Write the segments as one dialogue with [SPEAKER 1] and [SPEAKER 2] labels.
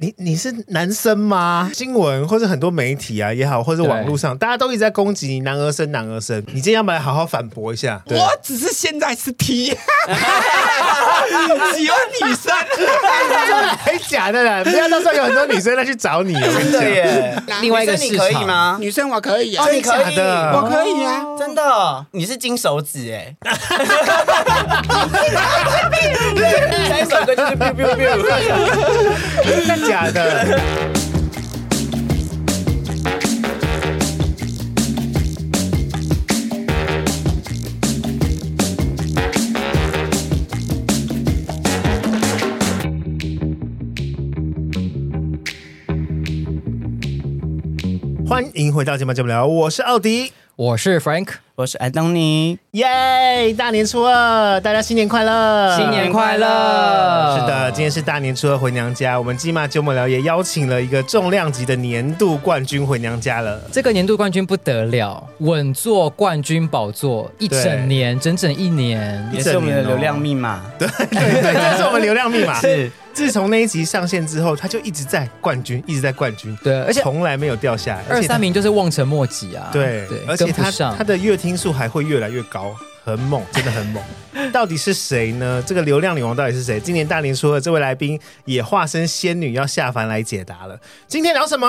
[SPEAKER 1] 你你是男生吗？新闻或者很多媒体啊也好，或者网络上，大家都一直在攻击你男儿身男儿身，你今天要不要好好反驳一下？对，
[SPEAKER 2] 我只是现在是 T，喜欢女生，啊
[SPEAKER 1] 还假的啦！不要到时候有很多女生再去找你，我跟你讲
[SPEAKER 3] 对 耶，
[SPEAKER 4] 另外一个市
[SPEAKER 3] 女生你可以
[SPEAKER 4] 场
[SPEAKER 3] 吗？
[SPEAKER 2] 女生我可以啊
[SPEAKER 3] 哦，，你可
[SPEAKER 1] 真
[SPEAKER 3] 以，
[SPEAKER 1] 假的
[SPEAKER 2] 我可以啊，
[SPEAKER 3] 真的，你是金手指 哎，三首歌就是 biu biu biu，
[SPEAKER 1] 真的假的？欢迎回到节目节目聊，我是奥迪，
[SPEAKER 4] 我是 Frank，
[SPEAKER 3] 我是安东尼，
[SPEAKER 1] 耶、大年初二，大家新年快乐！
[SPEAKER 4] 新年快乐！
[SPEAKER 1] 是的，今天是大年初二回娘家，我们鸡妈周末聊也邀请了一个重量级的年度冠军回娘家 了。
[SPEAKER 4] 这个年度冠军不得了，稳坐冠军宝座一整年，整整一年。
[SPEAKER 3] 也是我们的流量密码，对，
[SPEAKER 1] 对对，这是我们流量密码。
[SPEAKER 3] 是
[SPEAKER 1] 自从那一集上线之后，他就一直在冠军，一直在冠军，
[SPEAKER 4] 对，而且
[SPEAKER 1] 从来没有掉下来。
[SPEAKER 4] 二三
[SPEAKER 1] 名，
[SPEAKER 4] 名就是望尘莫及啊。
[SPEAKER 1] 对，
[SPEAKER 4] 对，
[SPEAKER 1] 而且
[SPEAKER 4] 跟不
[SPEAKER 1] 他
[SPEAKER 4] 上
[SPEAKER 1] 他。的乐听数还会越来越高。很猛，真的很 猛。到底是谁呢？这个流量女王到底是谁？今年大年初二，这位来宾也化身仙女要下凡来解答了。今天聊什么？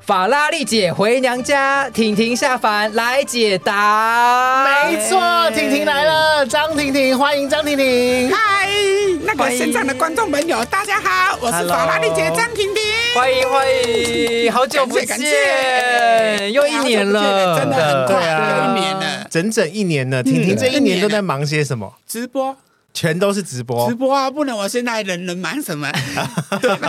[SPEAKER 4] 法拉利姐回娘家，婷婷下凡来解答。
[SPEAKER 1] 没错，婷婷来了，张婷婷，欢迎张婷婷。
[SPEAKER 2] 嗨，那个现场的观众朋友，大家好，我是
[SPEAKER 3] Hello
[SPEAKER 2] 法拉利姐张婷婷。
[SPEAKER 4] 欢迎欢迎，好久不
[SPEAKER 2] 感谢
[SPEAKER 4] 见，又一
[SPEAKER 2] 哎
[SPEAKER 4] 年了，
[SPEAKER 2] 真的
[SPEAKER 1] 对
[SPEAKER 2] 很快，
[SPEAKER 1] 啊
[SPEAKER 2] 又一年了。
[SPEAKER 1] 整整一年呢，婷婷这一
[SPEAKER 2] 一
[SPEAKER 1] 年
[SPEAKER 2] 年
[SPEAKER 1] 都在忙些什么？
[SPEAKER 2] 直播，
[SPEAKER 1] 全都是直播
[SPEAKER 2] 直。播啊，不能我现在人能忙 什么？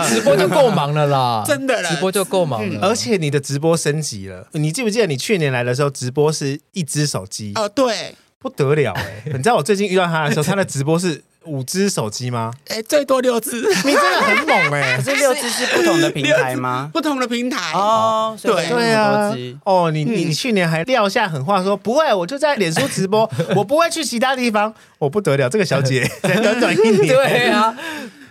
[SPEAKER 4] 直播就够忙了 啦，
[SPEAKER 2] 真的啦
[SPEAKER 4] 直播就够忙了，
[SPEAKER 1] 而且你的直播升级了，你记不记得你去年来的时候，直播是一只手机，
[SPEAKER 2] 哦，对，
[SPEAKER 1] 不得了哎、你知道我最近遇到他的时候，他的直播是五只手机 吗？
[SPEAKER 2] 哎，最多六支，
[SPEAKER 1] 你真的很猛哎、
[SPEAKER 3] 可是六只是不同的平台 吗？
[SPEAKER 2] 不同的平台。
[SPEAKER 3] 哦，所以
[SPEAKER 2] 对
[SPEAKER 3] 没
[SPEAKER 1] 对
[SPEAKER 3] 有那么
[SPEAKER 1] 啊
[SPEAKER 3] 多只，
[SPEAKER 1] 哦，你你你去年还撂下狠话说不会，我就在脸书直 播，我不会去其他地方，我不得了，这个小 姐才短短一年，
[SPEAKER 4] 对啊，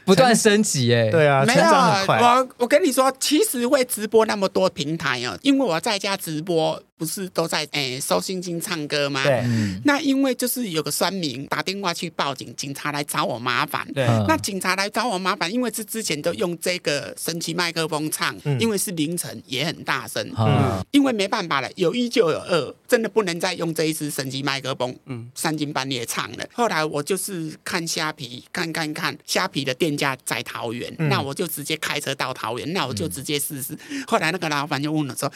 [SPEAKER 4] 不断升级哎，
[SPEAKER 1] 对啊，
[SPEAKER 2] 没
[SPEAKER 1] 成
[SPEAKER 2] 有，
[SPEAKER 1] 长很快。
[SPEAKER 2] 我我跟你说，其实会直播那么多平台哦，因为我在家直播，不是都在诶收心经唱歌吗？
[SPEAKER 3] 对啊
[SPEAKER 4] 嗯
[SPEAKER 2] 那因为就是有个酸民打电话去报警，警察来找我麻烦。
[SPEAKER 3] 对
[SPEAKER 4] 嗯
[SPEAKER 2] 那警察来找我麻烦，因为是之前都用这个神奇麦克风唱，因为是凌晨也很大声，嗯
[SPEAKER 4] 啊，
[SPEAKER 2] 因为没办法了，有一就有二，真的不能再用这一支神奇麦克风，嗯，三更半夜唱了。后来我就是看虾皮，看看看虾皮的店家在桃园，那我就直接开车到桃园，那我就直接试试。后来那个老板就问我说：“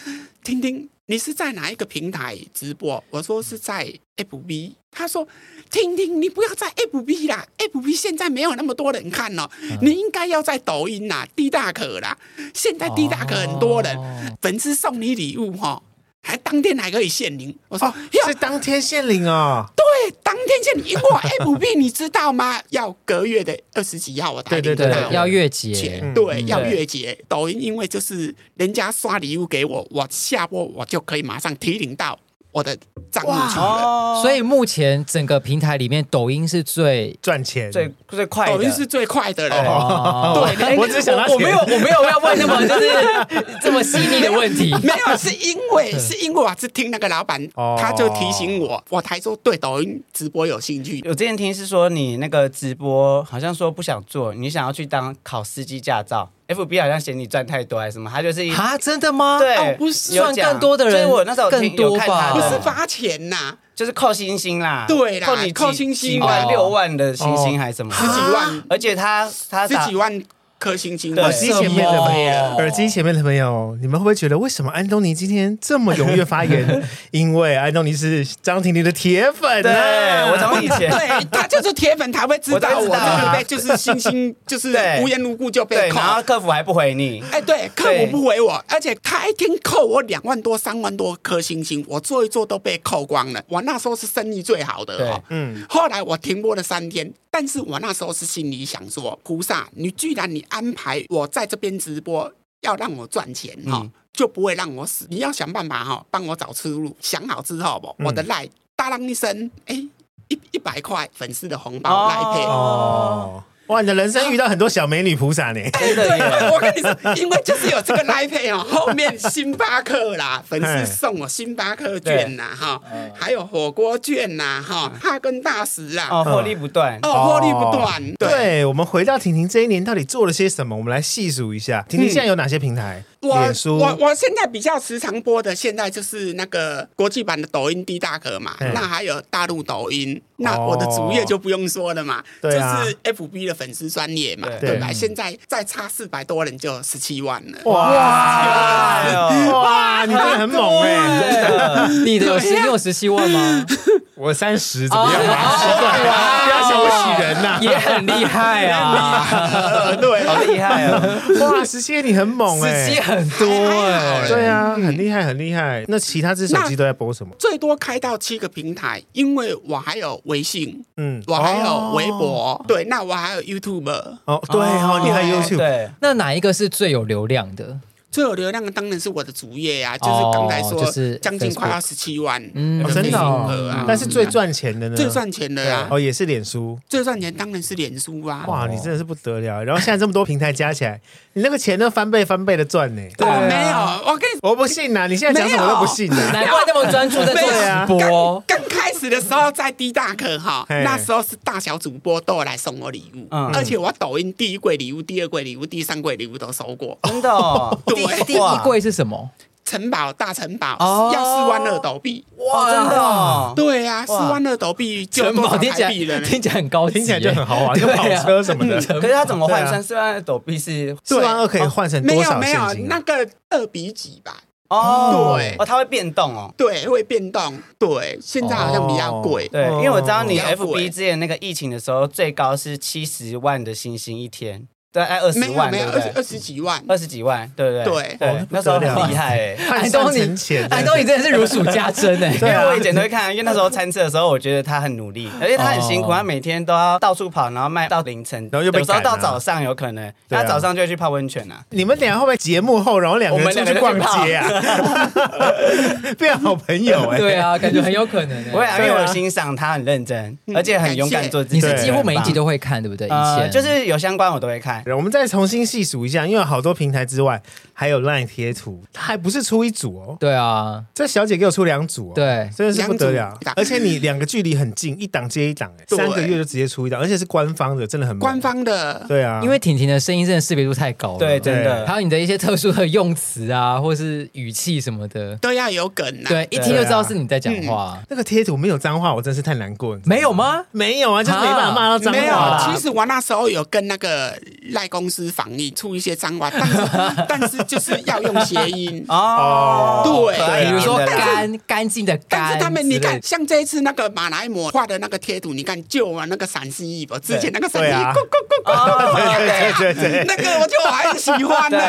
[SPEAKER 2] 听听，你是在哪一个平台直播？”我说是在 FB。他说：“听听，你不要在 FB 啦，FB 现在没有那么多人看了、
[SPEAKER 1] 嗯
[SPEAKER 2] 你应该要在抖音啦、滴大可啦。现在滴大可很多人，
[SPEAKER 4] 哦
[SPEAKER 2] 粉丝送你礼物哈、还当天还可以限领。我说、
[SPEAKER 1] 哦
[SPEAKER 2] 哟，，
[SPEAKER 1] 是当天限领哦，
[SPEAKER 2] 对，当天限领，因为我 FB 你知道吗？要隔月的二十几号我才领
[SPEAKER 1] 对
[SPEAKER 2] 到
[SPEAKER 1] 对
[SPEAKER 4] 对，要月结
[SPEAKER 2] 钱，对，
[SPEAKER 3] 嗯
[SPEAKER 2] 要
[SPEAKER 3] 对
[SPEAKER 2] 月结。抖音因为就是人家刷礼物给我，我下播我就可以马上提领到我的账户去了。
[SPEAKER 3] 哦，
[SPEAKER 4] 所以目前整个平台里面，抖音是 最
[SPEAKER 1] 赚钱
[SPEAKER 3] 最最快的
[SPEAKER 2] 抖音是最快的了。
[SPEAKER 4] 哦
[SPEAKER 2] 对，
[SPEAKER 1] 我只想到
[SPEAKER 4] 我没有，我没有要问那 么就是这么细腻的问 题。
[SPEAKER 2] 没有，是因为是啊因为我是听那个老板
[SPEAKER 1] 哦，
[SPEAKER 2] 他就提醒我，我才说对抖音直播有兴趣。
[SPEAKER 3] 我之前听是说你那个直播好像说不想做，你想要去当考司机驾照，FB 好像嫌你赚太多还是什么，他就是一
[SPEAKER 4] 啊，真的吗？
[SPEAKER 3] 对
[SPEAKER 4] 哦，
[SPEAKER 3] 有
[SPEAKER 4] 赚
[SPEAKER 3] 讲
[SPEAKER 4] 更多的
[SPEAKER 3] 所以
[SPEAKER 4] 人，
[SPEAKER 3] 我那时候有听
[SPEAKER 4] 更多
[SPEAKER 3] 有看他
[SPEAKER 4] 吧，
[SPEAKER 3] 的
[SPEAKER 2] 不是发钱呐、
[SPEAKER 3] 就是扣星星啦，
[SPEAKER 2] 对啦
[SPEAKER 3] 扣你
[SPEAKER 2] 扣星星
[SPEAKER 3] 几万
[SPEAKER 4] 哦
[SPEAKER 3] 六万的星星还是什么，啊
[SPEAKER 2] 十几万，
[SPEAKER 3] 而且他他
[SPEAKER 2] 十
[SPEAKER 3] 打
[SPEAKER 2] 几万啊颗星星。
[SPEAKER 3] 对
[SPEAKER 1] 耳机前面的朋友
[SPEAKER 4] 什么，
[SPEAKER 1] 耳机前面的朋友，你们会不会觉得为什么安东尼今天这么踊跃发言？因为安东尼是张婷婷的铁粉、
[SPEAKER 3] 对
[SPEAKER 1] 啊，
[SPEAKER 3] 我从以前
[SPEAKER 2] 对他就是铁粉，他会知道
[SPEAKER 3] 我
[SPEAKER 2] 我
[SPEAKER 3] 知
[SPEAKER 2] 对
[SPEAKER 3] 道啊
[SPEAKER 2] 不对？就是星星，就是
[SPEAKER 3] 对
[SPEAKER 2] 无缘无故就
[SPEAKER 3] 对，
[SPEAKER 2] 被扣
[SPEAKER 3] 然。后客服还不回你，
[SPEAKER 2] 哎，对，客
[SPEAKER 3] 对
[SPEAKER 2] 服不回我，而且他一天扣我两万多、三万多颗星星，我做一做都被扣光了。我那时候是生意最好的哦
[SPEAKER 3] 对，
[SPEAKER 1] 嗯，
[SPEAKER 2] 后来我停播了三天，但是我那时候是心里想说，菩萨，你居然你安排我在这边直播，要让我赚钱哈、
[SPEAKER 3] 嗯
[SPEAKER 2] 就不会让我死。你要想办法哈、帮我找出路。想好之后不，
[SPEAKER 3] 嗯
[SPEAKER 2] 我的赖
[SPEAKER 3] 哦
[SPEAKER 2] 当啷一声，哎、一一百块粉丝的红包赖配、
[SPEAKER 1] 哦，哇，你的人生遇到很多小美女菩萨呢。
[SPEAKER 3] 真的耶，
[SPEAKER 2] 对，我跟你说，因为就是有这个 Line Pay 哦， 后面星巴克啦，粉丝送我哦星巴克券呐，哈，还有火锅券呐，哈，哈根达斯啦，
[SPEAKER 3] 哦，获利不断。
[SPEAKER 2] 嗯哦，获利不断，对。
[SPEAKER 1] 对，我们回到婷婷这一年到底做了些什么？我们来细数一下，婷婷现在有哪些平台？
[SPEAKER 2] 我
[SPEAKER 1] 脸书、
[SPEAKER 2] 我我现在比较时常播的，现在就是那个国际版的抖音 D 大可嘛，
[SPEAKER 1] 嗯
[SPEAKER 2] 那还有大陆抖音，那
[SPEAKER 1] 哦
[SPEAKER 2] 我的主页就不用说了嘛，就
[SPEAKER 1] 对啊
[SPEAKER 2] 是 FB 的粉丝专业嘛，
[SPEAKER 3] 对
[SPEAKER 2] 对吧？
[SPEAKER 1] 嗯
[SPEAKER 2] 现在再差四百多人就十七万了，
[SPEAKER 1] 哇
[SPEAKER 3] 哎呦
[SPEAKER 1] 哇，你真的很猛哎、
[SPEAKER 3] 真的
[SPEAKER 4] 你的有十你有十七万吗？
[SPEAKER 1] 我三十怎么样？
[SPEAKER 4] 哦
[SPEAKER 1] 啊奇怪，
[SPEAKER 4] 哇
[SPEAKER 1] 不要小不喜人呐、
[SPEAKER 4] 也很厉害 啊，
[SPEAKER 2] 对，
[SPEAKER 3] 好厉害哦！
[SPEAKER 1] 哇，十七你很猛哎、
[SPEAKER 4] 时机很多哎、
[SPEAKER 1] 对啊，很厉害，很厉害。那其他只手机都在播什么？
[SPEAKER 2] 最多开到七个平台，因为我还有微信，
[SPEAKER 1] 嗯，
[SPEAKER 2] 我还有微博，对，那我还有 YouTube。
[SPEAKER 1] 哦，对哦，你还有
[SPEAKER 2] 对
[SPEAKER 1] YouTube，
[SPEAKER 3] 对，
[SPEAKER 4] 那哪一个是最有流量的？
[SPEAKER 2] 最有流量的当然是我的主页啊，就是
[SPEAKER 4] 哦
[SPEAKER 2] 刚才
[SPEAKER 4] 就
[SPEAKER 2] 说
[SPEAKER 4] 是，
[SPEAKER 2] 将近快要十七万的
[SPEAKER 4] 嗯
[SPEAKER 1] 哦
[SPEAKER 4] 有
[SPEAKER 1] 真的、
[SPEAKER 2] 粉丝
[SPEAKER 1] 哦
[SPEAKER 2] 啊。
[SPEAKER 1] 但是最赚钱的呢？哦
[SPEAKER 2] 最赚钱的啊，
[SPEAKER 1] 哦，也是脸书。
[SPEAKER 2] 最赚钱当然是脸书啊。
[SPEAKER 1] 哇，你真的是不得了！然后现在这么多平台加起来，你那个钱都翻倍翻倍的赚呢。
[SPEAKER 2] 哦，
[SPEAKER 3] 啊
[SPEAKER 2] 没有，我跟你
[SPEAKER 1] 我不信啊呐、你现在讲什么都不信啊呐、
[SPEAKER 4] 难怪那么专注在做
[SPEAKER 1] 对啊
[SPEAKER 4] 直播。
[SPEAKER 2] 刚开始的时候在 D 大可哈，
[SPEAKER 1] 嘿
[SPEAKER 2] 那时候是大小主播都有来送我礼物，
[SPEAKER 3] 嗯
[SPEAKER 2] 而且我抖音第一柜礼物、第二柜礼物、第三柜礼物都收过。
[SPEAKER 3] 真的哦，
[SPEAKER 4] 第
[SPEAKER 2] 对
[SPEAKER 4] 第一柜是什么？
[SPEAKER 2] 城堡大城堡
[SPEAKER 4] 哦
[SPEAKER 2] 要四万二抖币，
[SPEAKER 3] 哇，真的哦，
[SPEAKER 2] 对啊，四
[SPEAKER 3] 哇
[SPEAKER 2] 万二抖币就
[SPEAKER 4] 城
[SPEAKER 2] 多
[SPEAKER 4] 堡
[SPEAKER 2] 少
[SPEAKER 4] 听起
[SPEAKER 2] 台
[SPEAKER 4] 来
[SPEAKER 2] 币了呢？
[SPEAKER 4] 听起来很高级耶，
[SPEAKER 1] 听起来就很豪华，就
[SPEAKER 4] 对
[SPEAKER 1] 跑
[SPEAKER 4] 啊
[SPEAKER 1] 车什么的，
[SPEAKER 3] 可是他怎么换
[SPEAKER 1] 对
[SPEAKER 3] 算？
[SPEAKER 1] 啊
[SPEAKER 3] 四万抖币是
[SPEAKER 1] 四万二可以换成
[SPEAKER 2] 没
[SPEAKER 1] 多
[SPEAKER 2] 有
[SPEAKER 1] 少
[SPEAKER 2] 没有
[SPEAKER 1] 现，金
[SPEAKER 2] 那
[SPEAKER 1] 啊？
[SPEAKER 2] 个二比几吧？
[SPEAKER 3] 哦，
[SPEAKER 2] 对
[SPEAKER 3] 哦，它会变动哦。
[SPEAKER 2] 对，会变动。对，现在好像比较贵。
[SPEAKER 3] 对，
[SPEAKER 1] 哦
[SPEAKER 3] 因为我知道你
[SPEAKER 2] 比较贵
[SPEAKER 3] FB 之前那个疫情的时候，最高是七十万的星星一天，对，哎，二十
[SPEAKER 2] 没有
[SPEAKER 3] 万，
[SPEAKER 2] 没
[SPEAKER 3] 对
[SPEAKER 2] 有
[SPEAKER 3] 不
[SPEAKER 2] 二十
[SPEAKER 3] 对？
[SPEAKER 2] 二十几万，
[SPEAKER 3] 二十几万，对不对？
[SPEAKER 2] 对
[SPEAKER 1] 哦
[SPEAKER 3] 对，那时候
[SPEAKER 1] 不得了
[SPEAKER 3] 很厉害哎。
[SPEAKER 1] 换
[SPEAKER 4] 安
[SPEAKER 1] 算
[SPEAKER 4] 东
[SPEAKER 1] 成
[SPEAKER 4] 尼
[SPEAKER 1] 钱，，
[SPEAKER 4] 安东尼真的是如数家珍 哎。
[SPEAKER 1] 对
[SPEAKER 3] 因
[SPEAKER 1] 啊
[SPEAKER 3] 为我以前都会看，因为那时候参测的时候，我觉得他很努力，而且他很辛苦，
[SPEAKER 4] 哦
[SPEAKER 3] 他每天都要到处跑，然后卖到凌晨，
[SPEAKER 1] 然后又被
[SPEAKER 3] 有时候
[SPEAKER 1] 赶啊
[SPEAKER 3] 到早上有可能，
[SPEAKER 1] 对啊
[SPEAKER 3] 他早上就会去泡温泉啊。
[SPEAKER 1] 你们俩会不会节目后，然后两个人出去逛街啊？ 变好朋友哎、
[SPEAKER 4] 对啊，感觉很有可能哎。
[SPEAKER 3] 我也因
[SPEAKER 1] 对啊
[SPEAKER 3] 为我欣赏他很认真，而且很勇敢做
[SPEAKER 2] 嗯
[SPEAKER 3] 自己。
[SPEAKER 4] 你是几乎
[SPEAKER 3] 对
[SPEAKER 4] 每一集都会看，对不对？以
[SPEAKER 3] 呃，
[SPEAKER 4] 前
[SPEAKER 3] 就是有相关我都会看。
[SPEAKER 1] 我们再重新细数一下，因为有好多平台之外，还有 LINE 贴图，它还不是出一组哦。
[SPEAKER 4] 对啊，
[SPEAKER 1] 这小姐给我出两组哦，
[SPEAKER 4] 对
[SPEAKER 1] 真的是不得了
[SPEAKER 2] 两组。
[SPEAKER 1] 而且你两个距离很近，一档接一档，哎，
[SPEAKER 2] 对
[SPEAKER 1] 三个月就直接出一档，而且是官方的，真的很猛
[SPEAKER 2] 官。方的。
[SPEAKER 1] 对啊，
[SPEAKER 4] 因为婷婷的声音真的识别度太高了，
[SPEAKER 3] 对，真的。
[SPEAKER 4] 还有你的一些特殊的用词啊，或是语气什么的，
[SPEAKER 2] 都要有梗啊呐、
[SPEAKER 4] 对，一听就知道是你在讲话，
[SPEAKER 1] 那个贴图没有脏话，我真是太难过了。
[SPEAKER 4] 没有吗？
[SPEAKER 1] 没有啊，就是没办法骂到脏话
[SPEAKER 2] 没有啊
[SPEAKER 1] 啦。，
[SPEAKER 2] 其实我那时候有跟那个赖公司防疫出一些脏话，但是但是就是要用谐音。
[SPEAKER 3] 哦，
[SPEAKER 2] 对
[SPEAKER 3] 可爱
[SPEAKER 4] 比
[SPEAKER 3] 一点的
[SPEAKER 4] 如说
[SPEAKER 3] 啦
[SPEAKER 4] 干干净的
[SPEAKER 2] 但
[SPEAKER 4] 干之类的，
[SPEAKER 2] 是他们，你看，像这一次那个马来模画的那个贴图，你看救啊，那个陕西一博，之前那个陕西
[SPEAKER 1] 对啊
[SPEAKER 2] 咕咕咕咕，
[SPEAKER 1] 对对对对 对，
[SPEAKER 2] 那个我就很喜欢呢、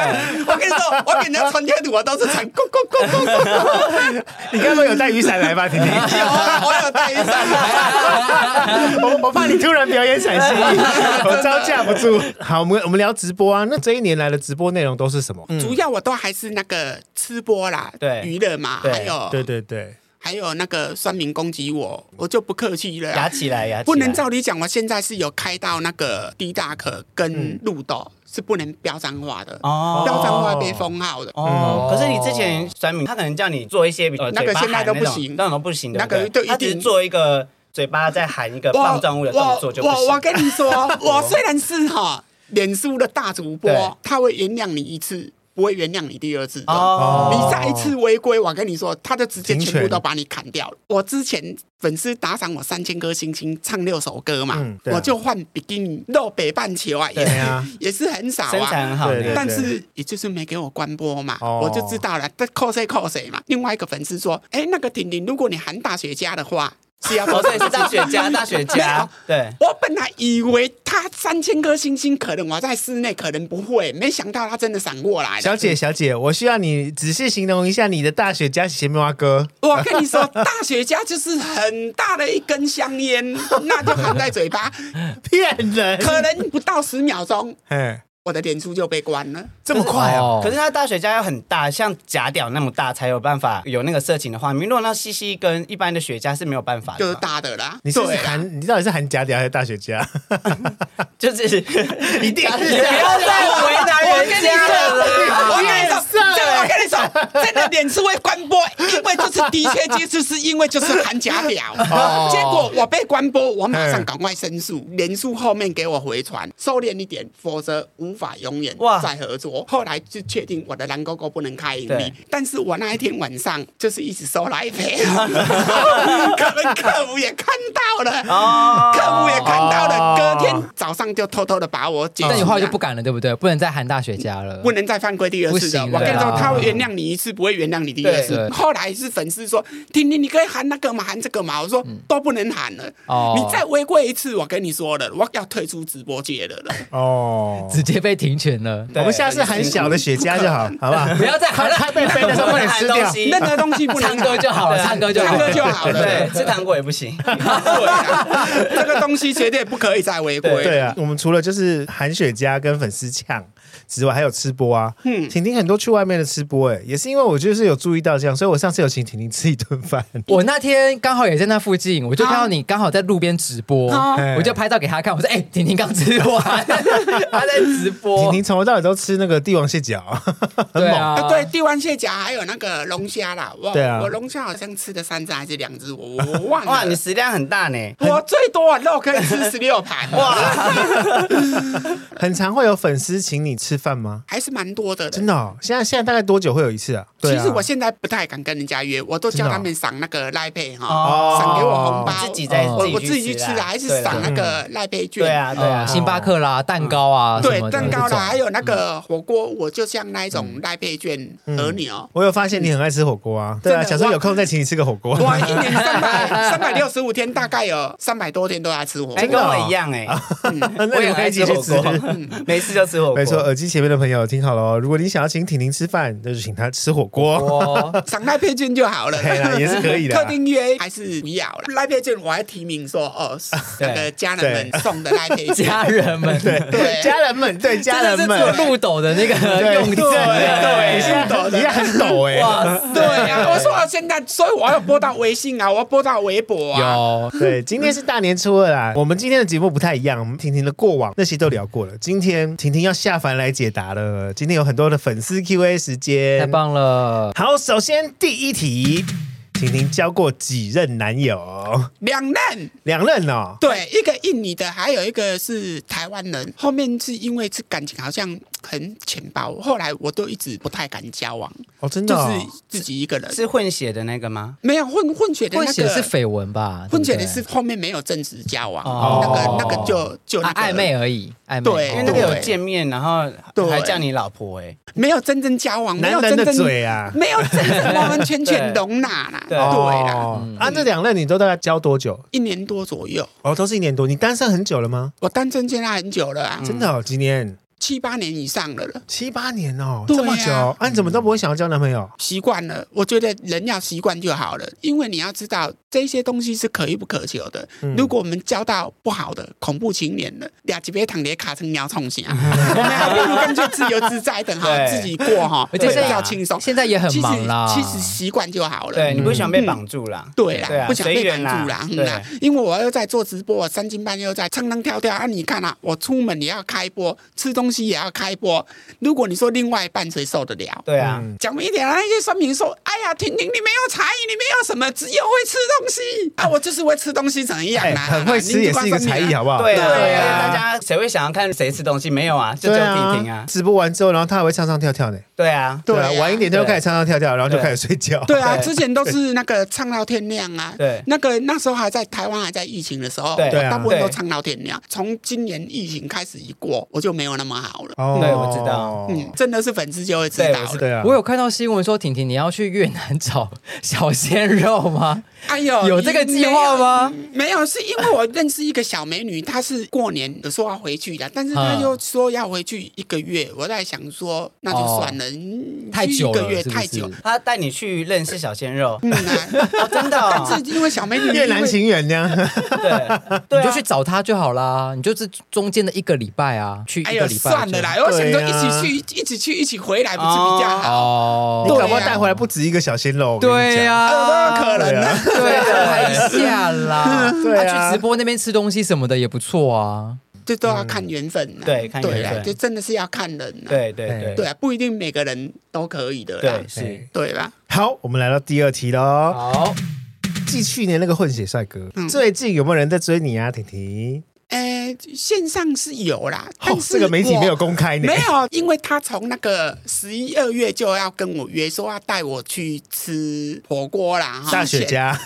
[SPEAKER 2] 我跟你说，我给人家传贴图，我都是传咕咕咕咕咕。
[SPEAKER 1] 你该不会有带雨伞来吧，婷婷？
[SPEAKER 2] 有啊，我有带一下。
[SPEAKER 1] 我我怕你突然表演陕西， 我招架不住。好，我们我们聊直播啊。那这一年来的直播内容都是什么？
[SPEAKER 2] 主要我都还是那个吃播啦，
[SPEAKER 3] 对
[SPEAKER 2] 娱乐嘛，
[SPEAKER 3] 对
[SPEAKER 2] 还有
[SPEAKER 1] 对对对，
[SPEAKER 2] 还有那个酸民攻击我，我就不客气了啊、
[SPEAKER 3] 牙起来，牙起来
[SPEAKER 2] 不能照理讲，我现在是有开到那个低大可跟路斗、是不能标脏话的，
[SPEAKER 3] 哦
[SPEAKER 2] 标脏话被封号的。
[SPEAKER 3] 哦，可是你之前酸民他可能叫你做一些比呃
[SPEAKER 2] 那个
[SPEAKER 3] 嘴巴
[SPEAKER 2] 现在
[SPEAKER 3] 喊
[SPEAKER 2] 都
[SPEAKER 3] 那
[SPEAKER 2] 不
[SPEAKER 3] 种
[SPEAKER 2] 行
[SPEAKER 3] 那种不行，对
[SPEAKER 2] 那
[SPEAKER 3] 不对
[SPEAKER 2] 个就一定
[SPEAKER 3] 他只是做一个嘴巴在喊一个
[SPEAKER 2] 我
[SPEAKER 3] 棒状物的动作就不
[SPEAKER 2] 我我
[SPEAKER 3] 行。
[SPEAKER 2] 跟你说，我虽然是哈脸书的大主
[SPEAKER 3] 对
[SPEAKER 2] 播，他会原谅你一次，不会原谅你第二次的。
[SPEAKER 3] 哦
[SPEAKER 2] 你再一次违规，我跟你说，他就直接
[SPEAKER 1] 停
[SPEAKER 2] 全部
[SPEAKER 1] 权
[SPEAKER 2] 都把你砍掉了。我之前粉丝打赏我三千颗星星，唱六首歌嘛，
[SPEAKER 1] 嗯对啊
[SPEAKER 2] 我就换比基尼露北半球啊，也
[SPEAKER 1] 对啊，
[SPEAKER 2] 也是很少
[SPEAKER 3] 身材
[SPEAKER 2] 啊。
[SPEAKER 3] 很好
[SPEAKER 1] 对对
[SPEAKER 3] 呢，
[SPEAKER 2] 但是也就是没给我关播嘛，
[SPEAKER 1] 哦
[SPEAKER 2] 我就知道了，这扣谁扣谁嘛。另外一个粉丝说，哎，那个婷婷，如果你喊大雪茄的话，是要
[SPEAKER 3] 哦，对，是大雪茄，大雪茄，对，
[SPEAKER 2] 我本来以为他三千颗星星，可能我在室内可能不会，没想到他真的闪过来了。
[SPEAKER 1] 小姐小姐，我需要你仔细形容一下你的大雪茄斜面蛙哥。
[SPEAKER 2] 我跟你说，大雪茄就是很大的一根香 烟，那就含在嘴巴，
[SPEAKER 1] 骗人
[SPEAKER 2] 可能不到十秒钟，
[SPEAKER 1] 哎，
[SPEAKER 2] 我的脸书就被关了。
[SPEAKER 1] 这么快啊？
[SPEAKER 4] 哦
[SPEAKER 3] 可是他大雪茄要很大，像假屌那么大才有办法有那个色情的画面。如果那细细跟一般的雪茄是没有办
[SPEAKER 1] 哎
[SPEAKER 3] 法的嘛，
[SPEAKER 2] 就是大的啦，
[SPEAKER 1] 你是不是
[SPEAKER 2] 对啦
[SPEAKER 1] 含，你到底是含假屌还是大雪茄？
[SPEAKER 3] 就是 一定不
[SPEAKER 4] 不要
[SPEAKER 3] 要
[SPEAKER 4] 再
[SPEAKER 3] 再为
[SPEAKER 2] 哎
[SPEAKER 3] 难人家了
[SPEAKER 2] 我跟你
[SPEAKER 3] 啦。
[SPEAKER 2] 说，这个我跟你说，真的脸是会关播，因为就是的确接触，是因为就是含假表。结果我被关播，我马上赶快申诉，脸书后面给我回传，收敛一点，否则无法永远
[SPEAKER 3] 哇
[SPEAKER 2] 再合作。后来就确定我的蓝勾勾不能开盈利
[SPEAKER 3] 对，
[SPEAKER 2] 但是我那一天晚上就是一直收来 赔，可能客服也看到了。
[SPEAKER 3] 哦
[SPEAKER 2] 客户也看到
[SPEAKER 1] 哦
[SPEAKER 2] 了，隔天早上就偷偷的把我解除了。
[SPEAKER 4] 但你后来就不敢了，对不对？不能再喊大雪茄了，
[SPEAKER 2] 不能再犯规第二次的。
[SPEAKER 4] 不行
[SPEAKER 2] 我跟你说
[SPEAKER 4] 对啊，
[SPEAKER 2] 他会原谅你一次，不会原谅你第二
[SPEAKER 4] 对
[SPEAKER 2] 次。后来是粉丝说：“婷婷，你可以喊那个嘛，喊这个嘛。”我说：“都不能喊了，
[SPEAKER 4] 嗯哦
[SPEAKER 2] 你再违规一次，我跟你说了，我要退出直播界了了。
[SPEAKER 1] 哦，
[SPEAKER 4] 直接被停权了。
[SPEAKER 1] 我们下次含小的雪茄就好，好不 好？
[SPEAKER 4] 不要再喊了，
[SPEAKER 1] 他被 飞的时候快点吃掉。
[SPEAKER 3] 西
[SPEAKER 2] 任何东西 不能
[SPEAKER 4] 唱歌就好了，唱歌就好
[SPEAKER 2] 唱
[SPEAKER 4] 了，
[SPEAKER 2] 歌就好了。
[SPEAKER 3] 对，吃糖果也不行。
[SPEAKER 2] 对啊，这个东西绝对不可以再违 规。
[SPEAKER 1] 对啊，我们除了就是含雪茄跟粉丝呛之外，还有吃播啊。嗯，婷婷很多去外面的吃播、欸，哎，也是因为我就是有注意到这样，所以我上次有请婷婷吃一顿饭。
[SPEAKER 4] 我那天刚好也在那附近，我就看到你刚好在路边直播，
[SPEAKER 2] 哦
[SPEAKER 4] 我就拍照给他看。我说：“哎、婷婷刚吃 完，啊她在直
[SPEAKER 1] 婷
[SPEAKER 4] 播。
[SPEAKER 1] 婷从头到尾都吃那个帝王蟹脚， 很
[SPEAKER 4] 对
[SPEAKER 1] 猛。
[SPEAKER 4] 啊
[SPEAKER 2] 啊，对，帝王蟹脚还有那个龙虾啦，我
[SPEAKER 1] 对啊
[SPEAKER 2] 我龙虾好像吃的三只还是两只，我我我忘
[SPEAKER 3] 哇，
[SPEAKER 2] 了
[SPEAKER 3] 你。食量很大呢。
[SPEAKER 2] 我最多啊肉可以吃十六盘，哇，
[SPEAKER 1] 很常会有粉丝请你吃饭吗？
[SPEAKER 2] 还是蛮多的嘞。
[SPEAKER 1] 真的、哦，现在现在大概多久会有一次啊？对
[SPEAKER 2] 其
[SPEAKER 1] 啊
[SPEAKER 2] 实我现在不太敢跟人家约，我都叫他们赏那个赖配
[SPEAKER 1] 哦
[SPEAKER 2] 哈，赏给我红包，
[SPEAKER 3] 自己在
[SPEAKER 2] 我我
[SPEAKER 3] 自
[SPEAKER 2] 自
[SPEAKER 3] 己
[SPEAKER 2] 己
[SPEAKER 3] 去
[SPEAKER 2] 去
[SPEAKER 3] 吃
[SPEAKER 2] 吃
[SPEAKER 3] 啊
[SPEAKER 2] 啊，还是
[SPEAKER 3] 对啦
[SPEAKER 2] 赏那个赖配券，
[SPEAKER 3] 对啊，对
[SPEAKER 4] 呃
[SPEAKER 3] 啊，
[SPEAKER 4] 星巴克啦、蛋糕啊，
[SPEAKER 2] 嗯对
[SPEAKER 4] 什么的
[SPEAKER 2] 蛋糕
[SPEAKER 4] 这种
[SPEAKER 2] 啦，还有那个火锅，我就像那一种赖配券和哦牛。
[SPEAKER 1] 我有发现你很爱吃火锅啊。对啊，
[SPEAKER 2] 真的
[SPEAKER 1] 小时候
[SPEAKER 2] 哇
[SPEAKER 1] 有空再请你吃个火锅。
[SPEAKER 2] 我一年三百三百六十五天，大概有三百多天都在吃火
[SPEAKER 3] 哎，
[SPEAKER 2] 锅。
[SPEAKER 3] 跟我一样哎，
[SPEAKER 1] 那
[SPEAKER 3] 我
[SPEAKER 1] 你
[SPEAKER 3] 也
[SPEAKER 1] 们可以
[SPEAKER 3] 爱
[SPEAKER 1] 一起
[SPEAKER 3] 吃
[SPEAKER 1] 去
[SPEAKER 3] 火
[SPEAKER 1] 吃。
[SPEAKER 3] 锅，没事就吃火锅。
[SPEAKER 1] 没错，耳机前面的朋友听好了哦，如果你想要请婷婷吃饭，那就请她吃火 锅，
[SPEAKER 4] 哦，
[SPEAKER 2] 赏赖配券就好了。
[SPEAKER 1] 对啦，也是可以的
[SPEAKER 2] 特
[SPEAKER 1] 啊。
[SPEAKER 2] 定约还是不要了。赖配券我还提名说，哦，那个家人们送的赖配券，
[SPEAKER 4] 家人们，对，
[SPEAKER 2] 对，
[SPEAKER 1] 家人们，对家人们，
[SPEAKER 4] 这是做漏斗的那个用
[SPEAKER 1] 对
[SPEAKER 4] 字，
[SPEAKER 1] 对，你现在抖，你现在很抖哎。
[SPEAKER 4] 哇，
[SPEAKER 2] 对啊，我说我现在，所以我要播到微信啊，我要播到微博啊。
[SPEAKER 4] 有
[SPEAKER 1] 对，今天是大年初二啦。我们今天的节目不太一样，我们婷婷的过往那些都聊过了。今天婷婷要下凡来解答了。今天有很多的粉丝 Q&A 时间，
[SPEAKER 4] 太棒了，
[SPEAKER 1] 好，首先第一题，婷婷交过几任男友？
[SPEAKER 2] 两任，
[SPEAKER 1] 两任哦。
[SPEAKER 2] 对，一个印尼的，还有一个是台湾人。后面是因为是感情好像很浅薄，后来我都一直不太敢交往，
[SPEAKER 1] 哦，真的
[SPEAKER 2] 就
[SPEAKER 1] 哦、
[SPEAKER 2] 是自己一个人。
[SPEAKER 3] 是混血的那个吗？
[SPEAKER 2] 没有混混血的
[SPEAKER 4] 混
[SPEAKER 2] 那
[SPEAKER 4] 血
[SPEAKER 2] 个
[SPEAKER 4] 是绯闻吧？
[SPEAKER 2] 混血
[SPEAKER 4] 对
[SPEAKER 2] 的
[SPEAKER 4] 不
[SPEAKER 2] 是
[SPEAKER 4] 对
[SPEAKER 2] 后面没有正式交往，
[SPEAKER 3] 哦
[SPEAKER 2] 那个那个就就那
[SPEAKER 4] 啊
[SPEAKER 2] 个
[SPEAKER 4] 暧昧而已，暧昧，
[SPEAKER 2] 对
[SPEAKER 3] 因为那个
[SPEAKER 4] 哦
[SPEAKER 3] 有见面，然后
[SPEAKER 2] 对
[SPEAKER 3] 还叫你老婆哎。
[SPEAKER 2] 没有真正交往，没
[SPEAKER 1] 男
[SPEAKER 2] 有
[SPEAKER 1] 人
[SPEAKER 2] 真
[SPEAKER 1] 的
[SPEAKER 2] 正
[SPEAKER 1] 嘴啊。
[SPEAKER 2] 没有真正完完全全
[SPEAKER 3] 对
[SPEAKER 2] 容纳啦，对
[SPEAKER 3] 对
[SPEAKER 2] 啦，
[SPEAKER 1] 哦啊，这两任你都大概交多久？
[SPEAKER 2] 一年多左右，
[SPEAKER 1] 哦，都是一年多。你单身很久了吗？
[SPEAKER 2] 我单身现在很久了啊，
[SPEAKER 1] 真的、哦，几年？
[SPEAKER 2] 七八年以上了了，
[SPEAKER 1] 七八年哦，
[SPEAKER 2] 对啊
[SPEAKER 1] 这么久，啊，你怎么都不会想要交男朋友？
[SPEAKER 2] 习惯了。我觉得人要习惯就好了，因为你要知道这些东西是可遇不可求的。如果我们交到不好的恐怖情人了，俩几杯躺碟卡成鸟冲下，我们还不如干脆自由自在的哈，
[SPEAKER 3] 对
[SPEAKER 2] 自己过哈，
[SPEAKER 4] 而且
[SPEAKER 2] 比
[SPEAKER 4] 现
[SPEAKER 2] 较
[SPEAKER 4] 在
[SPEAKER 2] 轻松。
[SPEAKER 4] 现在也很
[SPEAKER 2] 其实
[SPEAKER 4] 忙啦。
[SPEAKER 2] 其实习惯就好了。
[SPEAKER 3] 对你不喜欢被绑住啦？
[SPEAKER 2] 对啦，
[SPEAKER 3] 对啊
[SPEAKER 2] 不想被
[SPEAKER 3] 随
[SPEAKER 2] 绑
[SPEAKER 3] 缘啦
[SPEAKER 2] 住啦，嗯
[SPEAKER 3] 对
[SPEAKER 2] 啦，因为我又在做直播，我三更半夜又在唱唱跳跳啊！你看啊，我出门也要开播，吃东西也要开播。如果你说另外一半谁受得了？
[SPEAKER 3] 对啊，
[SPEAKER 2] 讲明一点啊，那些酸民说：“哎呀，婷婷，你没有才艺，你没有什么，只有会吃 东西啊！我就是会吃东西，怎样啊
[SPEAKER 1] 哎，
[SPEAKER 2] 啦？
[SPEAKER 1] 很会吃也是一个才艺，好
[SPEAKER 2] 不
[SPEAKER 1] 不好？
[SPEAKER 3] 对啊，
[SPEAKER 2] 对啊
[SPEAKER 3] 大家谁会想要看谁吃东西？没有啊，就只有婷婷啊。
[SPEAKER 1] 直播完之后，然后他还会唱唱跳跳呢。
[SPEAKER 3] 对啊，
[SPEAKER 2] 对啊
[SPEAKER 1] 啊，晚一点他就开始唱唱跳跳，然后就开始睡觉。
[SPEAKER 2] 对啊，
[SPEAKER 3] 对
[SPEAKER 2] 之前都是那个唱到天亮啊。
[SPEAKER 3] 对
[SPEAKER 2] 那个那时候还在台湾还在疫情的时候，
[SPEAKER 3] 对
[SPEAKER 2] 我
[SPEAKER 1] 对啊
[SPEAKER 2] 大部分都
[SPEAKER 3] 对
[SPEAKER 2] 唱到天亮。从今年疫情开始一过，我就没有那么好了。
[SPEAKER 1] 哦
[SPEAKER 3] 对我知道
[SPEAKER 2] 嗯，真的是粉丝就会知
[SPEAKER 3] 对
[SPEAKER 2] 道
[SPEAKER 3] 我知
[SPEAKER 2] 了。
[SPEAKER 1] 对啊，
[SPEAKER 4] 我有看到新闻说，婷婷你要去越南找小鲜肉吗？
[SPEAKER 2] 哎呦，
[SPEAKER 4] 有这个计划吗
[SPEAKER 2] 没有？没有，是因为我认识一个小美女，她是过年有说要回去的，但是她
[SPEAKER 4] 嗯
[SPEAKER 2] 又说要回去一个月。我在想说，那就算了，嗯
[SPEAKER 4] 太
[SPEAKER 2] 去
[SPEAKER 4] 久
[SPEAKER 2] 一个
[SPEAKER 4] 了
[SPEAKER 2] 月
[SPEAKER 4] 是不
[SPEAKER 2] 太
[SPEAKER 4] 是
[SPEAKER 2] 久。
[SPEAKER 3] 他带你去认识小鲜肉，
[SPEAKER 2] 嗯啊，
[SPEAKER 3] 哦真的哦，
[SPEAKER 2] 但是因为小美女
[SPEAKER 1] 越南情缘这样。
[SPEAKER 3] 对，
[SPEAKER 4] 你
[SPEAKER 3] 对啊
[SPEAKER 4] 就去找他就好啦，你就是中间的一个礼拜啊，去一
[SPEAKER 2] 还
[SPEAKER 4] 个
[SPEAKER 2] 有
[SPEAKER 4] 礼
[SPEAKER 1] 感
[SPEAKER 2] 哎算
[SPEAKER 1] 觉
[SPEAKER 2] 了啦，我想说
[SPEAKER 1] 对
[SPEAKER 2] 一
[SPEAKER 1] 啊
[SPEAKER 2] 起去，一起去，一起回来不是比较好？
[SPEAKER 4] 哦
[SPEAKER 1] 你
[SPEAKER 2] 对
[SPEAKER 1] 搞不好
[SPEAKER 2] 啊
[SPEAKER 1] 带回来不止一个小鲜肉。我跟你
[SPEAKER 4] 对啊呀、
[SPEAKER 2] 哎有
[SPEAKER 4] 哦
[SPEAKER 2] 没有可能呢、
[SPEAKER 4] 对啊，一下啦，
[SPEAKER 1] 对啊
[SPEAKER 4] 他去直播那边吃东西什么的也不错啊。
[SPEAKER 2] 这都要看缘分呐、
[SPEAKER 3] 对看缘分
[SPEAKER 2] 对啊啦，这真的是要看人呐、
[SPEAKER 3] 对对对
[SPEAKER 2] 对啊，哎不一定每个人都可以的啦
[SPEAKER 3] 对。
[SPEAKER 1] 讲
[SPEAKER 3] 是。
[SPEAKER 2] 对啦，
[SPEAKER 1] 好，我们来到第二题喽。
[SPEAKER 4] 好，
[SPEAKER 1] 继去年那个混血帅哥，
[SPEAKER 2] 嗯
[SPEAKER 1] 最近有没有人在追你啊，婷婷？
[SPEAKER 2] 呃，线上是有啦，
[SPEAKER 1] 哦
[SPEAKER 2] 但，是
[SPEAKER 1] 这个媒体
[SPEAKER 2] 我
[SPEAKER 1] 没有公开呢
[SPEAKER 2] 没。有，因为他从那个十一二月就要跟我约，说要带我去吃火锅啦，哈
[SPEAKER 1] 大雪，茄，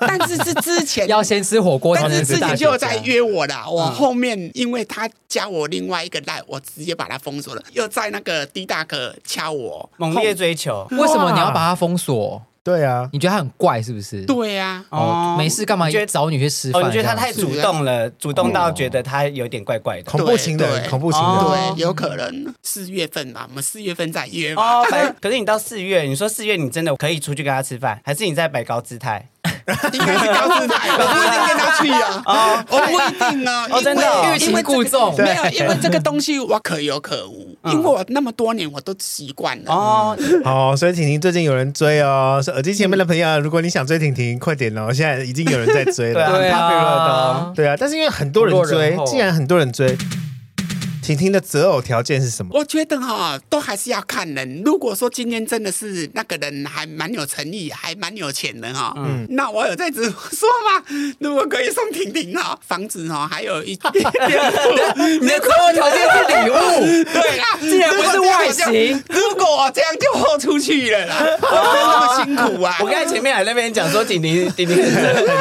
[SPEAKER 2] 但是是之前
[SPEAKER 4] 要先吃火锅才
[SPEAKER 2] 但
[SPEAKER 4] 能
[SPEAKER 2] 是
[SPEAKER 4] 吃
[SPEAKER 2] 之
[SPEAKER 4] 大
[SPEAKER 2] 前
[SPEAKER 4] 雪
[SPEAKER 2] 就有在
[SPEAKER 4] 茄。
[SPEAKER 2] 约我啦，我后面因为他加我另外一个赖，我直接把他封锁了，又在那个 D 大哥敲我，
[SPEAKER 3] 猛烈追求
[SPEAKER 4] 为什么你要把他封锁？
[SPEAKER 1] 对啊，
[SPEAKER 4] 你觉得他很怪是不是？
[SPEAKER 2] 对呀、啊，
[SPEAKER 4] 哦，没事干嘛
[SPEAKER 3] 你觉得
[SPEAKER 4] 找你去吃
[SPEAKER 3] 哦，
[SPEAKER 4] 饭？
[SPEAKER 3] 你觉得他
[SPEAKER 4] 这
[SPEAKER 3] 太
[SPEAKER 4] 样
[SPEAKER 3] 主动了，主动到觉得他有点怪怪的
[SPEAKER 1] 恐怖情人，
[SPEAKER 2] 对
[SPEAKER 1] 恐怖情人
[SPEAKER 3] 哦。
[SPEAKER 2] 对，有可能四月份嘛，我们四月份再约嘛。
[SPEAKER 3] 哦。反正可是你到四月，你说四月你真的可以出去跟他吃饭，还是你在摆高姿态？
[SPEAKER 2] 应该是高姿 态，我不一定跟他去啊，我不一定啊，
[SPEAKER 3] 哦真的哦
[SPEAKER 2] 因
[SPEAKER 4] 欲
[SPEAKER 2] 为因
[SPEAKER 4] 擒
[SPEAKER 2] 为
[SPEAKER 4] 故纵
[SPEAKER 2] 这个没有，因为 这个东西我可有可无，
[SPEAKER 3] 嗯
[SPEAKER 2] 因为我那么多年我都习惯了。
[SPEAKER 3] 哦，
[SPEAKER 1] 好，所以婷婷最近有人追哦，是耳机前面的朋友，如果你想追婷婷，快点哦，现在已经有人在追
[SPEAKER 3] 对
[SPEAKER 1] 了
[SPEAKER 3] 啊。
[SPEAKER 4] 对
[SPEAKER 3] 很怕被惹
[SPEAKER 4] 啊
[SPEAKER 3] 到，
[SPEAKER 1] 对啊，但是因为很多人
[SPEAKER 4] 很多
[SPEAKER 1] 追
[SPEAKER 4] 人，哦后
[SPEAKER 1] 既然很多人追，婷婷的择偶条件是什么？
[SPEAKER 2] 我觉得哈，都还是要看人。如果说今天真的是那个人还蛮有诚意，还蛮有钱的哈，
[SPEAKER 3] 嗯
[SPEAKER 2] 那我有在直播说嘛，如果可以送婷婷哈，房子哈，还 有一对
[SPEAKER 4] 你的择偶条件是礼物，
[SPEAKER 2] 啦，
[SPEAKER 3] 啊
[SPEAKER 4] 竟然不是外形
[SPEAKER 2] 如果我这样就豁出去 了啦，我真的那么辛苦啊！
[SPEAKER 3] 哦我刚才前面还在那边讲说顶婷顶婷很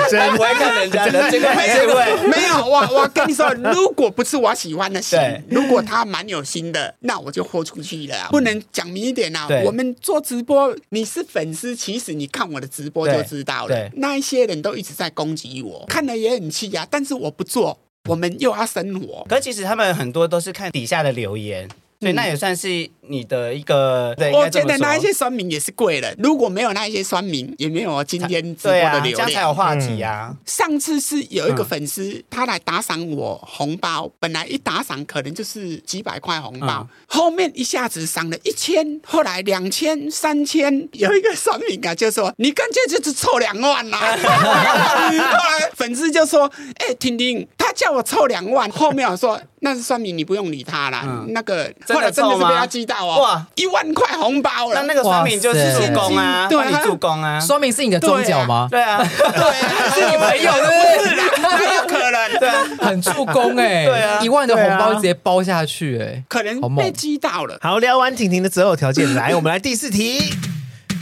[SPEAKER 1] 真
[SPEAKER 3] 不会看人家的，结果还
[SPEAKER 2] 没
[SPEAKER 3] 是
[SPEAKER 2] 有
[SPEAKER 3] 会。
[SPEAKER 2] 没有，我我跟你说，如果不是我喜欢的型
[SPEAKER 3] 对，嗯
[SPEAKER 2] 如果他蛮有心的，那我就豁出去了啊。不能讲明一点啊
[SPEAKER 3] 对，
[SPEAKER 2] 我们做直播，你是粉丝，其实你看我的直播就知道
[SPEAKER 3] 对
[SPEAKER 2] 了
[SPEAKER 3] 对。
[SPEAKER 2] 那一些人都一直在攻击我，看了也很气啊，但是我不做，我们又要生活。
[SPEAKER 3] 可其实他们很多都是看底下的留言，所以那也算是你的一个。对应
[SPEAKER 2] 我
[SPEAKER 3] 该这
[SPEAKER 2] 觉
[SPEAKER 3] 么
[SPEAKER 2] 得
[SPEAKER 3] 说
[SPEAKER 2] 哦那一些酸民也是贵了，如果没有那一些酸民，也没有我今天直播
[SPEAKER 3] 对
[SPEAKER 2] 的
[SPEAKER 3] 啊，这
[SPEAKER 2] 流
[SPEAKER 3] 样才有
[SPEAKER 2] 量。
[SPEAKER 3] 话题啊。
[SPEAKER 2] 上次是有一
[SPEAKER 3] 嗯
[SPEAKER 2] 个粉丝，他来打赏我红包，本来一打赏可能就是几百块红包，
[SPEAKER 3] 嗯
[SPEAKER 2] 后面一下子赏了一千，后来两千、三千，有一个酸民啊就说你干脆就是凑两万啦、 后来粉丝就说：“哎、婷婷，他叫我凑两万。”后面我说：“那是酸民，你不用理他啦。
[SPEAKER 3] 嗯
[SPEAKER 2] 那个
[SPEAKER 3] 真的
[SPEAKER 2] 后来真的是
[SPEAKER 3] 凑吗
[SPEAKER 2] 被他击到哦，
[SPEAKER 3] 哇
[SPEAKER 2] 哇，一万块红包
[SPEAKER 3] 那
[SPEAKER 2] 了。
[SPEAKER 3] 那个
[SPEAKER 4] 哇
[SPEAKER 3] 商品就是
[SPEAKER 4] 塞
[SPEAKER 3] 助攻啊，
[SPEAKER 2] 对
[SPEAKER 3] 帮你助攻啊。
[SPEAKER 4] 说明是你的宗教吗？
[SPEAKER 3] 对 啊，
[SPEAKER 2] 对啊，
[SPEAKER 4] 是你朋友对不对？
[SPEAKER 2] 哪有可能？
[SPEAKER 3] 对啊，
[SPEAKER 4] 很助攻 哎，
[SPEAKER 3] 对啊
[SPEAKER 4] 一万的红包直接包下去哎，
[SPEAKER 2] 可能
[SPEAKER 4] 好猛
[SPEAKER 2] 被击到了。
[SPEAKER 1] 好，聊完婷婷的择偶条件，来，我们来第四题。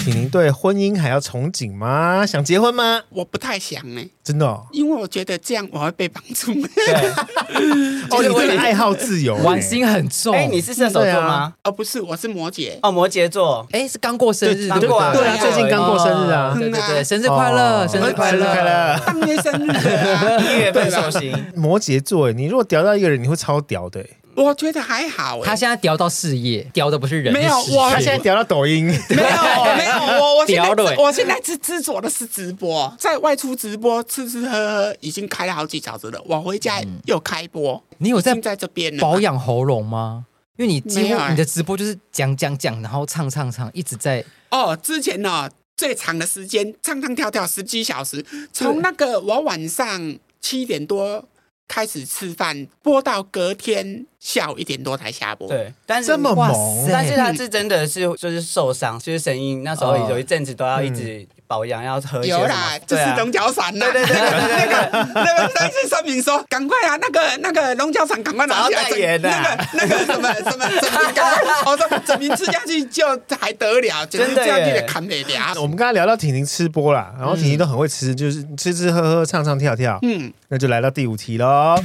[SPEAKER 1] 婷婷对婚姻还要憧憬吗？想结婚吗？
[SPEAKER 2] 我不太想呢、
[SPEAKER 1] 真的哦，
[SPEAKER 2] 因为我觉得这样我会被绑住。
[SPEAKER 3] 对。
[SPEAKER 1] 哦你
[SPEAKER 3] 我
[SPEAKER 1] 真
[SPEAKER 3] 也
[SPEAKER 1] 的爱好自由欸，
[SPEAKER 4] 玩心很重。
[SPEAKER 3] 哎，你是射手
[SPEAKER 1] 对
[SPEAKER 3] 座
[SPEAKER 1] 啊
[SPEAKER 3] 吗？
[SPEAKER 2] 哦，不是，我是摩羯。
[SPEAKER 3] 哦，摩羯 座。
[SPEAKER 4] 哎是刚过生日
[SPEAKER 3] 刚
[SPEAKER 4] 对不
[SPEAKER 3] 过啊
[SPEAKER 4] 对
[SPEAKER 1] 对啊，
[SPEAKER 2] 对
[SPEAKER 1] 最
[SPEAKER 2] 啊
[SPEAKER 1] 近刚过生日啊
[SPEAKER 4] 哦，对对
[SPEAKER 2] 嗯
[SPEAKER 4] 对，
[SPEAKER 2] 啊
[SPEAKER 4] 生日快乐，
[SPEAKER 1] 哦
[SPEAKER 4] 生日快乐，
[SPEAKER 1] 快乐！
[SPEAKER 2] 当月生日的啊
[SPEAKER 3] 一月份
[SPEAKER 2] 对
[SPEAKER 3] 寿
[SPEAKER 2] 吧
[SPEAKER 3] 星，
[SPEAKER 1] 摩羯座欸，你如果屌到一个人，你会超屌的欸。
[SPEAKER 2] 我觉得还好欸、
[SPEAKER 4] 他现在屌到事业，屌的不是人，
[SPEAKER 2] 没有
[SPEAKER 4] 是事业
[SPEAKER 2] 哇
[SPEAKER 3] 啊
[SPEAKER 1] 他现在屌到抖 音，
[SPEAKER 2] 没有没有，我我现
[SPEAKER 4] 屌
[SPEAKER 2] 在
[SPEAKER 4] 了欸
[SPEAKER 2] 只我现在只执着的是直播，在外出直播吃吃喝喝，已经开了好几小时了。我回家
[SPEAKER 4] 嗯
[SPEAKER 2] 又开播，
[SPEAKER 4] 你有
[SPEAKER 2] 我
[SPEAKER 4] 在
[SPEAKER 2] 在这边了
[SPEAKER 4] 保养喉咙吗？因为你几
[SPEAKER 2] 没有
[SPEAKER 4] 乎
[SPEAKER 3] 啊
[SPEAKER 2] 哎
[SPEAKER 4] 你的直播就是讲讲讲，然后唱唱唱，一直在
[SPEAKER 2] 哦。之前呢、最长的时间唱唱跳跳十几小时，从那个我晚上七点多开始吃饭，播到隔天下午一点多才下播。
[SPEAKER 3] 对，但是
[SPEAKER 1] 这么
[SPEAKER 4] 哇
[SPEAKER 1] 猛
[SPEAKER 4] 塞，
[SPEAKER 3] 但是他是真的是就是受伤，就是声音那时候有一阵子都要一直保养，要喝一些
[SPEAKER 2] 有
[SPEAKER 3] 什
[SPEAKER 2] 啦
[SPEAKER 3] 么，
[SPEAKER 2] 就
[SPEAKER 3] 对
[SPEAKER 2] 是
[SPEAKER 3] 啊
[SPEAKER 2] 龙角散呐、
[SPEAKER 3] 对对对对对对
[SPEAKER 2] 那个那个但是声明说，赶快啊，那个那个龙角散赶快拿起来
[SPEAKER 3] 找代言
[SPEAKER 2] 整
[SPEAKER 3] 啊
[SPEAKER 2] 那个那个什么什么整瓶，赶快，我说整瓶吃下去就还得了，简直
[SPEAKER 3] 真的
[SPEAKER 2] 这
[SPEAKER 3] 耶
[SPEAKER 2] 样就得砍美牙。
[SPEAKER 1] 我们刚才聊到婷婷吃播啦，然后婷婷都很会吃，就是吃吃喝喝、唱唱跳跳。
[SPEAKER 2] 嗯，
[SPEAKER 1] 那就来到第五题喽。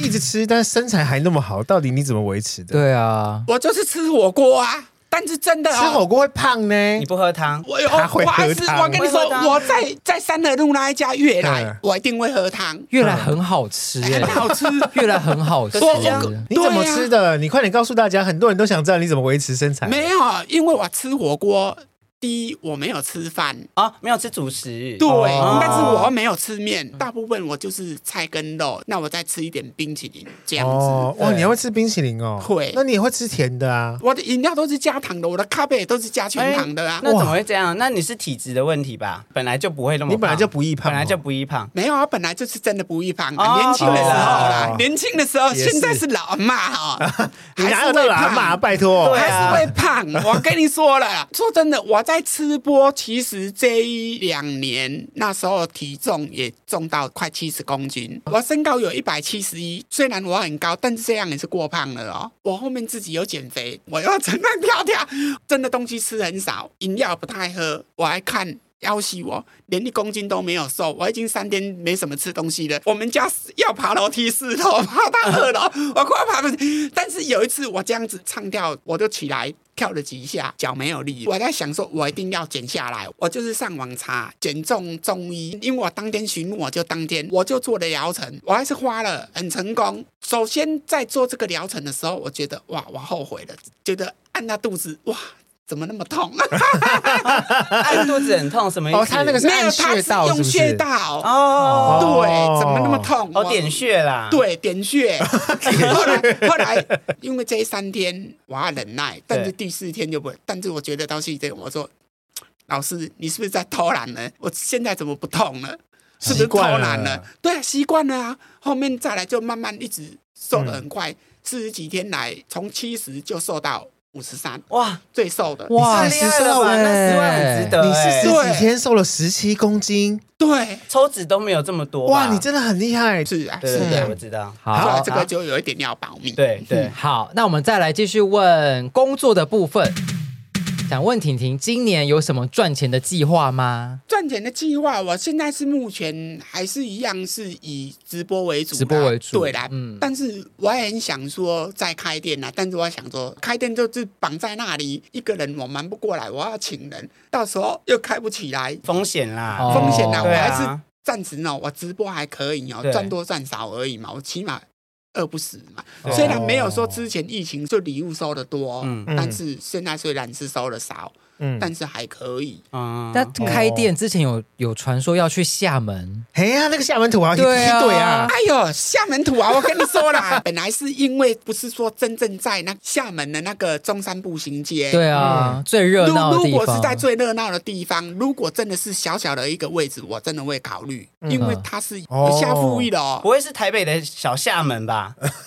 [SPEAKER 1] 一直吃，但身材还那么好，到底你怎么维持的？
[SPEAKER 4] 对啊，
[SPEAKER 2] 我就是吃火锅啊，但是真的、哦、
[SPEAKER 1] 吃火锅会胖呢？
[SPEAKER 3] 你不喝汤，
[SPEAKER 2] 我有，
[SPEAKER 1] 他会
[SPEAKER 2] 我还
[SPEAKER 1] 喝
[SPEAKER 2] 是
[SPEAKER 1] 汤
[SPEAKER 2] 我跟你说
[SPEAKER 3] 会喝，汤
[SPEAKER 2] 我在在三河路那一家越
[SPEAKER 1] 嗯
[SPEAKER 2] 来，我一定会喝汤，
[SPEAKER 3] 嗯
[SPEAKER 4] 越来很好吃耶
[SPEAKER 2] 很，好吃。
[SPEAKER 4] 越来很好吃。
[SPEAKER 3] 可是这样
[SPEAKER 1] 你怎么
[SPEAKER 2] 对啊
[SPEAKER 1] 吃的？你快点告诉大家，很多人都想知道你怎么维持身材。
[SPEAKER 2] 没有，因为我吃火锅第一，我没有吃饭，
[SPEAKER 3] 啊，没有吃主食，
[SPEAKER 2] 对，
[SPEAKER 1] 哦
[SPEAKER 2] 但是我没有吃面，
[SPEAKER 1] 嗯
[SPEAKER 2] 大部分我就是菜跟肉，那我再吃一点冰淇淋这样子。
[SPEAKER 1] 哦，哇，
[SPEAKER 3] 对
[SPEAKER 1] 你还会吃冰淇淋哦？
[SPEAKER 2] 会
[SPEAKER 1] 那你也会吃甜的啊？
[SPEAKER 2] 我的饮料都是加糖的，我的咖啡也都是加全糖
[SPEAKER 1] 哎
[SPEAKER 2] 的啊。
[SPEAKER 3] 那怎么会这样？那你是体质的问题吧？本来就不会那么胖，
[SPEAKER 1] 你本来就不易胖哦，
[SPEAKER 3] 本来就不易胖。
[SPEAKER 2] 没有啊，本来就是真的不易胖、啊，
[SPEAKER 3] 哦
[SPEAKER 2] 年轻的时候啦
[SPEAKER 1] 哦，
[SPEAKER 2] 年轻的时候，
[SPEAKER 1] 也是
[SPEAKER 2] 现在是老阿妈哦，
[SPEAKER 1] 你
[SPEAKER 2] 还
[SPEAKER 1] 哪
[SPEAKER 2] 是
[SPEAKER 1] 有那
[SPEAKER 2] 会
[SPEAKER 1] 个阿妈？
[SPEAKER 2] 胖。
[SPEAKER 1] 拜托，
[SPEAKER 3] 对啊
[SPEAKER 2] 还是会胖，我跟你说 了，说真的，我在吃播，其实这一两年那时候体重也重到快七十公斤，我身高有一百七十一，虽然我很高，但是这样也是过胖了哦。我后面自己有减肥，我要整个跳跳，真的东西吃很少，饮料不太喝，我还看。要死我，连一公斤都没有瘦，我已经三天没什么吃东西了。我们家要爬楼梯四楼，爬到二楼，我快爬不。但是有一次我这样子唱跳，我就起来跳了几下，脚没有力。我在想说，我一定要减下来。我就是上网查减重中医，因为我当天询问，我就当天我就做了疗程，我还是花了，很成功。首先在做这个疗程的时候，我觉得哇，我后悔了，觉得按到肚子哇。怎么那么痛？
[SPEAKER 3] 按啊肚子很痛，什么意思？
[SPEAKER 1] 哦他那个是
[SPEAKER 2] 没有，
[SPEAKER 1] 按
[SPEAKER 2] 它
[SPEAKER 1] 穴
[SPEAKER 2] 是
[SPEAKER 1] 道是
[SPEAKER 2] 用
[SPEAKER 1] 不是
[SPEAKER 2] 穴道
[SPEAKER 3] 哦
[SPEAKER 1] 哦
[SPEAKER 2] 对，怎么那么痛？
[SPEAKER 3] 哦
[SPEAKER 2] 我
[SPEAKER 3] 点。穴啦，，
[SPEAKER 2] 对，点穴。后来，后来， 因为这三天我要忍耐，但是
[SPEAKER 3] 对
[SPEAKER 2] 第四天就不，但是我觉得到现在，我说老师，你是不是在偷懒呢？我现在怎么不痛了？是不是
[SPEAKER 1] 习
[SPEAKER 2] 偷
[SPEAKER 1] 惯了
[SPEAKER 2] 懒了？对啊，习惯了啊。后面再来就慢慢一直瘦的很快，四十几天来，从七十就瘦到五十三，
[SPEAKER 3] 哇，
[SPEAKER 2] 最瘦的。
[SPEAKER 4] 哇
[SPEAKER 3] 太厉害了吧？
[SPEAKER 4] 十岁
[SPEAKER 3] 那十万
[SPEAKER 4] 哎
[SPEAKER 3] 很值得
[SPEAKER 1] 你
[SPEAKER 3] 欸，
[SPEAKER 1] 是十
[SPEAKER 2] 对
[SPEAKER 1] 几天瘦了十七公斤，
[SPEAKER 2] 对，
[SPEAKER 3] 抽脂都没有这么多吧，
[SPEAKER 1] 哇，你真的很厉害。
[SPEAKER 2] 是啊，
[SPEAKER 3] 对
[SPEAKER 2] 是
[SPEAKER 3] 对对，我
[SPEAKER 2] 的。
[SPEAKER 3] 知道，
[SPEAKER 2] 后来
[SPEAKER 4] 好，
[SPEAKER 2] 这个嗯就有一点要保密。
[SPEAKER 3] 对对，
[SPEAKER 4] 好，那我们再来继续问工作的部分。想问婷婷，今年有什么赚钱的计划吗？
[SPEAKER 2] 赚钱的计划，我现在是目前还是一样是以直播为主啦，
[SPEAKER 4] 直播为主
[SPEAKER 2] 对啦。
[SPEAKER 4] 嗯
[SPEAKER 2] 但是我也很想说再开店啦，但是我想说开店就是绑在那里，一个人我忙不过来，我要请人，到时候又开不起来，
[SPEAKER 3] 风险啦，
[SPEAKER 4] 哦
[SPEAKER 2] 风险啦，我
[SPEAKER 3] 对
[SPEAKER 2] 还是
[SPEAKER 3] 啊，
[SPEAKER 2] 暂时呢，我直播还可以哦，
[SPEAKER 3] 对
[SPEAKER 2] 赚多赚少而已嘛，我起码。饿不死嘛，
[SPEAKER 4] 哦
[SPEAKER 3] 对
[SPEAKER 2] 虽然没有说之前疫情就礼物收的多，
[SPEAKER 3] 嗯
[SPEAKER 2] 但是现在虽然是收的少，
[SPEAKER 1] 嗯，
[SPEAKER 2] 但是还可以。
[SPEAKER 3] 嗯，
[SPEAKER 4] 但开店之前有有传说要去厦门，
[SPEAKER 1] 哎呀，那个厦门土豪也
[SPEAKER 4] 对啊
[SPEAKER 1] 对啊，
[SPEAKER 2] 哎呦，厦门土啊！我跟你说 啦，本来是因为不是说真正在那厦门的那个中山步行街，
[SPEAKER 4] 对啊，最热
[SPEAKER 2] 如
[SPEAKER 4] 闹的
[SPEAKER 2] 如
[SPEAKER 4] 地
[SPEAKER 2] 果是在
[SPEAKER 4] 方。
[SPEAKER 2] 最热闹的地方，如果真的是小小的一个位置，我真的会考虑，
[SPEAKER 4] 嗯
[SPEAKER 2] 因为它是有下富裕的哦，
[SPEAKER 3] 不会是台北的小厦 门吧？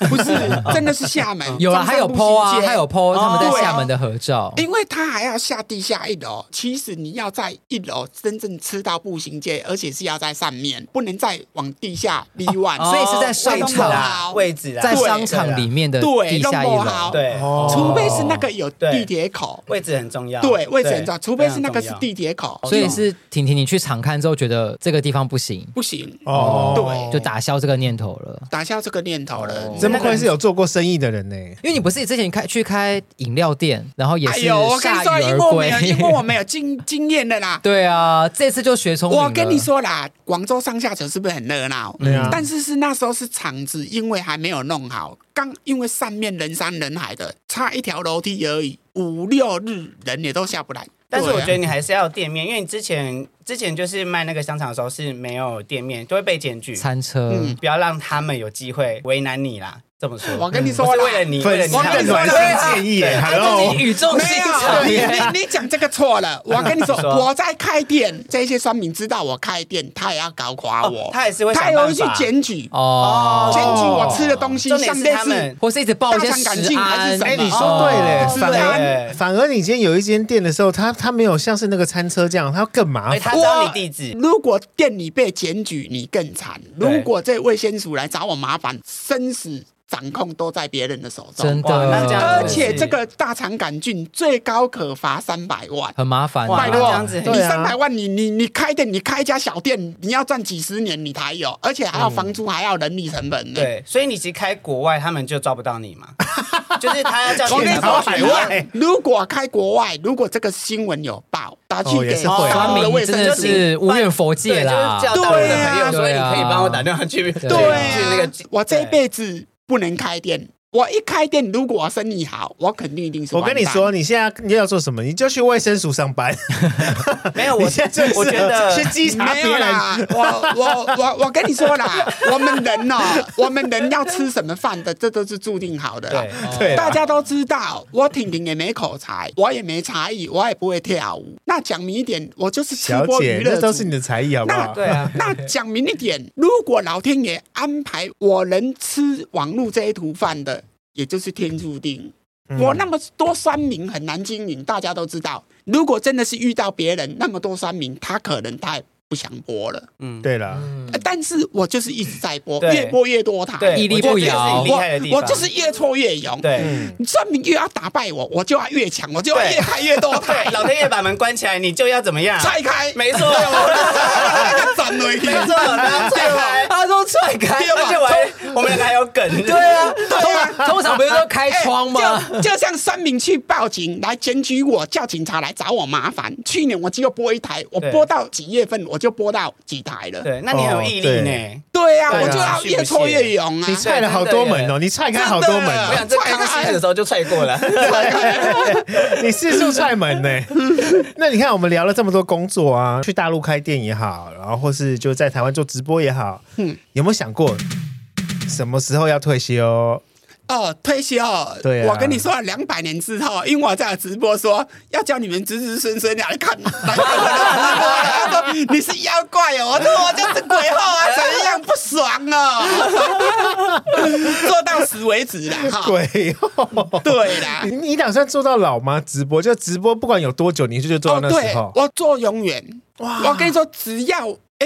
[SPEAKER 2] 不是真的是厦门，
[SPEAKER 4] 有啦，
[SPEAKER 2] 中
[SPEAKER 4] 还
[SPEAKER 2] 山
[SPEAKER 4] 有
[SPEAKER 2] 步
[SPEAKER 4] PO 啊，
[SPEAKER 2] 行街
[SPEAKER 4] 还有 PO 他们
[SPEAKER 3] 哦
[SPEAKER 4] 在
[SPEAKER 2] 对啊
[SPEAKER 4] 厦门的合照。
[SPEAKER 2] 因为它还要下地下一楼，其实你要在一楼真正吃到步行街，而且是要在上面，不能再往地下 B one，、
[SPEAKER 3] 哦
[SPEAKER 4] 所以是在
[SPEAKER 2] 啊
[SPEAKER 4] 啊商
[SPEAKER 3] 位置
[SPEAKER 4] 场
[SPEAKER 3] 啦，啊位置啦，
[SPEAKER 4] 在
[SPEAKER 3] 对
[SPEAKER 4] 商场里，面的
[SPEAKER 2] 对啊
[SPEAKER 4] 地下一
[SPEAKER 2] 弄不
[SPEAKER 4] 楼
[SPEAKER 2] 好，
[SPEAKER 3] 对，
[SPEAKER 1] 哦
[SPEAKER 2] 除非是那个有地铁口，
[SPEAKER 3] 位置很重要，
[SPEAKER 2] 对，位置很重要，除非是那个
[SPEAKER 3] 非
[SPEAKER 2] 是
[SPEAKER 3] 常重要
[SPEAKER 2] 地铁口，
[SPEAKER 4] 所以是婷婷你去场看之后觉得这个地方不行，
[SPEAKER 2] 不行，
[SPEAKER 1] 哦，
[SPEAKER 2] 对
[SPEAKER 4] 就打消这个念头了。
[SPEAKER 2] 打消这个念头了。
[SPEAKER 1] 这么快是有做过生意的人呢、
[SPEAKER 4] 因为你不是之前开去开饮料店，然后也
[SPEAKER 2] 哎
[SPEAKER 4] 是
[SPEAKER 2] 呦，我跟你
[SPEAKER 4] 铩
[SPEAKER 2] 说，
[SPEAKER 4] 羽
[SPEAKER 2] 因为
[SPEAKER 4] 而
[SPEAKER 2] 我
[SPEAKER 4] 归。
[SPEAKER 2] 没。有，因为我没有经经验的啦
[SPEAKER 4] 对啊，这次就学聪明了
[SPEAKER 2] 我跟你，说啦，广州上下桥是不是很热闹？
[SPEAKER 1] 对啊
[SPEAKER 2] 但是是那时候是厂子，因为还没有弄好，刚因为上面人山人海的，差一条楼梯而已，五六日人也都下不来。
[SPEAKER 3] 但是我
[SPEAKER 2] 对啊
[SPEAKER 3] 觉得你还是要有店面，因为你之前之前就是卖那个香肠的时候是没有店面，都会被检举，
[SPEAKER 4] 餐车，
[SPEAKER 2] 嗯
[SPEAKER 3] 不要让他们有机会为难你啦。这么说，
[SPEAKER 2] 我跟你
[SPEAKER 3] 不
[SPEAKER 2] 说啦
[SPEAKER 3] 是为了你，为
[SPEAKER 1] 粉
[SPEAKER 3] 了你，
[SPEAKER 1] 丝
[SPEAKER 2] 我跟
[SPEAKER 1] 的
[SPEAKER 2] 你说
[SPEAKER 1] 暖心建议耶
[SPEAKER 4] 他自
[SPEAKER 1] ，Hello，
[SPEAKER 4] 己语重
[SPEAKER 2] 没
[SPEAKER 4] 心
[SPEAKER 2] 有，
[SPEAKER 4] 长
[SPEAKER 2] 你
[SPEAKER 4] 耶。
[SPEAKER 2] 你你讲这个错了。我跟你说
[SPEAKER 3] 说
[SPEAKER 2] 我在开店，这些酸民知道我开店，他也要搞垮我，
[SPEAKER 3] 哦他也是会想
[SPEAKER 2] 他也会去
[SPEAKER 3] 办法
[SPEAKER 2] 检举，
[SPEAKER 4] 哦，
[SPEAKER 2] 检举我吃的东西，
[SPEAKER 3] 重点
[SPEAKER 2] 像
[SPEAKER 3] 是
[SPEAKER 2] 类
[SPEAKER 3] 他
[SPEAKER 2] 似
[SPEAKER 3] 们
[SPEAKER 4] 或是一直报一些
[SPEAKER 2] 大肠杆
[SPEAKER 4] 食啊
[SPEAKER 2] 菌还
[SPEAKER 4] 安
[SPEAKER 2] 是什么，
[SPEAKER 1] 哎、你说
[SPEAKER 4] 哦
[SPEAKER 1] 对嘞，
[SPEAKER 2] 是
[SPEAKER 1] 反
[SPEAKER 2] 啊
[SPEAKER 1] 而反而你今天有一间店的时候，他他没有像是那个餐车这样，他更麻
[SPEAKER 2] 啊
[SPEAKER 3] 哎，
[SPEAKER 1] 烦。
[SPEAKER 3] 他知道你地址，
[SPEAKER 2] 如果店里被检举，你更惨。
[SPEAKER 3] 对
[SPEAKER 2] 如果这位先属来找我麻烦，生死掌控都在别人的手中。
[SPEAKER 4] 真
[SPEAKER 3] 哇那这样
[SPEAKER 4] 的，
[SPEAKER 2] 而且这个大肠杆菌最高可罚三百万。
[SPEAKER 4] 很麻烦啊。
[SPEAKER 3] 哇
[SPEAKER 2] 拜
[SPEAKER 3] 那
[SPEAKER 2] 托，
[SPEAKER 3] 这样子
[SPEAKER 2] 你
[SPEAKER 1] 对啊
[SPEAKER 2] 三百万你，你你开店，你开一家小店，你要赚几十年你才有，而且还
[SPEAKER 1] 嗯
[SPEAKER 2] 要房租，还要人力成本呢。
[SPEAKER 3] 对，所以你其实开国外，他们就抓不到你 嘛，就是他要叫
[SPEAKER 2] 我
[SPEAKER 3] 你
[SPEAKER 2] 跟你
[SPEAKER 3] 去
[SPEAKER 2] 说，
[SPEAKER 3] 搜
[SPEAKER 2] 海
[SPEAKER 3] 寻啊
[SPEAKER 2] 外如果开国外，如果这个新闻有报，打去
[SPEAKER 1] 哦也
[SPEAKER 2] 给
[SPEAKER 1] 是会啊
[SPEAKER 2] 大
[SPEAKER 4] 酸
[SPEAKER 2] 陆的
[SPEAKER 4] 民
[SPEAKER 2] 卫生
[SPEAKER 4] 哦真的
[SPEAKER 2] 局
[SPEAKER 4] 是无远佛界啦。
[SPEAKER 3] 对就是叫到我的朋友
[SPEAKER 4] 对啊
[SPEAKER 3] 说，你可以帮我打电话去，
[SPEAKER 4] 对
[SPEAKER 2] 对
[SPEAKER 3] 去那
[SPEAKER 2] 啊
[SPEAKER 3] 个，
[SPEAKER 2] 我这一辈子不能开店，我一开店，如果生意好，我肯定一定是。
[SPEAKER 1] 我跟你说，，你现在你要做什么？你就去卫生署上班。
[SPEAKER 2] 啊
[SPEAKER 3] 没有，
[SPEAKER 1] 你
[SPEAKER 3] 我
[SPEAKER 1] 现在就
[SPEAKER 3] 我觉得
[SPEAKER 1] 去稽查
[SPEAKER 2] 没
[SPEAKER 1] 别
[SPEAKER 2] 有
[SPEAKER 1] 人。
[SPEAKER 2] 啦，我我我我跟你说啦，我们人哦，我们人要吃什么饭的，这都是注定好的啦。
[SPEAKER 3] 对，
[SPEAKER 1] 对啊啦
[SPEAKER 2] 大家都知道，我婷婷也没口才，我也没才艺，我也不会跳舞。那讲明一点，我就是吃
[SPEAKER 1] 小
[SPEAKER 2] 播
[SPEAKER 1] 姐
[SPEAKER 2] 娱，乐
[SPEAKER 1] 那
[SPEAKER 2] 组
[SPEAKER 1] 都是你的才艺，好不好？
[SPEAKER 3] 对啊，
[SPEAKER 2] 那讲明一点，如果老天爷安排我能吃网络这一途饭的，也就是天注定。
[SPEAKER 1] 嗯
[SPEAKER 2] 我那么多酸民很难经营，大家都知道。如果真的是遇到别人那么多酸民，他可能他也不想播了。
[SPEAKER 3] 嗯，
[SPEAKER 1] 对了，
[SPEAKER 2] 呃但是我就是一直在播，
[SPEAKER 3] 对
[SPEAKER 2] 越播越多台，
[SPEAKER 3] 对，
[SPEAKER 4] 屹
[SPEAKER 3] 我
[SPEAKER 4] 立
[SPEAKER 3] 觉得
[SPEAKER 4] 不
[SPEAKER 3] 这
[SPEAKER 4] 摇
[SPEAKER 3] 是你厉害的地
[SPEAKER 2] 我
[SPEAKER 3] 方，
[SPEAKER 2] 我就是越挫越勇。，
[SPEAKER 3] 对。
[SPEAKER 1] 嗯，
[SPEAKER 2] 酸民越要打败我，我就要越强，我就要
[SPEAKER 3] 对
[SPEAKER 2] 越开越多台
[SPEAKER 3] 对，。老天爷把门关起来，你就要怎么样？
[SPEAKER 2] 拆 开，
[SPEAKER 3] 没错，
[SPEAKER 2] 斩了一
[SPEAKER 3] 没错，然后踹开，
[SPEAKER 4] 他都踹开，
[SPEAKER 3] 而且我还我们两个还有梗，哦对啊，
[SPEAKER 2] 对啊，
[SPEAKER 4] 通常不是都开
[SPEAKER 2] 哎
[SPEAKER 4] 窗吗？
[SPEAKER 2] 就就像三明去报警来检举我，叫警察来找我麻烦。去年我只有播一台，我
[SPEAKER 3] 对
[SPEAKER 2] 播到几月份我就播到几台了。
[SPEAKER 3] 对，那你很有毅
[SPEAKER 1] 哦
[SPEAKER 3] 力呢。
[SPEAKER 2] 对呀、
[SPEAKER 3] 对啊
[SPEAKER 2] 我就要越挫越勇啊！
[SPEAKER 1] 你踹了好多门哦，你踹开好多门
[SPEAKER 3] 我
[SPEAKER 1] 哦，
[SPEAKER 3] 想这康熙的时候就踹过了，
[SPEAKER 1] 你四处踹门呢。欸 那你看，我们聊了这么多工作啊，去大陆开店也好，然后或是就在台湾做直播也好，嗯
[SPEAKER 2] 嗯，
[SPEAKER 1] 有没有想过什么时候要退休？
[SPEAKER 2] 哦，退休，
[SPEAKER 1] 对啊
[SPEAKER 2] 我跟你说，两百年之后，因为我在直播说要叫你们子子孙孙来看，来看我的直播，他说你是妖怪哦，我说我就是鬼后啊，怎样不爽哦，做到死为止啦， 哈，
[SPEAKER 1] 鬼哦！
[SPEAKER 2] 对啦
[SPEAKER 1] 你，你打算做到老吗？直播就直播，不管有多久，你就就做到那时候
[SPEAKER 2] 哦、。对我做永远。我跟你说，只要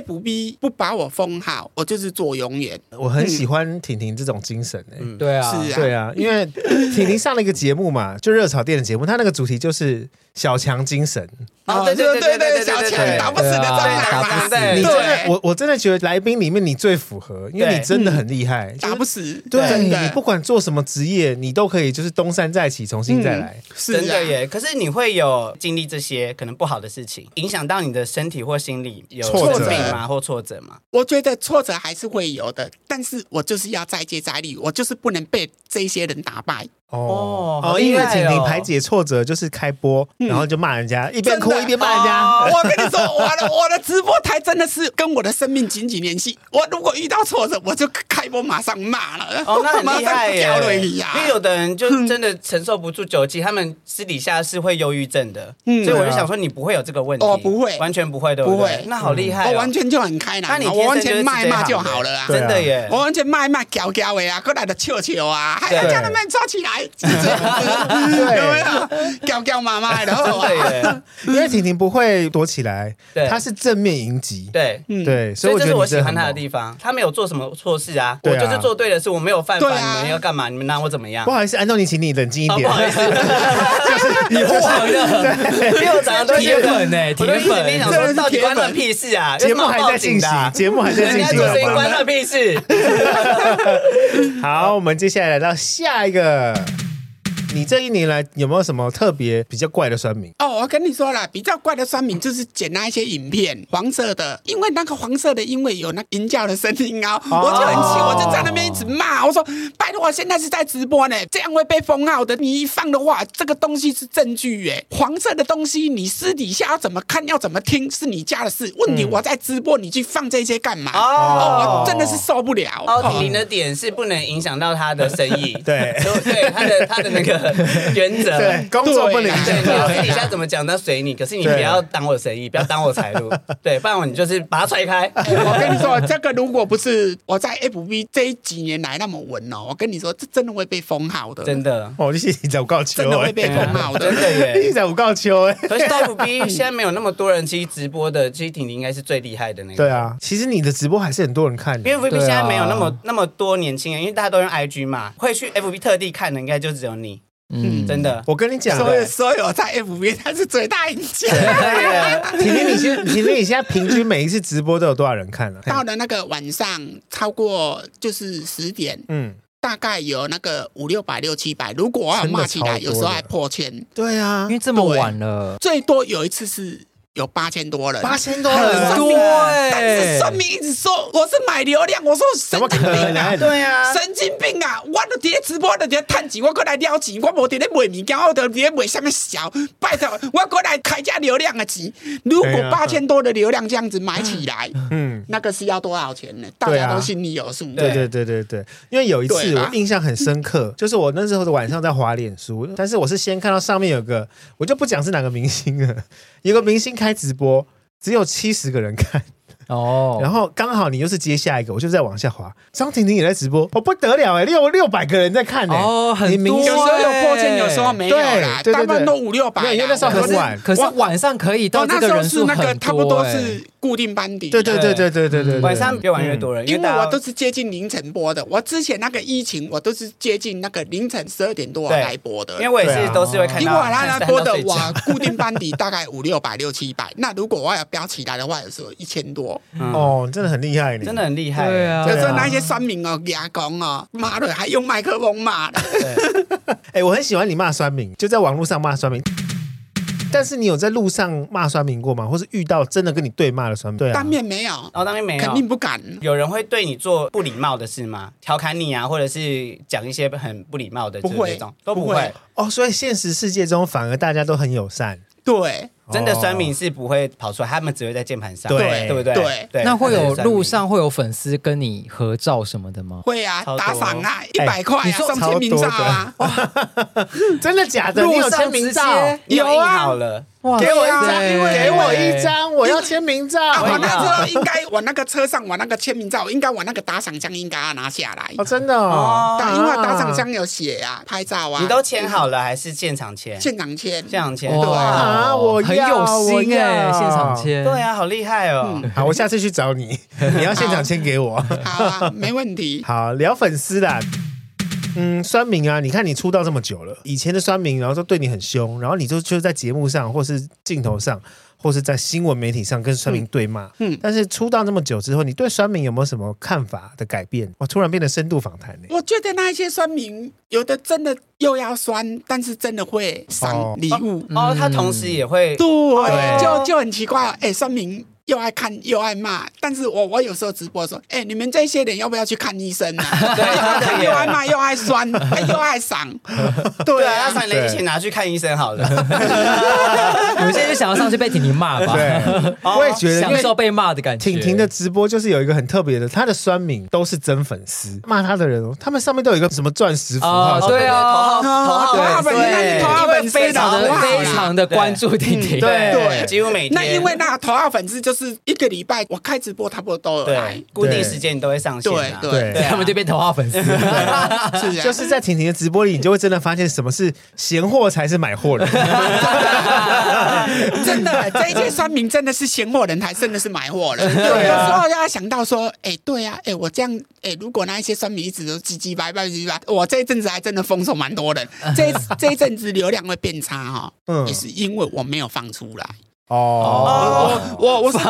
[SPEAKER 2] FB 不把我封号，我就是做永远。
[SPEAKER 1] 我很喜欢婷婷这种精神诶、
[SPEAKER 4] 对啊，
[SPEAKER 2] 是啊
[SPEAKER 1] 对啊，因为婷婷上了一个节目嘛，就热炒店的节目，她那个主题就是小强精神。
[SPEAKER 3] 哦
[SPEAKER 2] 哦
[SPEAKER 3] 对对对
[SPEAKER 2] 对
[SPEAKER 3] 对对
[SPEAKER 2] 小
[SPEAKER 3] 对
[SPEAKER 2] 强
[SPEAKER 3] 对
[SPEAKER 2] 打不死的蟑螂嘛，
[SPEAKER 3] 对啊
[SPEAKER 1] 你真的，
[SPEAKER 2] 对
[SPEAKER 1] 我我真的觉得来宾里面你最符合，因为
[SPEAKER 3] 对
[SPEAKER 1] 你真的很厉害，就是
[SPEAKER 2] 嗯打不死，
[SPEAKER 1] 对
[SPEAKER 2] 真
[SPEAKER 1] 你
[SPEAKER 2] 的
[SPEAKER 1] 不管做什么职业，你都可以就是东山再起，重新再来。
[SPEAKER 2] 嗯是
[SPEAKER 3] 真的
[SPEAKER 2] 啊。
[SPEAKER 3] 耶。可是你会有经历这些可能不好的事情，影响到你的身体或心理有
[SPEAKER 1] 挫
[SPEAKER 2] 折
[SPEAKER 3] 疾病吗？或挫折吗？
[SPEAKER 2] 我觉得挫折还是会有的，但是我就是要再接再厉，我就是不能被这些人打败。
[SPEAKER 1] 哦
[SPEAKER 3] 哦好
[SPEAKER 1] 因
[SPEAKER 3] 厉
[SPEAKER 1] 为
[SPEAKER 3] 害
[SPEAKER 1] 婷婷
[SPEAKER 3] 哦嗯
[SPEAKER 1] 排解挫折就是开播，然后就骂人家，一边哭
[SPEAKER 2] 真的
[SPEAKER 1] 一边骂人
[SPEAKER 2] 哦
[SPEAKER 1] 家。
[SPEAKER 2] 我跟你说，我的我的直播台真的是跟我的生命紧紧联系。我如果遇到挫折，我就开播马上骂了。
[SPEAKER 3] 哦，那很厉害耶！
[SPEAKER 2] 马上飙了你啊呀嗯
[SPEAKER 3] 因为有的人就真的承受不住酒气，他们私底下是会忧郁症的，所以我
[SPEAKER 1] 啊
[SPEAKER 3] 就想说你不会有这个问题，
[SPEAKER 2] 嗯哦不会
[SPEAKER 3] 完全不会，对对
[SPEAKER 2] 不会
[SPEAKER 3] 那好
[SPEAKER 1] 嗯
[SPEAKER 3] 厉害哦，
[SPEAKER 2] 我完全就很开朗
[SPEAKER 3] 那
[SPEAKER 2] 啊，
[SPEAKER 3] 你天
[SPEAKER 2] 我完
[SPEAKER 3] 生就是
[SPEAKER 2] 全骂一
[SPEAKER 3] 这
[SPEAKER 2] 骂
[SPEAKER 3] 行
[SPEAKER 2] 就
[SPEAKER 3] 的
[SPEAKER 2] 好了啊。
[SPEAKER 1] 对啊
[SPEAKER 3] 真的耶
[SPEAKER 2] 我。完全骂一骂，屌屌的啊，过来的笑笑啊，还要
[SPEAKER 3] 对
[SPEAKER 2] 叫他们抓起 来， 有没有？屌屌妈妈的，
[SPEAKER 3] 真 的耶，
[SPEAKER 1] 因为婷婷不会躲起来，
[SPEAKER 3] 嗯对
[SPEAKER 1] 她是正面迎击。
[SPEAKER 3] 对，
[SPEAKER 2] 嗯
[SPEAKER 3] 嗯
[SPEAKER 1] 对，所
[SPEAKER 3] 所
[SPEAKER 1] 以
[SPEAKER 3] 以
[SPEAKER 1] 我觉得
[SPEAKER 3] 这是
[SPEAKER 1] 你
[SPEAKER 3] 我
[SPEAKER 1] 真
[SPEAKER 3] 喜
[SPEAKER 1] 的
[SPEAKER 3] 欢
[SPEAKER 1] 很
[SPEAKER 3] 他的
[SPEAKER 1] 猛
[SPEAKER 3] 地方，他没有做什么错事啊，
[SPEAKER 1] 对
[SPEAKER 3] 我
[SPEAKER 1] 啊
[SPEAKER 3] 就是做对的事，我没有犯法，
[SPEAKER 2] 对啊
[SPEAKER 3] 你们要干嘛？你们拿我怎么样
[SPEAKER 1] 不？好意思，安东尼，请你冷静一
[SPEAKER 3] 哦，
[SPEAKER 1] 点。
[SPEAKER 3] 不好 意思，
[SPEAKER 4] 你护航的，
[SPEAKER 3] 因为我长得都
[SPEAKER 4] 铁粉欸
[SPEAKER 3] 我就一
[SPEAKER 4] 铁
[SPEAKER 3] 直
[SPEAKER 4] 粉
[SPEAKER 3] 跟你想
[SPEAKER 2] 真的
[SPEAKER 3] 说，
[SPEAKER 2] 是
[SPEAKER 3] 到底
[SPEAKER 2] 铁
[SPEAKER 3] 关
[SPEAKER 2] 粉
[SPEAKER 3] 他屁事啊？
[SPEAKER 1] 节
[SPEAKER 3] 有什
[SPEAKER 1] 目
[SPEAKER 3] 么
[SPEAKER 1] 还
[SPEAKER 3] 报
[SPEAKER 1] 在进
[SPEAKER 3] 警的
[SPEAKER 1] 行，
[SPEAKER 3] 啊
[SPEAKER 1] 节目还在
[SPEAKER 3] 人
[SPEAKER 1] 进
[SPEAKER 3] 家
[SPEAKER 1] 行，
[SPEAKER 3] 做生意
[SPEAKER 1] 好
[SPEAKER 3] 关
[SPEAKER 1] 吗？
[SPEAKER 3] 他屁事。
[SPEAKER 1] 好，我们接下来来到下一个。你这一年来有没有什么特别比较怪的酸民？
[SPEAKER 2] 哦，我跟你说了，比较怪的酸民就是捡那一些影片，黄色的，因为那个黄色的，因为有那银叫的声音啊，
[SPEAKER 3] 哦
[SPEAKER 2] 我就很气，我就在那边一直骂，我说拜托，我现在是在直播呢，这样会被封号的。你一放的话，这个东西是证据耶，黄色的东西你私底下要怎么看，要怎么听是你家的事，问题我在直播，你去放这些干嘛？
[SPEAKER 3] 哦
[SPEAKER 2] 哦，我真的是受不了。
[SPEAKER 3] 哦，婷婷的点是不能影响到他的生意，
[SPEAKER 1] 对
[SPEAKER 3] 就 对，他的他的那个原则。
[SPEAKER 1] 对，工作不能啊影响
[SPEAKER 3] 对，你要
[SPEAKER 1] 到。
[SPEAKER 3] 私底下怎么讲那随你，可是你
[SPEAKER 1] 对
[SPEAKER 3] 不要挡我生意，不要挡我财路，对，不然我你就是把它踹开。
[SPEAKER 2] 我跟你说，这个如果不是我在 FB 这几年来那么稳哦，我跟你说，这真的会被封号的，
[SPEAKER 3] 真的，
[SPEAKER 1] 哦，你是你在我告秋
[SPEAKER 2] 真的
[SPEAKER 1] 哎
[SPEAKER 2] 会，被封号的
[SPEAKER 3] 真。的
[SPEAKER 1] 你
[SPEAKER 3] 耶。
[SPEAKER 1] 在我告秋哎。
[SPEAKER 3] 可是到 FB 现在没有那么多人，其实直播的，其实婷婷应该是最厉害的那个。
[SPEAKER 1] 对啊，其实你的直播还是很多人看的
[SPEAKER 3] 因。为 FB
[SPEAKER 4] 对啊
[SPEAKER 3] 现在没有那么、那么多年轻人，因为大家都用 IG 嘛，会去 FB 特地看的应该就只有你，
[SPEAKER 4] 嗯，
[SPEAKER 3] 真的。
[SPEAKER 1] 我跟你讲，
[SPEAKER 2] 所有所有在 FB 他是最大赢家。
[SPEAKER 1] 啊婷婷，你 现婷婷，你现在平均每一次直播都有多少人看啊了？
[SPEAKER 2] 到了那个晚上，超过就是十点，
[SPEAKER 1] 嗯，
[SPEAKER 2] 大概有那个五六百、六七百。如果我有骂起
[SPEAKER 1] 真的超多的
[SPEAKER 2] 来，有时候还破千。
[SPEAKER 1] 对啊
[SPEAKER 4] 因为这么晚了，
[SPEAKER 2] 最多有一次是有八千多人，
[SPEAKER 1] 八千多
[SPEAKER 4] 很
[SPEAKER 1] 人，
[SPEAKER 4] 多哎、
[SPEAKER 2] 但是算命一直说我是买流量，我说
[SPEAKER 1] 怎
[SPEAKER 2] 神
[SPEAKER 1] 么
[SPEAKER 2] 经
[SPEAKER 1] 可
[SPEAKER 2] 病啊！
[SPEAKER 1] 能？
[SPEAKER 3] 对啊，
[SPEAKER 2] 神经病啊！我都伫咧直播，都伫咧趁钱，我过来撩钱，我无伫咧卖物件，我都伫咧卖什么小？拜托，我过来开价流量的钱。如果
[SPEAKER 1] 对啊
[SPEAKER 2] 八千多的流量这样子买起来，
[SPEAKER 1] 嗯，
[SPEAKER 2] 那个是要多少钱呢？大
[SPEAKER 1] 对啊
[SPEAKER 2] 家都心里有数。
[SPEAKER 1] 对对对对对，因为有一次
[SPEAKER 2] 对
[SPEAKER 1] 我
[SPEAKER 2] 啊
[SPEAKER 1] 印象很深刻，就是我那时候的晚上在滑脸书，但是我是先看到上面有个，我就不讲是哪个明星了，有个明星开直播，只有七十个人看，
[SPEAKER 4] 哦，
[SPEAKER 1] 然后刚好你又是接下一个，我就再往下滑，张婷婷也在直播，哦不得了哎，六六百个人在看哎，
[SPEAKER 4] 哦很
[SPEAKER 1] 你明
[SPEAKER 4] 多
[SPEAKER 2] 有
[SPEAKER 1] 星
[SPEAKER 2] 时候有破千，有时候没有啦，
[SPEAKER 1] 对对对对
[SPEAKER 2] 大部分都五六百啦。
[SPEAKER 1] 对因为那时候
[SPEAKER 4] 可
[SPEAKER 1] 很
[SPEAKER 4] 是
[SPEAKER 1] 晚
[SPEAKER 4] 可是晚上可以到
[SPEAKER 2] 我
[SPEAKER 4] 这
[SPEAKER 2] 那
[SPEAKER 4] 个
[SPEAKER 2] 时候
[SPEAKER 4] 人
[SPEAKER 2] 是
[SPEAKER 4] 数
[SPEAKER 2] 那个
[SPEAKER 4] 很
[SPEAKER 2] 差不多
[SPEAKER 4] 哎
[SPEAKER 2] 是固定班底。
[SPEAKER 1] 欸对对对对对对对，对
[SPEAKER 3] 嗯晚上越玩越多人，
[SPEAKER 2] 嗯因为
[SPEAKER 3] 大家
[SPEAKER 2] 我都是接近凌晨播的，我之前那个疫情，我都是接近那个凌晨十二点多
[SPEAKER 3] 对
[SPEAKER 2] 来播的。
[SPEAKER 3] 因为我也
[SPEAKER 1] 对
[SPEAKER 3] 是
[SPEAKER 1] 啊
[SPEAKER 3] 都是会 看
[SPEAKER 2] 因
[SPEAKER 3] 到，
[SPEAKER 2] 为我那
[SPEAKER 3] 哎看
[SPEAKER 2] 来
[SPEAKER 3] 到
[SPEAKER 2] 播的
[SPEAKER 3] 睡觉
[SPEAKER 2] 哇，固定班底大概五六百、六七百。那如果我要标起来的话，有时候一千多。
[SPEAKER 1] 哦，真的很厉害，你
[SPEAKER 3] 啊嗯真的。很厉害，欸
[SPEAKER 4] 对啊，
[SPEAKER 2] 有时
[SPEAKER 1] 对
[SPEAKER 2] 候那些酸民哦、牙公哦，骂的还用麦克风骂的。
[SPEAKER 1] 哎、我很喜欢你骂酸民，就在网络上骂酸民。但是你有在路上骂酸民过吗？或是遇到真的跟你对骂的酸民？对啊
[SPEAKER 2] 当，面没有，
[SPEAKER 3] 然后当面没有，
[SPEAKER 2] 肯定不敢。
[SPEAKER 3] 有人会对你做不礼貌的事吗？调侃你啊，或者是讲一些很不礼貌的，
[SPEAKER 2] 不会
[SPEAKER 3] 这种都
[SPEAKER 2] 不
[SPEAKER 3] 不
[SPEAKER 2] 会
[SPEAKER 3] 会。
[SPEAKER 1] 哦，所以现实世界中反而大家都很友善。
[SPEAKER 2] 对，
[SPEAKER 3] 真的
[SPEAKER 1] 哦
[SPEAKER 3] 酸民是不会跑出来，他们只会在键盘上，
[SPEAKER 1] 对
[SPEAKER 3] 对不对？
[SPEAKER 2] 对
[SPEAKER 3] 对，
[SPEAKER 4] 那会
[SPEAKER 3] 他
[SPEAKER 4] 有
[SPEAKER 3] 们是酸民
[SPEAKER 4] 路上会有粉丝跟你合照什么的吗？
[SPEAKER 2] 会啊
[SPEAKER 3] 超，多哎
[SPEAKER 2] 打赏啊，一百块
[SPEAKER 1] 你
[SPEAKER 2] 啊，
[SPEAKER 1] 说
[SPEAKER 2] 送签名照啊。
[SPEAKER 1] 真的假的？你有签名照？
[SPEAKER 3] 你有
[SPEAKER 2] 有啊
[SPEAKER 3] 印好了，
[SPEAKER 4] 哇啊
[SPEAKER 2] 给我一张
[SPEAKER 4] 塞
[SPEAKER 2] 因为
[SPEAKER 1] 给我一张，我要签名照。
[SPEAKER 2] 啊，我
[SPEAKER 3] 会
[SPEAKER 2] 那
[SPEAKER 3] 啊
[SPEAKER 2] 时候应该，我那个车上我那个签名照，应该我那个打赏箱应该要拿下来。
[SPEAKER 1] 哦，真的哦，
[SPEAKER 2] 打因为打赏箱有写啊，拍照啊，
[SPEAKER 3] 你都签好了还是现场签？
[SPEAKER 2] 现场签。
[SPEAKER 3] 现场签，
[SPEAKER 4] 哇
[SPEAKER 3] 对啊，
[SPEAKER 1] 啊我
[SPEAKER 4] 很
[SPEAKER 1] 要
[SPEAKER 4] 有心
[SPEAKER 1] 我
[SPEAKER 4] 哎，
[SPEAKER 1] 要
[SPEAKER 4] 现场签，
[SPEAKER 3] 对啊，好厉害哦！
[SPEAKER 1] 好，我下次去找你，你要现场签给我。
[SPEAKER 2] 好啊，没问题。
[SPEAKER 1] 好，聊粉丝啦。嗯，酸民啊，你看你出道这么久了，以前的酸民，然后都对你很凶，然后你就就在节目上，或是镜头上，或是在新闻媒体上跟酸民对骂。嗯，但是出道那么久之后，你对酸民有没有什么看法的改变？哇，突然变得深度访谈呢、
[SPEAKER 2] 我觉得那一些酸民，有的真的又要酸，但是真的会
[SPEAKER 1] 哦
[SPEAKER 2] 赏礼物，
[SPEAKER 3] 哦，他同时也会
[SPEAKER 2] 嗯对，啊
[SPEAKER 1] 对
[SPEAKER 2] 就就很奇怪哦。哎，酸民又爱看又爱骂，但是我我有时候直播说，哎，你们这些人要不要去看医生啊？
[SPEAKER 3] 对真的耶
[SPEAKER 2] 又爱骂又爱酸， 哎又爱赏，
[SPEAKER 3] 对
[SPEAKER 2] 对
[SPEAKER 3] 啊，那
[SPEAKER 2] 啊，
[SPEAKER 3] 把你的钱拿去看医生好了。
[SPEAKER 4] 有些人就想要上去被婷婷骂吧，
[SPEAKER 1] 对，我也觉得，因
[SPEAKER 4] 哦享
[SPEAKER 1] 为
[SPEAKER 4] 受被骂的感觉。
[SPEAKER 1] 婷婷的直播就是有一个很特别的，她的酸民都是真粉丝，骂她的人哦，他们上面都有一个什么钻石符号
[SPEAKER 4] 哦，，对啊，
[SPEAKER 3] 头号头号
[SPEAKER 2] 对
[SPEAKER 3] 粉丝
[SPEAKER 2] 对
[SPEAKER 3] 头号
[SPEAKER 4] 因为
[SPEAKER 3] 粉丝
[SPEAKER 4] 非常的
[SPEAKER 2] 哇
[SPEAKER 4] 非常的关注婷婷，
[SPEAKER 1] 对嗯
[SPEAKER 2] 对
[SPEAKER 3] 几乎每天。
[SPEAKER 2] 那因为那个头号粉丝就是一个礼拜我开直播，差不多都有来
[SPEAKER 3] 对，固定时间你都会上线啊。
[SPEAKER 2] 对
[SPEAKER 1] 对
[SPEAKER 3] 对啊
[SPEAKER 4] 他们就变头号粉丝。
[SPEAKER 2] 是啊
[SPEAKER 1] 就是在婷婷的直播里，你就会真的发现什么是闲货才是买 货人。
[SPEAKER 2] 真 的，这一届酸民真的是闲货人，还真的是买货人。有
[SPEAKER 1] 对啊
[SPEAKER 2] 时候要想到说，哎、对呀、啊，哎、我这样，哎、如果那一些酸民一直都唧唧歪歪唧唧歪，我这一阵子还真的封锁蛮多 人。这一这一阵子流量会变差哈、
[SPEAKER 1] 嗯
[SPEAKER 2] 也是因为我没有放出来。
[SPEAKER 1] 哦，
[SPEAKER 2] 我我是打，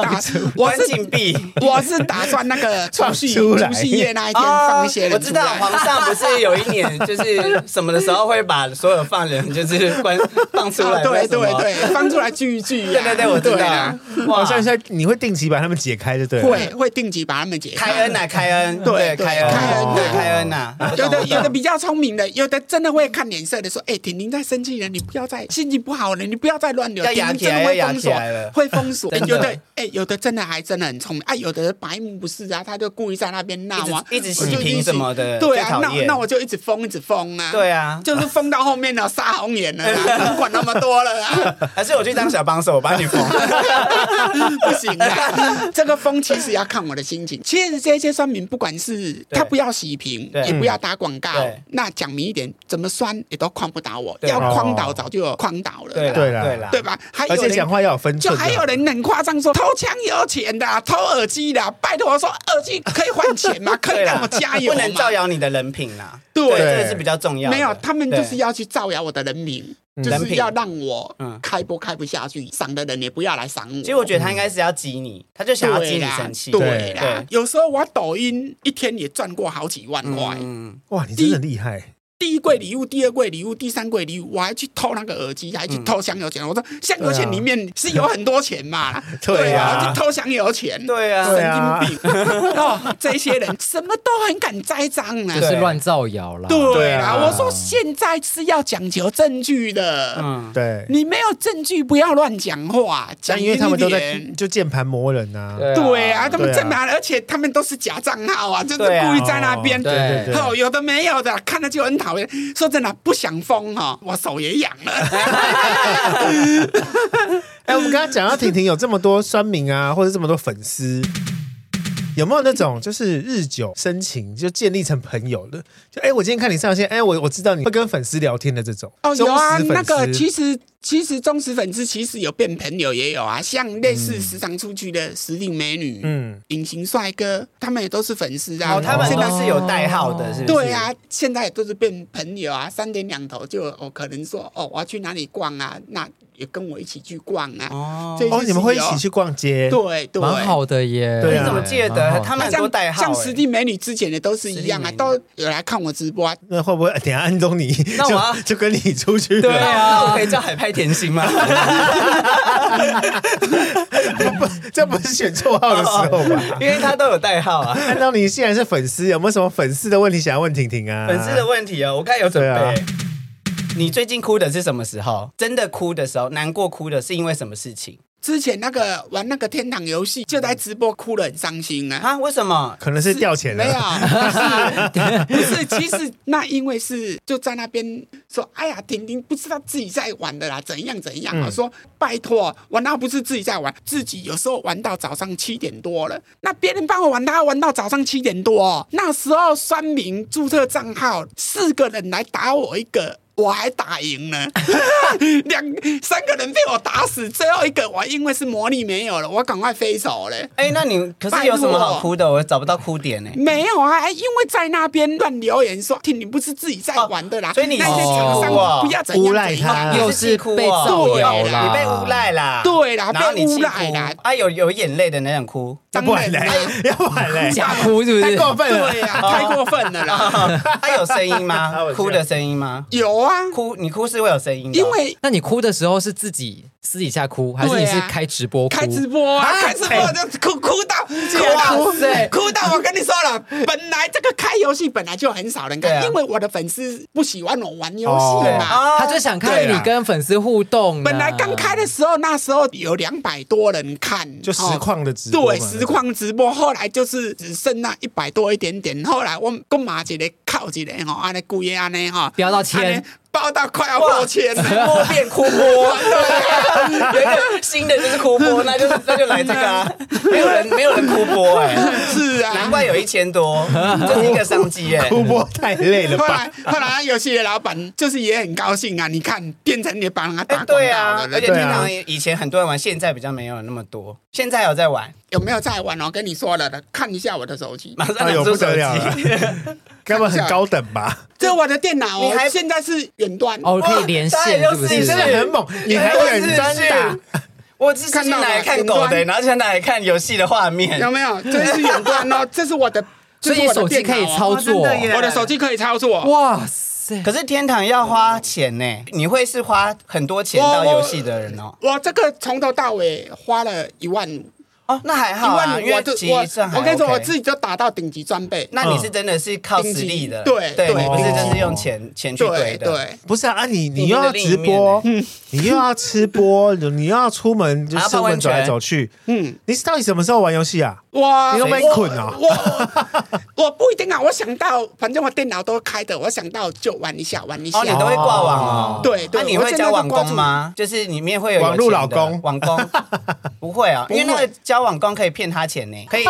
[SPEAKER 2] 我
[SPEAKER 3] 关
[SPEAKER 2] 是
[SPEAKER 3] 禁闭。
[SPEAKER 2] 我是打算那个除夕
[SPEAKER 1] 放出来
[SPEAKER 2] 除夕夜那一天放一些
[SPEAKER 3] 哦我
[SPEAKER 2] 人
[SPEAKER 3] 知
[SPEAKER 2] 出
[SPEAKER 3] 道
[SPEAKER 2] 来。
[SPEAKER 3] 皇上不是有一年就是什么的时候会把所有犯人就是关放出来
[SPEAKER 2] 啊，
[SPEAKER 3] 吗，
[SPEAKER 2] 对对
[SPEAKER 3] 什么
[SPEAKER 2] 对，放出来聚一聚、啊。
[SPEAKER 3] 对对对，我知道
[SPEAKER 2] 啊
[SPEAKER 3] 啦。
[SPEAKER 1] 哦
[SPEAKER 3] 哇
[SPEAKER 1] 好像现在你会定期把他们解开，就对了。
[SPEAKER 2] 会会定期把他们解开
[SPEAKER 3] 开恩呐，开恩，
[SPEAKER 2] 对
[SPEAKER 3] 开恩，
[SPEAKER 2] 开恩
[SPEAKER 3] 对开恩呐，
[SPEAKER 2] 有的
[SPEAKER 3] 啊
[SPEAKER 2] 有的比较聪明的，有的真的会看脸色的说：“哎、婷婷在生气了，你不要再心情不好了，你不要再乱流。”
[SPEAKER 3] 要
[SPEAKER 2] 婷
[SPEAKER 3] 压
[SPEAKER 2] 婷
[SPEAKER 3] 起
[SPEAKER 2] 真
[SPEAKER 3] 来
[SPEAKER 2] 的会
[SPEAKER 3] 要压
[SPEAKER 2] 封锁
[SPEAKER 3] 起来了，
[SPEAKER 2] 会封锁。哎
[SPEAKER 3] 真的
[SPEAKER 2] 有的哎、有的真的还真的很聪明啊，有的白目不是啊，他就故意在那边闹啊，
[SPEAKER 3] 一直一直
[SPEAKER 2] 我就
[SPEAKER 3] 洗
[SPEAKER 2] 一
[SPEAKER 3] 屏
[SPEAKER 2] 直
[SPEAKER 3] 什么的
[SPEAKER 2] 对啊，
[SPEAKER 3] 呃最
[SPEAKER 2] 那
[SPEAKER 3] 讨厌
[SPEAKER 2] 那我就一直封，一直封啊，
[SPEAKER 3] 对啊
[SPEAKER 2] 就是封到后面呢，杀红眼了 啦，不管那么多了啦，
[SPEAKER 3] 还是我去当小帮手，我帮你缝。
[SPEAKER 2] 不行啊， 这个封其实要看我的心情。其实这些酸民，不管是他不要洗屏，
[SPEAKER 3] 对嗯
[SPEAKER 2] 也不要打广告
[SPEAKER 3] 对，
[SPEAKER 2] 那讲明一点，怎么酸也都框不倒我，
[SPEAKER 3] 对
[SPEAKER 2] 要框倒
[SPEAKER 1] 哦
[SPEAKER 2] 早就有框倒了
[SPEAKER 3] 对
[SPEAKER 2] 啦，
[SPEAKER 3] 啦
[SPEAKER 1] 对啦
[SPEAKER 3] 对啦，
[SPEAKER 2] 对吧？还有
[SPEAKER 1] 而且
[SPEAKER 2] 人
[SPEAKER 1] 讲。话要有分
[SPEAKER 2] 就
[SPEAKER 1] 寸。
[SPEAKER 3] 啊
[SPEAKER 2] 还有人很夸张说偷枪也有钱的啊、偷耳机的啊、拜托我说耳机可以换钱 吗？可以
[SPEAKER 3] 对啦
[SPEAKER 2] 让我加油
[SPEAKER 3] 不
[SPEAKER 2] 吗
[SPEAKER 3] 能造谣你的人品啦。
[SPEAKER 2] 对
[SPEAKER 3] 这个是比较重要的。
[SPEAKER 2] 没有，他们就是
[SPEAKER 3] 对
[SPEAKER 2] 要去造谣我的人名，就
[SPEAKER 3] 人
[SPEAKER 2] 是
[SPEAKER 3] 品
[SPEAKER 2] 要让我
[SPEAKER 3] 嗯
[SPEAKER 2] 开播开不下去，赏的人也不要来赏我。
[SPEAKER 3] 其实我觉得他应该是要激你，他就想要激
[SPEAKER 2] 对
[SPEAKER 3] 你
[SPEAKER 2] 啦
[SPEAKER 3] 生，气。
[SPEAKER 2] 对啦
[SPEAKER 3] 对，
[SPEAKER 2] 有时候我抖音一天也赚过好几万块。
[SPEAKER 3] 嗯，
[SPEAKER 1] 哇，你真的厉害，
[SPEAKER 2] 第一柜礼物、第二柜礼物、第三柜礼物，我还去偷那个耳机，还去偷香油钱。我说香油钱里面是有很多钱嘛，
[SPEAKER 1] 对啊
[SPEAKER 2] 我还去偷香油钱，
[SPEAKER 3] 对啊
[SPEAKER 1] 对啊
[SPEAKER 2] 神经病 哦！这些人什么都很敢栽赃呢
[SPEAKER 4] 就。是乱造谣啦。
[SPEAKER 1] 啊对
[SPEAKER 2] 对
[SPEAKER 1] 啊
[SPEAKER 2] 啊，我说现在是要讲求证据的，
[SPEAKER 3] 嗯，
[SPEAKER 1] 对，
[SPEAKER 2] 你没有证据不要乱讲话，讲
[SPEAKER 1] 但因为他们都在
[SPEAKER 2] 一点
[SPEAKER 1] 就键盘磨人呐、啊，
[SPEAKER 2] 对啊，他
[SPEAKER 1] 对
[SPEAKER 2] 们
[SPEAKER 1] 啊
[SPEAKER 2] 在哪？而且他们都是假账号啊，就是故
[SPEAKER 3] 对啊
[SPEAKER 2] 意在那边
[SPEAKER 1] 哦。对对对，
[SPEAKER 2] 哦，有的没有的，看了就很讨厌。说真的，不想疯哈、哦，我手也痒了。
[SPEAKER 1] 哎、我们刚刚讲到婷婷有这么多酸民啊，或者这么多粉丝，有没有那种就是日久生情就建立成朋友了？就哎、我今天看你上线，哎、我我知道你会跟粉丝聊天的这种
[SPEAKER 2] 哦，有啊，
[SPEAKER 1] 忠实粉丝
[SPEAKER 2] 那个其实其实忠实粉丝其实有变朋友也有啊，像类似时常出去的实力美女、
[SPEAKER 1] 嗯，
[SPEAKER 2] 隐、形帅哥，他们也都是粉丝啊。
[SPEAKER 3] 哦，他们
[SPEAKER 2] 现
[SPEAKER 3] 都
[SPEAKER 2] 在
[SPEAKER 3] 是有代号的，是不是？
[SPEAKER 2] 对啊，现在也都是变朋友啊，三天两头就哦，可能说哦，我要去哪里逛啊，那也跟我一起去逛啊。
[SPEAKER 3] 哦
[SPEAKER 2] 这
[SPEAKER 1] 哦，你们会一起去逛街，
[SPEAKER 2] 对对，
[SPEAKER 4] 蛮好的耶。
[SPEAKER 1] 对啊
[SPEAKER 3] 你怎么记得
[SPEAKER 4] 蛮好的
[SPEAKER 3] 他
[SPEAKER 2] 那
[SPEAKER 3] 们很多
[SPEAKER 2] 像
[SPEAKER 3] 代号
[SPEAKER 2] 像
[SPEAKER 3] 欸
[SPEAKER 2] 实地美女之前的都是一样啊，
[SPEAKER 3] 实地
[SPEAKER 2] 都
[SPEAKER 3] 美
[SPEAKER 2] 有来看我直播啊。
[SPEAKER 1] 那会不会哎等一下安东尼
[SPEAKER 3] 那我要
[SPEAKER 1] 就就跟你出去了？
[SPEAKER 3] 对啊，那我可以叫海派甜心吗？
[SPEAKER 1] 不，这不是选绰号的时候吧？
[SPEAKER 3] 因为他都有代号啊。
[SPEAKER 1] 安东尼既然是粉丝，有没有什么粉丝的问题想要问婷婷啊？
[SPEAKER 3] 粉丝的问题哦，我看有准备。
[SPEAKER 1] 对啊
[SPEAKER 3] 你最近哭的是什么时候？真的哭的时候，难过哭的是因为什么事情
[SPEAKER 2] 之前那个玩那个天堂游戏，就在直播哭得很伤心啊。
[SPEAKER 3] 啊？为什么？
[SPEAKER 1] 可能是掉钱了，
[SPEAKER 2] 没
[SPEAKER 3] 啊
[SPEAKER 2] 有，不是，不是，其实那因为是就在那边说，哎呀，婷婷不知道自己在玩的啦，怎样怎样啊？
[SPEAKER 1] 嗯
[SPEAKER 2] 说拜托，我那不是自己在玩，自己有时候玩到早上七点多了，那别人帮我玩，他玩到早上七点多、哦，那时候酸民注册账号四个人来打我一个。我还打赢了， 两三个人被我打死，最后一个我因为是魔力没有了，我赶快飞走了。
[SPEAKER 3] 哎、那你可是有什么好哭的？我找不到哭点呢、欸
[SPEAKER 2] 没有啊，因为在那边乱留言说，听你不是自己在玩的啦，
[SPEAKER 3] 哦所以你
[SPEAKER 2] 那些厂商
[SPEAKER 3] 哦
[SPEAKER 2] 不要怎样
[SPEAKER 1] 诬赖
[SPEAKER 2] 怎样
[SPEAKER 1] 他
[SPEAKER 4] 又是被造谣
[SPEAKER 2] 对
[SPEAKER 4] 啦，
[SPEAKER 3] 你被诬赖啦，
[SPEAKER 2] 对啦，
[SPEAKER 3] 然后
[SPEAKER 2] 被
[SPEAKER 3] 你
[SPEAKER 2] 诬
[SPEAKER 3] 气
[SPEAKER 2] 赖
[SPEAKER 3] 哭
[SPEAKER 2] 啦，
[SPEAKER 3] 啊，有有眼泪的那种哭。
[SPEAKER 1] 要不然嘞
[SPEAKER 2] 当然
[SPEAKER 3] 哎
[SPEAKER 2] 啦，
[SPEAKER 1] 要不然
[SPEAKER 3] 哦
[SPEAKER 1] 嘞，
[SPEAKER 4] 假哭是不
[SPEAKER 1] 太
[SPEAKER 4] 是？
[SPEAKER 1] 过分了
[SPEAKER 2] 对。呀、太过分了啦，
[SPEAKER 3] 他有声音
[SPEAKER 1] 啊我
[SPEAKER 3] 吗？
[SPEAKER 1] 知道
[SPEAKER 3] 哭的声音吗？
[SPEAKER 2] 有啊，
[SPEAKER 3] 哭，你哭是会有声音的哦，
[SPEAKER 2] 因为
[SPEAKER 4] 那你哭的时候是自己私底下哭，还是你是
[SPEAKER 1] 啊
[SPEAKER 4] 开直播哭？
[SPEAKER 2] 开直播啊，开直播就哭哭到哭
[SPEAKER 4] 塞
[SPEAKER 2] 到哭到，我跟你说了，本来这个开游戏本来就很少人
[SPEAKER 3] 对
[SPEAKER 2] 看，
[SPEAKER 3] 啊
[SPEAKER 2] 因为我的粉丝不喜欢我玩游
[SPEAKER 1] 哦
[SPEAKER 2] 戏嘛。
[SPEAKER 3] 啊，
[SPEAKER 4] 他就想看
[SPEAKER 1] 对
[SPEAKER 4] 你
[SPEAKER 1] 啦
[SPEAKER 4] 跟粉丝互动啊。
[SPEAKER 2] 本来刚开的时候，那时候有两百多人看，
[SPEAKER 1] 就实
[SPEAKER 2] 哦
[SPEAKER 1] 况的直播嘛，
[SPEAKER 2] 对，实况直播，后来就是只剩那一百多一点点。后来我跟马一个靠一个吼，安尼故意安尼吼，
[SPEAKER 4] 飙到千
[SPEAKER 2] 这样飙到快要破千
[SPEAKER 3] 直
[SPEAKER 2] 了。
[SPEAKER 3] 播变哭播，有一个新的就是哭播，那就那就来这个 啊，没有人没有人哭播哎、
[SPEAKER 2] 是啊，
[SPEAKER 3] 难怪有一千多，这是一个商机哎、
[SPEAKER 1] 哭播太累了
[SPEAKER 2] 后
[SPEAKER 1] 吧？
[SPEAKER 2] 来后来游戏的老板就是也很高兴啊，你看变成你把人家
[SPEAKER 3] 哎、
[SPEAKER 2] 打广
[SPEAKER 3] 对
[SPEAKER 2] 告
[SPEAKER 3] 啊
[SPEAKER 2] 了，，
[SPEAKER 3] 而且
[SPEAKER 1] 对
[SPEAKER 3] 天
[SPEAKER 1] 啊
[SPEAKER 3] 堂以前很多人玩，现在比较没有那么多，现在有在玩，
[SPEAKER 2] 有没有在玩哦？跟你说了的，看一下我的 手机，
[SPEAKER 3] 马上
[SPEAKER 1] 哎
[SPEAKER 3] 拿
[SPEAKER 1] 呦，
[SPEAKER 3] 出
[SPEAKER 1] 不
[SPEAKER 3] 手
[SPEAKER 1] 得
[SPEAKER 3] 机，
[SPEAKER 1] 了了， 根本很高等吧？
[SPEAKER 2] 这我的电脑哦，
[SPEAKER 3] 你还
[SPEAKER 2] 现在是远端
[SPEAKER 4] 哦，可以连线是
[SPEAKER 3] 哇当
[SPEAKER 4] 不
[SPEAKER 3] 然就是
[SPEAKER 1] 你
[SPEAKER 4] 是
[SPEAKER 1] 真？的很猛，你还
[SPEAKER 3] 我
[SPEAKER 1] 远端打，
[SPEAKER 3] 我只是拿来看狗的、然后想拿来看游戏的画面，
[SPEAKER 2] 有没有？这是远端哦，这是我的，
[SPEAKER 4] 所
[SPEAKER 2] 这
[SPEAKER 4] 以
[SPEAKER 2] 是我的
[SPEAKER 4] 手机
[SPEAKER 2] 电脑
[SPEAKER 4] 可以
[SPEAKER 2] 哦
[SPEAKER 4] 操作
[SPEAKER 3] 哇。真的耶
[SPEAKER 2] 我的手机可以操作。
[SPEAKER 4] 哇塞！
[SPEAKER 3] 可是天堂要花钱呢、你会是花很多钱到游戏的人哦、
[SPEAKER 2] 我这个从头到尾花了一万五。
[SPEAKER 3] 哦，那还好
[SPEAKER 2] 一
[SPEAKER 3] 啊，
[SPEAKER 2] 万
[SPEAKER 3] 因
[SPEAKER 2] 五，我
[SPEAKER 3] 为
[SPEAKER 2] 就
[SPEAKER 3] 其实算还
[SPEAKER 2] 我我跟你说，
[SPEAKER 3] OK
[SPEAKER 2] 我自己就打到顶级装备。
[SPEAKER 3] 那你是真的是靠实力的，
[SPEAKER 2] 嗯对
[SPEAKER 3] 对，
[SPEAKER 2] 对
[SPEAKER 3] 你不是
[SPEAKER 1] 对
[SPEAKER 3] 真是用钱钱去堆
[SPEAKER 2] 对
[SPEAKER 3] 的，
[SPEAKER 2] 对，
[SPEAKER 1] 不是啊？啊你你
[SPEAKER 3] 你
[SPEAKER 1] 又
[SPEAKER 3] 们
[SPEAKER 1] 要
[SPEAKER 3] 的另一
[SPEAKER 1] 直播，
[SPEAKER 3] 面
[SPEAKER 1] 你又要吃播，你又要出门，就
[SPEAKER 3] 还要
[SPEAKER 1] 出
[SPEAKER 3] 泡
[SPEAKER 1] 门
[SPEAKER 3] 温
[SPEAKER 1] 走
[SPEAKER 3] 泉
[SPEAKER 1] 来走去。
[SPEAKER 2] 嗯，
[SPEAKER 1] 你是到底什么时候玩游戏 啊？
[SPEAKER 2] 我
[SPEAKER 1] 你都被
[SPEAKER 2] 我
[SPEAKER 1] 捆哦
[SPEAKER 2] 我我 不一定啊，我想到反正我电脑都开的，我想到就玩一下，玩一下
[SPEAKER 3] 哦，。你都会挂网哦，
[SPEAKER 2] 对对
[SPEAKER 3] 那你会交网工吗？就是里面会有有
[SPEAKER 1] 网路老
[SPEAKER 3] 钱的
[SPEAKER 1] 公
[SPEAKER 3] 网工不会啊，因为
[SPEAKER 2] 不
[SPEAKER 3] 那
[SPEAKER 2] 会
[SPEAKER 3] 个交网工可以骗他钱呢，可 以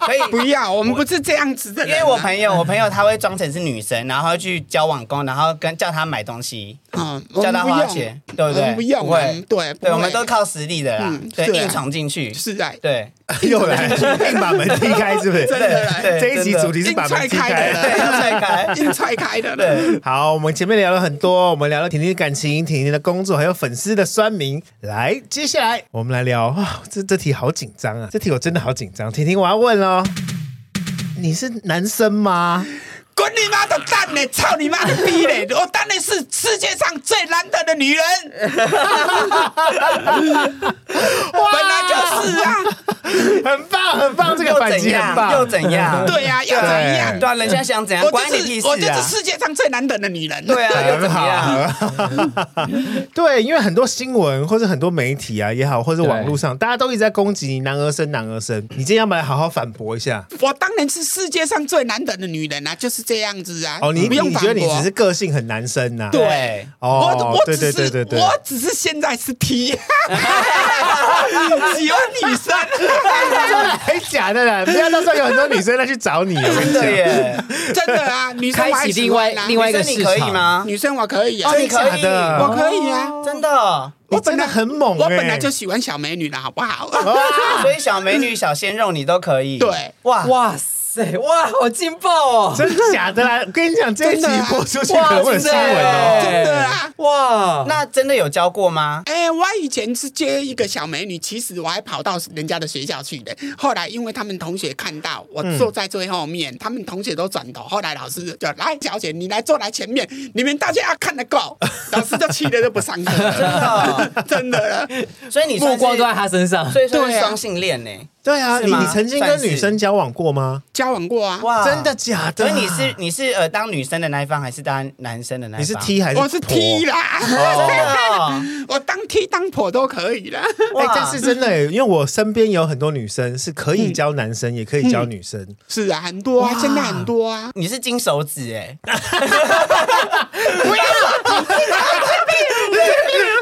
[SPEAKER 3] 可以。
[SPEAKER 2] 不要，我们不是这样子的
[SPEAKER 3] 因
[SPEAKER 2] 人啊。
[SPEAKER 3] 为我朋友，我朋友他会装成是女生，然后去交网工，然后跟叫他买东西，
[SPEAKER 2] 嗯，我
[SPEAKER 3] 叫
[SPEAKER 2] 们
[SPEAKER 3] 他
[SPEAKER 2] 不
[SPEAKER 3] 花
[SPEAKER 2] 要，
[SPEAKER 3] 钱，对不
[SPEAKER 2] 我
[SPEAKER 3] 对？
[SPEAKER 2] 们不要，
[SPEAKER 3] 不
[SPEAKER 2] 我们
[SPEAKER 3] 会，
[SPEAKER 2] 对
[SPEAKER 3] 对，
[SPEAKER 2] 不
[SPEAKER 3] 我们
[SPEAKER 2] 会
[SPEAKER 3] 都靠实力的啦
[SPEAKER 2] 嗯，
[SPEAKER 3] 对，
[SPEAKER 2] 对啊
[SPEAKER 3] 硬闯进去，
[SPEAKER 2] 是在
[SPEAKER 3] 对，
[SPEAKER 1] 又来，硬把门踢开，是不是？
[SPEAKER 2] 真的啦
[SPEAKER 3] 对，
[SPEAKER 1] 这一集
[SPEAKER 3] 真的
[SPEAKER 1] 主题是把门踢
[SPEAKER 2] 硬踹开
[SPEAKER 1] 开
[SPEAKER 2] 的。
[SPEAKER 3] 对要 踹开，
[SPEAKER 2] 硬踹开的
[SPEAKER 3] 对
[SPEAKER 2] 了。。
[SPEAKER 1] 好，我们前面聊了很多，我们聊了婷婷的感情、婷婷的工作，还有粉丝的酸民。来，接下来我们来聊啊、这这题好紧张啊！这题我真的好紧张。婷婷，我要问喽，你是男生吗？
[SPEAKER 2] 滚你妈的蛋嘞！操你妈的逼嘞！我当然是世界上最难得的 女人，本来就是啊，
[SPEAKER 1] 很棒，很棒，这个反击很棒，
[SPEAKER 3] 又怎样？
[SPEAKER 2] 对呀、要怎样？
[SPEAKER 3] 对啊，人家想怎样，
[SPEAKER 2] 我
[SPEAKER 3] 关
[SPEAKER 2] 就
[SPEAKER 3] 你屁
[SPEAKER 2] 是
[SPEAKER 3] 事
[SPEAKER 2] 我就是
[SPEAKER 3] 啊！
[SPEAKER 2] 世界上最难得的女人，
[SPEAKER 3] 对啊，又怎么样？
[SPEAKER 1] 对，因为很多新闻或者很多媒体啊也好，或者网络上，大家都一直在攻击你男儿身，男儿身。你今天要不要来好好反驳一 下？
[SPEAKER 2] 我当然是世界上最难得的女人啊，就是这样子啊。
[SPEAKER 1] 哦，你
[SPEAKER 2] 不用
[SPEAKER 1] 你
[SPEAKER 2] 反
[SPEAKER 1] 觉得你
[SPEAKER 2] 驳
[SPEAKER 1] 只是个性很男生呐、
[SPEAKER 3] 对，
[SPEAKER 1] 哦，
[SPEAKER 2] 我我
[SPEAKER 1] 对
[SPEAKER 2] 只
[SPEAKER 1] 对对
[SPEAKER 2] 是
[SPEAKER 1] 对对，
[SPEAKER 2] 我只是现在是 T，喜欢女生。
[SPEAKER 1] 还哎假的啦！不要到时候有很多女生再去找你， 我跟你
[SPEAKER 3] 真的
[SPEAKER 1] 讲。
[SPEAKER 3] 耶！
[SPEAKER 2] 真的啊，女生
[SPEAKER 4] 开
[SPEAKER 2] 我还
[SPEAKER 4] 启
[SPEAKER 2] 喜
[SPEAKER 4] 另外
[SPEAKER 2] 欢啊
[SPEAKER 4] 另外一个
[SPEAKER 3] 女生
[SPEAKER 4] 市
[SPEAKER 3] 你可以
[SPEAKER 4] 场
[SPEAKER 3] 吗？
[SPEAKER 2] 女生我可以啊，
[SPEAKER 3] 哦，你可
[SPEAKER 1] 真的假
[SPEAKER 3] 以，
[SPEAKER 1] 的
[SPEAKER 2] 我可以啊，
[SPEAKER 3] 真的。
[SPEAKER 1] 我真的很猛、欸，哦
[SPEAKER 2] 我本来就喜欢小美女的好不好？
[SPEAKER 3] 所以小美女、小鲜肉你都可以。
[SPEAKER 2] 对，
[SPEAKER 3] 哇哇，
[SPEAKER 4] 哇塞，哇，好劲爆哦！
[SPEAKER 1] 真的假的啦！我跟你讲，这一集
[SPEAKER 2] 真的啊
[SPEAKER 1] 播出去可能会有新闻
[SPEAKER 3] 哇
[SPEAKER 1] 哦。
[SPEAKER 3] 塞
[SPEAKER 2] 真的啊。
[SPEAKER 4] 哇，
[SPEAKER 3] 那真的有教过吗？
[SPEAKER 2] 哎、我以前是接一个小美女，其实我还跑到人家的学校去的。后来因为他们同学看到我
[SPEAKER 1] 嗯
[SPEAKER 2] 坐在最后面，他们同学都转头。后来老师就来，小姐你来坐来前面，你们大家要看 得够。老师就气的就不上课了，真的，真的了。
[SPEAKER 3] 哦所以你算
[SPEAKER 4] 目
[SPEAKER 3] 是
[SPEAKER 4] 光都在，他 身上。
[SPEAKER 3] 所以算
[SPEAKER 2] 对
[SPEAKER 3] 是
[SPEAKER 2] 啊
[SPEAKER 3] 双性恋呢？
[SPEAKER 1] 对啊，
[SPEAKER 3] 是
[SPEAKER 1] 你
[SPEAKER 3] 吗
[SPEAKER 1] 你曾经跟女生交往过吗？
[SPEAKER 2] 交往过啊，
[SPEAKER 3] 哇，
[SPEAKER 1] 真的。假的
[SPEAKER 3] 所
[SPEAKER 1] 啊？
[SPEAKER 3] 以你是你是呃当女生的那一方，还是当男生的那
[SPEAKER 1] 你
[SPEAKER 3] 一
[SPEAKER 1] 是
[SPEAKER 3] 方？
[SPEAKER 1] T 还是
[SPEAKER 2] 我是 T
[SPEAKER 1] 婆
[SPEAKER 2] 啦，
[SPEAKER 3] 真的哦
[SPEAKER 2] 我当 T 当婆都可以啦。
[SPEAKER 1] 哎、
[SPEAKER 3] 哇
[SPEAKER 1] 但是真的、欸，因为我身边有很多女生是可以教男生，也可以教女生。
[SPEAKER 2] 是啊，很多啊，
[SPEAKER 1] 哇
[SPEAKER 2] 现在很多啊。
[SPEAKER 3] 你是金手指哎，
[SPEAKER 2] 不要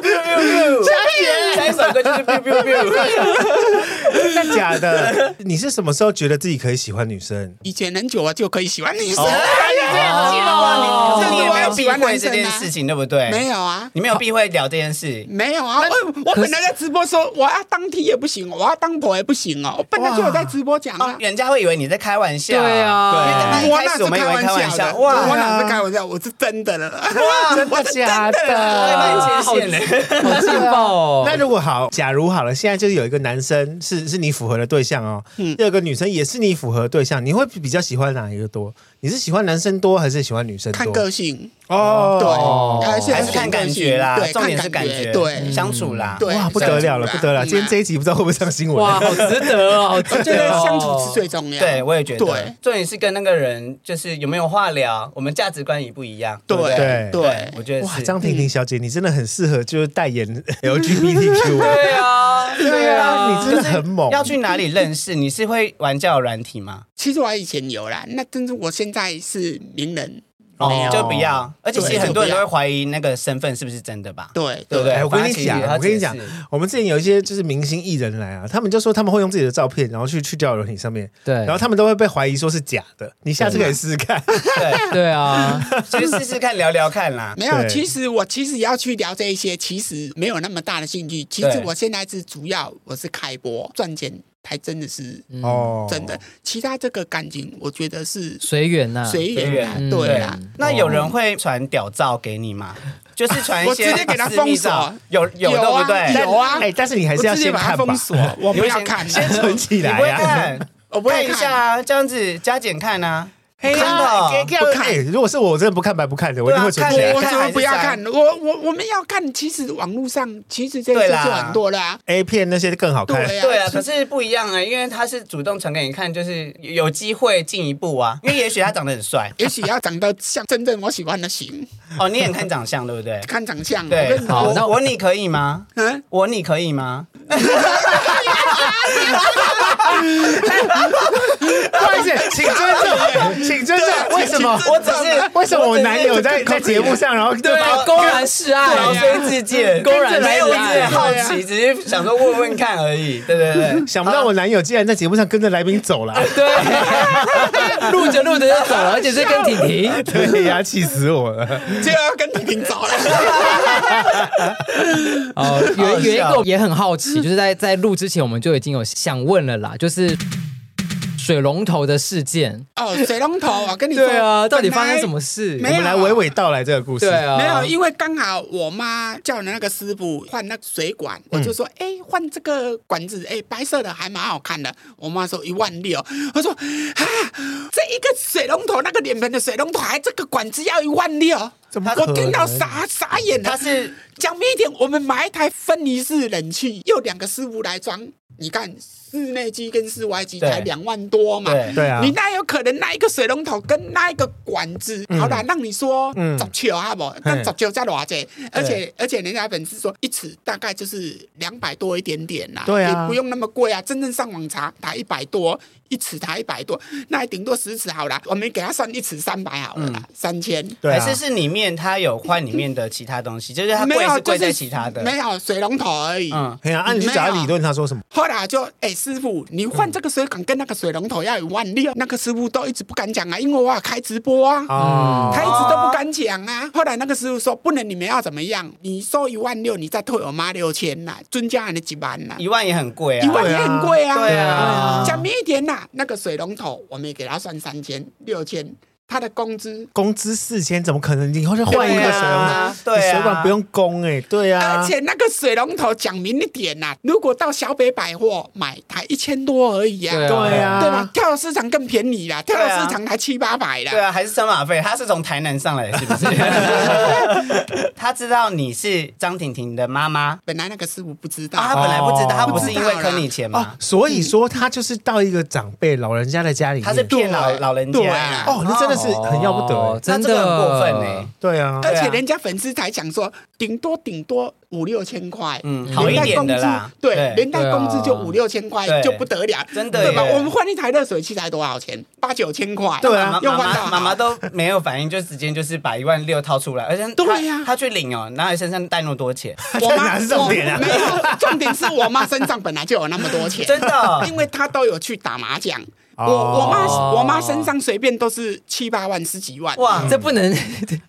[SPEAKER 3] 下一首歌就是 biu biu biu，
[SPEAKER 1] 真的假的？你是什么时候觉得自己可以喜欢女生？
[SPEAKER 2] 以前很久啊就可以喜欢女生，
[SPEAKER 3] 哎
[SPEAKER 1] 哦
[SPEAKER 3] 哇，你可是你也没有避
[SPEAKER 2] 喜欢男
[SPEAKER 3] 讳哦这
[SPEAKER 2] 生啊
[SPEAKER 3] 件事情，对不 对？
[SPEAKER 2] 没有
[SPEAKER 1] 哎
[SPEAKER 2] 啊。
[SPEAKER 3] 你没有避讳聊这件事，
[SPEAKER 2] 没有啊，我我本来在直播说我要当 T 也不行，我要当婆也不行哦。我本来就有在直播讲啊
[SPEAKER 3] 哦，，人家会以为你在开玩笑。
[SPEAKER 4] 对啊
[SPEAKER 3] 因为
[SPEAKER 2] 我
[SPEAKER 3] 哦一开
[SPEAKER 2] 那
[SPEAKER 3] 始我
[SPEAKER 2] 是
[SPEAKER 3] 们以
[SPEAKER 2] 开
[SPEAKER 3] 为开玩
[SPEAKER 2] 玩
[SPEAKER 3] 笑，
[SPEAKER 2] 笑的，
[SPEAKER 3] 哇，
[SPEAKER 2] 我哪是开玩笑，我是真的了。
[SPEAKER 1] 真的假
[SPEAKER 3] 太
[SPEAKER 1] 的？
[SPEAKER 3] 慢切线了。
[SPEAKER 4] 好劲爆哦！
[SPEAKER 1] 那如果好，假如好了，现在就是有一个男生是是你符合的对象哦，第二个女生也是你符合的对象，你会比较喜欢哪一个多？你是喜欢男生多还是喜欢女生多？
[SPEAKER 2] 看个性，
[SPEAKER 1] 哦，
[SPEAKER 2] 对，现
[SPEAKER 3] 还
[SPEAKER 2] 在
[SPEAKER 3] 是看感觉啦
[SPEAKER 2] 对，，
[SPEAKER 3] 重点是
[SPEAKER 2] 看
[SPEAKER 3] 感觉，
[SPEAKER 2] 对，嗯
[SPEAKER 3] 相处啦，
[SPEAKER 2] 对啊
[SPEAKER 1] 哇，不得了了，
[SPEAKER 2] 相处啦
[SPEAKER 1] 不得了！
[SPEAKER 2] 嗯
[SPEAKER 1] 今天这一集不知道会不会上新闻？
[SPEAKER 4] 哇，好值得哦，好值
[SPEAKER 2] 我觉
[SPEAKER 4] 得
[SPEAKER 2] 得
[SPEAKER 4] 哦！
[SPEAKER 2] 相处是最重要。
[SPEAKER 3] 对，我也觉得。
[SPEAKER 2] 对，
[SPEAKER 3] 重点是跟那个人就是有没有话聊，我们价值观也不一样。不
[SPEAKER 1] 对
[SPEAKER 2] 对对，
[SPEAKER 3] 我觉得
[SPEAKER 1] 哇，
[SPEAKER 3] 是。
[SPEAKER 1] 张婷婷小姐，你真的很适合就是代言 LGBTQ，哎
[SPEAKER 4] 对啊，
[SPEAKER 1] 对啊，你真的很猛，
[SPEAKER 3] 要去哪里认识？你是会玩交友软体吗？
[SPEAKER 2] 其实我以前有啦，那但是我现在是名人，
[SPEAKER 1] 哦
[SPEAKER 3] 就不要。而且其实很多人
[SPEAKER 2] 对就不
[SPEAKER 3] 都会
[SPEAKER 2] 要
[SPEAKER 3] 怀疑那个身份是不是真的吧？
[SPEAKER 2] 对
[SPEAKER 3] 对不
[SPEAKER 1] 哎
[SPEAKER 3] 对？
[SPEAKER 1] 我跟你
[SPEAKER 3] 反
[SPEAKER 1] 讲，我
[SPEAKER 3] 正
[SPEAKER 1] 跟
[SPEAKER 3] 其实
[SPEAKER 1] 你
[SPEAKER 3] 也要
[SPEAKER 1] 讲
[SPEAKER 3] 解释，
[SPEAKER 1] 我们之前有一些就是明星艺人来啊，他们就说他们会用自己的照片，然后去去交友软体上面，
[SPEAKER 4] 对
[SPEAKER 1] 然后他们都会被怀疑说是假的。你下次可以试试看，
[SPEAKER 4] 对啊，
[SPEAKER 3] 对，就是试试看，聊聊看啦。
[SPEAKER 2] 没有，
[SPEAKER 1] 对
[SPEAKER 2] 其实我其实要去聊这一些，其实没有那么大的兴趣。其
[SPEAKER 3] 对
[SPEAKER 2] 实我现在是主要我是开播赚钱，还真的是
[SPEAKER 1] 哦，
[SPEAKER 2] 真的。其他这个感情，我觉得是
[SPEAKER 4] 随缘呐，
[SPEAKER 2] 随
[SPEAKER 3] 随
[SPEAKER 2] 缘啊
[SPEAKER 3] 缘，
[SPEAKER 2] 对啦。
[SPEAKER 3] 那有人会传屌照给你吗？就是传一些
[SPEAKER 2] 我直接给他
[SPEAKER 3] 私
[SPEAKER 2] 封
[SPEAKER 3] 密
[SPEAKER 2] 锁
[SPEAKER 3] 照有
[SPEAKER 2] 有
[SPEAKER 3] 有对
[SPEAKER 2] 啊
[SPEAKER 3] 不对？
[SPEAKER 1] 但
[SPEAKER 2] 有啊
[SPEAKER 1] 哎，但是你还
[SPEAKER 2] 我
[SPEAKER 1] 是要
[SPEAKER 2] 直接
[SPEAKER 1] 先
[SPEAKER 2] 把它
[SPEAKER 1] 看吧
[SPEAKER 2] 封，锁，我不要看，
[SPEAKER 3] 先
[SPEAKER 1] 存起
[SPEAKER 3] 你
[SPEAKER 1] 来啊
[SPEAKER 3] 不会
[SPEAKER 1] 呀。
[SPEAKER 3] 看，
[SPEAKER 2] 我不
[SPEAKER 3] 看
[SPEAKER 2] 会
[SPEAKER 3] 一下啊，这样子加减看啊。真的
[SPEAKER 1] 哎
[SPEAKER 3] 哦，
[SPEAKER 1] 给我看哎如果是我，我真的不看白不看的，我一定会存起
[SPEAKER 3] 对
[SPEAKER 1] 来
[SPEAKER 3] 啊
[SPEAKER 2] 我。我
[SPEAKER 3] 看
[SPEAKER 2] 怎
[SPEAKER 3] 还
[SPEAKER 2] 么
[SPEAKER 3] 是
[SPEAKER 2] 不要
[SPEAKER 3] 删
[SPEAKER 1] 哎
[SPEAKER 2] 看？我我我们要看。其实网络上其实这些
[SPEAKER 3] 对
[SPEAKER 2] 就
[SPEAKER 3] 啦
[SPEAKER 2] 很 多啦，
[SPEAKER 1] A 片那些更好看，
[SPEAKER 2] 对
[SPEAKER 3] 对啊，
[SPEAKER 2] 啊，
[SPEAKER 3] 可是不一样啊，因为他是主动传给你看，就是有机会进一步啊。因为也许他长得很帅
[SPEAKER 2] 也许要长得像真正我喜欢的型，
[SPEAKER 3] 哦，你也很看长相对不对？
[SPEAKER 2] 看长相。我
[SPEAKER 3] 对
[SPEAKER 2] 跟，你
[SPEAKER 4] 好
[SPEAKER 3] 我
[SPEAKER 4] 那
[SPEAKER 3] 我你可以吗？
[SPEAKER 2] 嗯，
[SPEAKER 3] 我你可以吗？
[SPEAKER 1] 不好意思，请尊重，请尊重。为什么？
[SPEAKER 3] 我只是
[SPEAKER 1] 为什么我男友在
[SPEAKER 3] 我只是
[SPEAKER 1] 在节目上，然后就
[SPEAKER 4] 对
[SPEAKER 1] 把
[SPEAKER 4] 啊，公然示
[SPEAKER 3] 老
[SPEAKER 4] 爱，
[SPEAKER 3] 虽啊自荐，
[SPEAKER 4] 公然
[SPEAKER 3] 没有
[SPEAKER 4] 自
[SPEAKER 3] 我
[SPEAKER 4] 爱
[SPEAKER 3] 只是好
[SPEAKER 2] 对
[SPEAKER 3] 奇，只是想说问问看而已。对对对，
[SPEAKER 1] 想不到我男友竟然在节目上跟着来宾走了。
[SPEAKER 4] 对，录着录着就走了，而且是跟婷婷。
[SPEAKER 1] 对呀，气死我了！
[SPEAKER 2] 就要啊跟婷婷走了。
[SPEAKER 4] 哦，
[SPEAKER 3] 好好
[SPEAKER 4] 原原一
[SPEAKER 3] 笑
[SPEAKER 4] 个也很好奇，就是在在录之前我们就已经有想问了啦，就是水龙头的事件。
[SPEAKER 2] 哦，水龙 头，我跟你说，
[SPEAKER 4] 对啊，到底
[SPEAKER 2] 本来
[SPEAKER 4] 发生什么事？
[SPEAKER 1] 我
[SPEAKER 2] 没有
[SPEAKER 1] 们来娓娓道来这个故事。
[SPEAKER 4] 对啊，
[SPEAKER 2] 没有，因为刚好我妈叫的那个师傅换那个水管，我
[SPEAKER 4] 嗯
[SPEAKER 2] 就说，哎、换这个管子，哎、白色的还蛮好看的。我妈说一万六，我说啊，这一个水龙头，那个脸盆的水龙头，还这个管子要一万六，
[SPEAKER 1] 怎么可
[SPEAKER 2] 我
[SPEAKER 1] 能
[SPEAKER 2] 听到傻傻眼了。
[SPEAKER 3] 他是
[SPEAKER 2] 讲明一点，我们买一台分离式冷气，又两个师傅来装，你看室内机跟室外机才
[SPEAKER 3] 对
[SPEAKER 2] 两万多嘛，
[SPEAKER 3] 对
[SPEAKER 1] 对啊，
[SPEAKER 2] 你那有可能那一个水龙头跟那一个管子，
[SPEAKER 3] 嗯
[SPEAKER 2] 好啦，让你说
[SPEAKER 1] 嗯
[SPEAKER 2] 十球啊不，但十球才多少钱？而且而且人家粉丝说一尺大概就是两百多一点点啦，
[SPEAKER 1] 对啊
[SPEAKER 2] 也不用那么贵啊。真正上网查打一百多，一尺打一百多，那也顶多十尺好啦。我们给他算一尺三百好了啦，
[SPEAKER 3] 嗯
[SPEAKER 2] 三千。
[SPEAKER 1] 对啊
[SPEAKER 3] 还是是里面它有换里面的其他东西，就是它
[SPEAKER 2] 没
[SPEAKER 3] 贵
[SPEAKER 2] 有，
[SPEAKER 3] 是
[SPEAKER 2] 就是
[SPEAKER 3] 贵在其他的，
[SPEAKER 2] 没有水龙头而已。
[SPEAKER 3] 嗯，
[SPEAKER 1] 哎呀，啊，你去找他理论，他说什么？
[SPEAKER 2] 后来就，哎、师傅，你换
[SPEAKER 3] 嗯
[SPEAKER 2] 这个水管跟那个水龙头要一万六，那个师傅都一直不敢讲啊，因为我要开直播啊。
[SPEAKER 1] 哦，
[SPEAKER 2] 他一直都不敢讲啊。后来那个师傅说，不能你们要怎么样，你收一万六，你再退我妈六千呐，尊家人的几万呐，
[SPEAKER 3] 一万也很贵啊，
[SPEAKER 2] 一万也很贵啊。
[SPEAKER 3] 对啊
[SPEAKER 2] 讲明一点呐，那个水龙头我们也给他算三千六千，他的工资。
[SPEAKER 1] 工资四千，怎么可能？以后就换一个水龙头，
[SPEAKER 3] 对啊啊对啊
[SPEAKER 1] 你水管不用供哎，对啊
[SPEAKER 2] 而，且那个水龙头讲明一点呐、如果到小北百货买，才一千多而已啊，
[SPEAKER 4] 对
[SPEAKER 1] 对啊，
[SPEAKER 2] 对吧？？跳蚤市场更便宜啦，跳蚤市场才七八百啦。
[SPEAKER 3] 啊对啊，还是车马费，他是从台南上来的，是不是？他知道你是张婷婷的妈妈
[SPEAKER 2] 本来那个师傅不知道，
[SPEAKER 3] 啊，他本来不知道，
[SPEAKER 1] 哦
[SPEAKER 3] 他不是因为坑你钱
[SPEAKER 1] 哦
[SPEAKER 3] 吗，？
[SPEAKER 1] 所以说他就是到一个长辈老人家的家里面，
[SPEAKER 3] 他是骗老
[SPEAKER 2] 对
[SPEAKER 3] 老人
[SPEAKER 2] 对
[SPEAKER 3] 家
[SPEAKER 2] 啊，
[SPEAKER 1] 哦，那真的是很要不
[SPEAKER 4] 哦
[SPEAKER 1] 得，哎
[SPEAKER 3] 那
[SPEAKER 4] 真
[SPEAKER 3] 这个
[SPEAKER 4] 的
[SPEAKER 3] 很过分欸
[SPEAKER 1] 对啊，
[SPEAKER 2] 而且
[SPEAKER 3] 对啊
[SPEAKER 2] 人家粉丝才讲说，顶多顶多五六千块，
[SPEAKER 3] 嗯
[SPEAKER 2] 连
[SPEAKER 3] 好一
[SPEAKER 2] 带
[SPEAKER 3] 点的
[SPEAKER 2] 工资
[SPEAKER 3] 啦
[SPEAKER 2] 对
[SPEAKER 3] 对，
[SPEAKER 2] 连带
[SPEAKER 4] 对啊
[SPEAKER 2] 工资就五六千块
[SPEAKER 3] 对
[SPEAKER 2] 就不得了，
[SPEAKER 3] 真的
[SPEAKER 2] 对吧？
[SPEAKER 3] 耶
[SPEAKER 2] 我们换一台热水器才多少钱？八九千块，
[SPEAKER 1] 对啊
[SPEAKER 3] 妈
[SPEAKER 2] 又
[SPEAKER 3] 妈
[SPEAKER 2] 换到
[SPEAKER 3] 妈
[SPEAKER 2] 好
[SPEAKER 3] 妈妈都没有反应，就直接就是把一万六掏出来，而且
[SPEAKER 2] 对呀
[SPEAKER 3] 他去领哦，哪有身上带那么多钱？
[SPEAKER 2] 我
[SPEAKER 1] 哪
[SPEAKER 2] 妈
[SPEAKER 1] 是重点啊
[SPEAKER 2] 我没有，重点是我妈身上本来就有那么多钱，
[SPEAKER 3] 真的
[SPEAKER 2] 因为她都有去打麻将。我
[SPEAKER 1] 哦
[SPEAKER 2] 我妈我妈身上随便都是七八万十几万，
[SPEAKER 3] 哇！
[SPEAKER 4] 这 不能，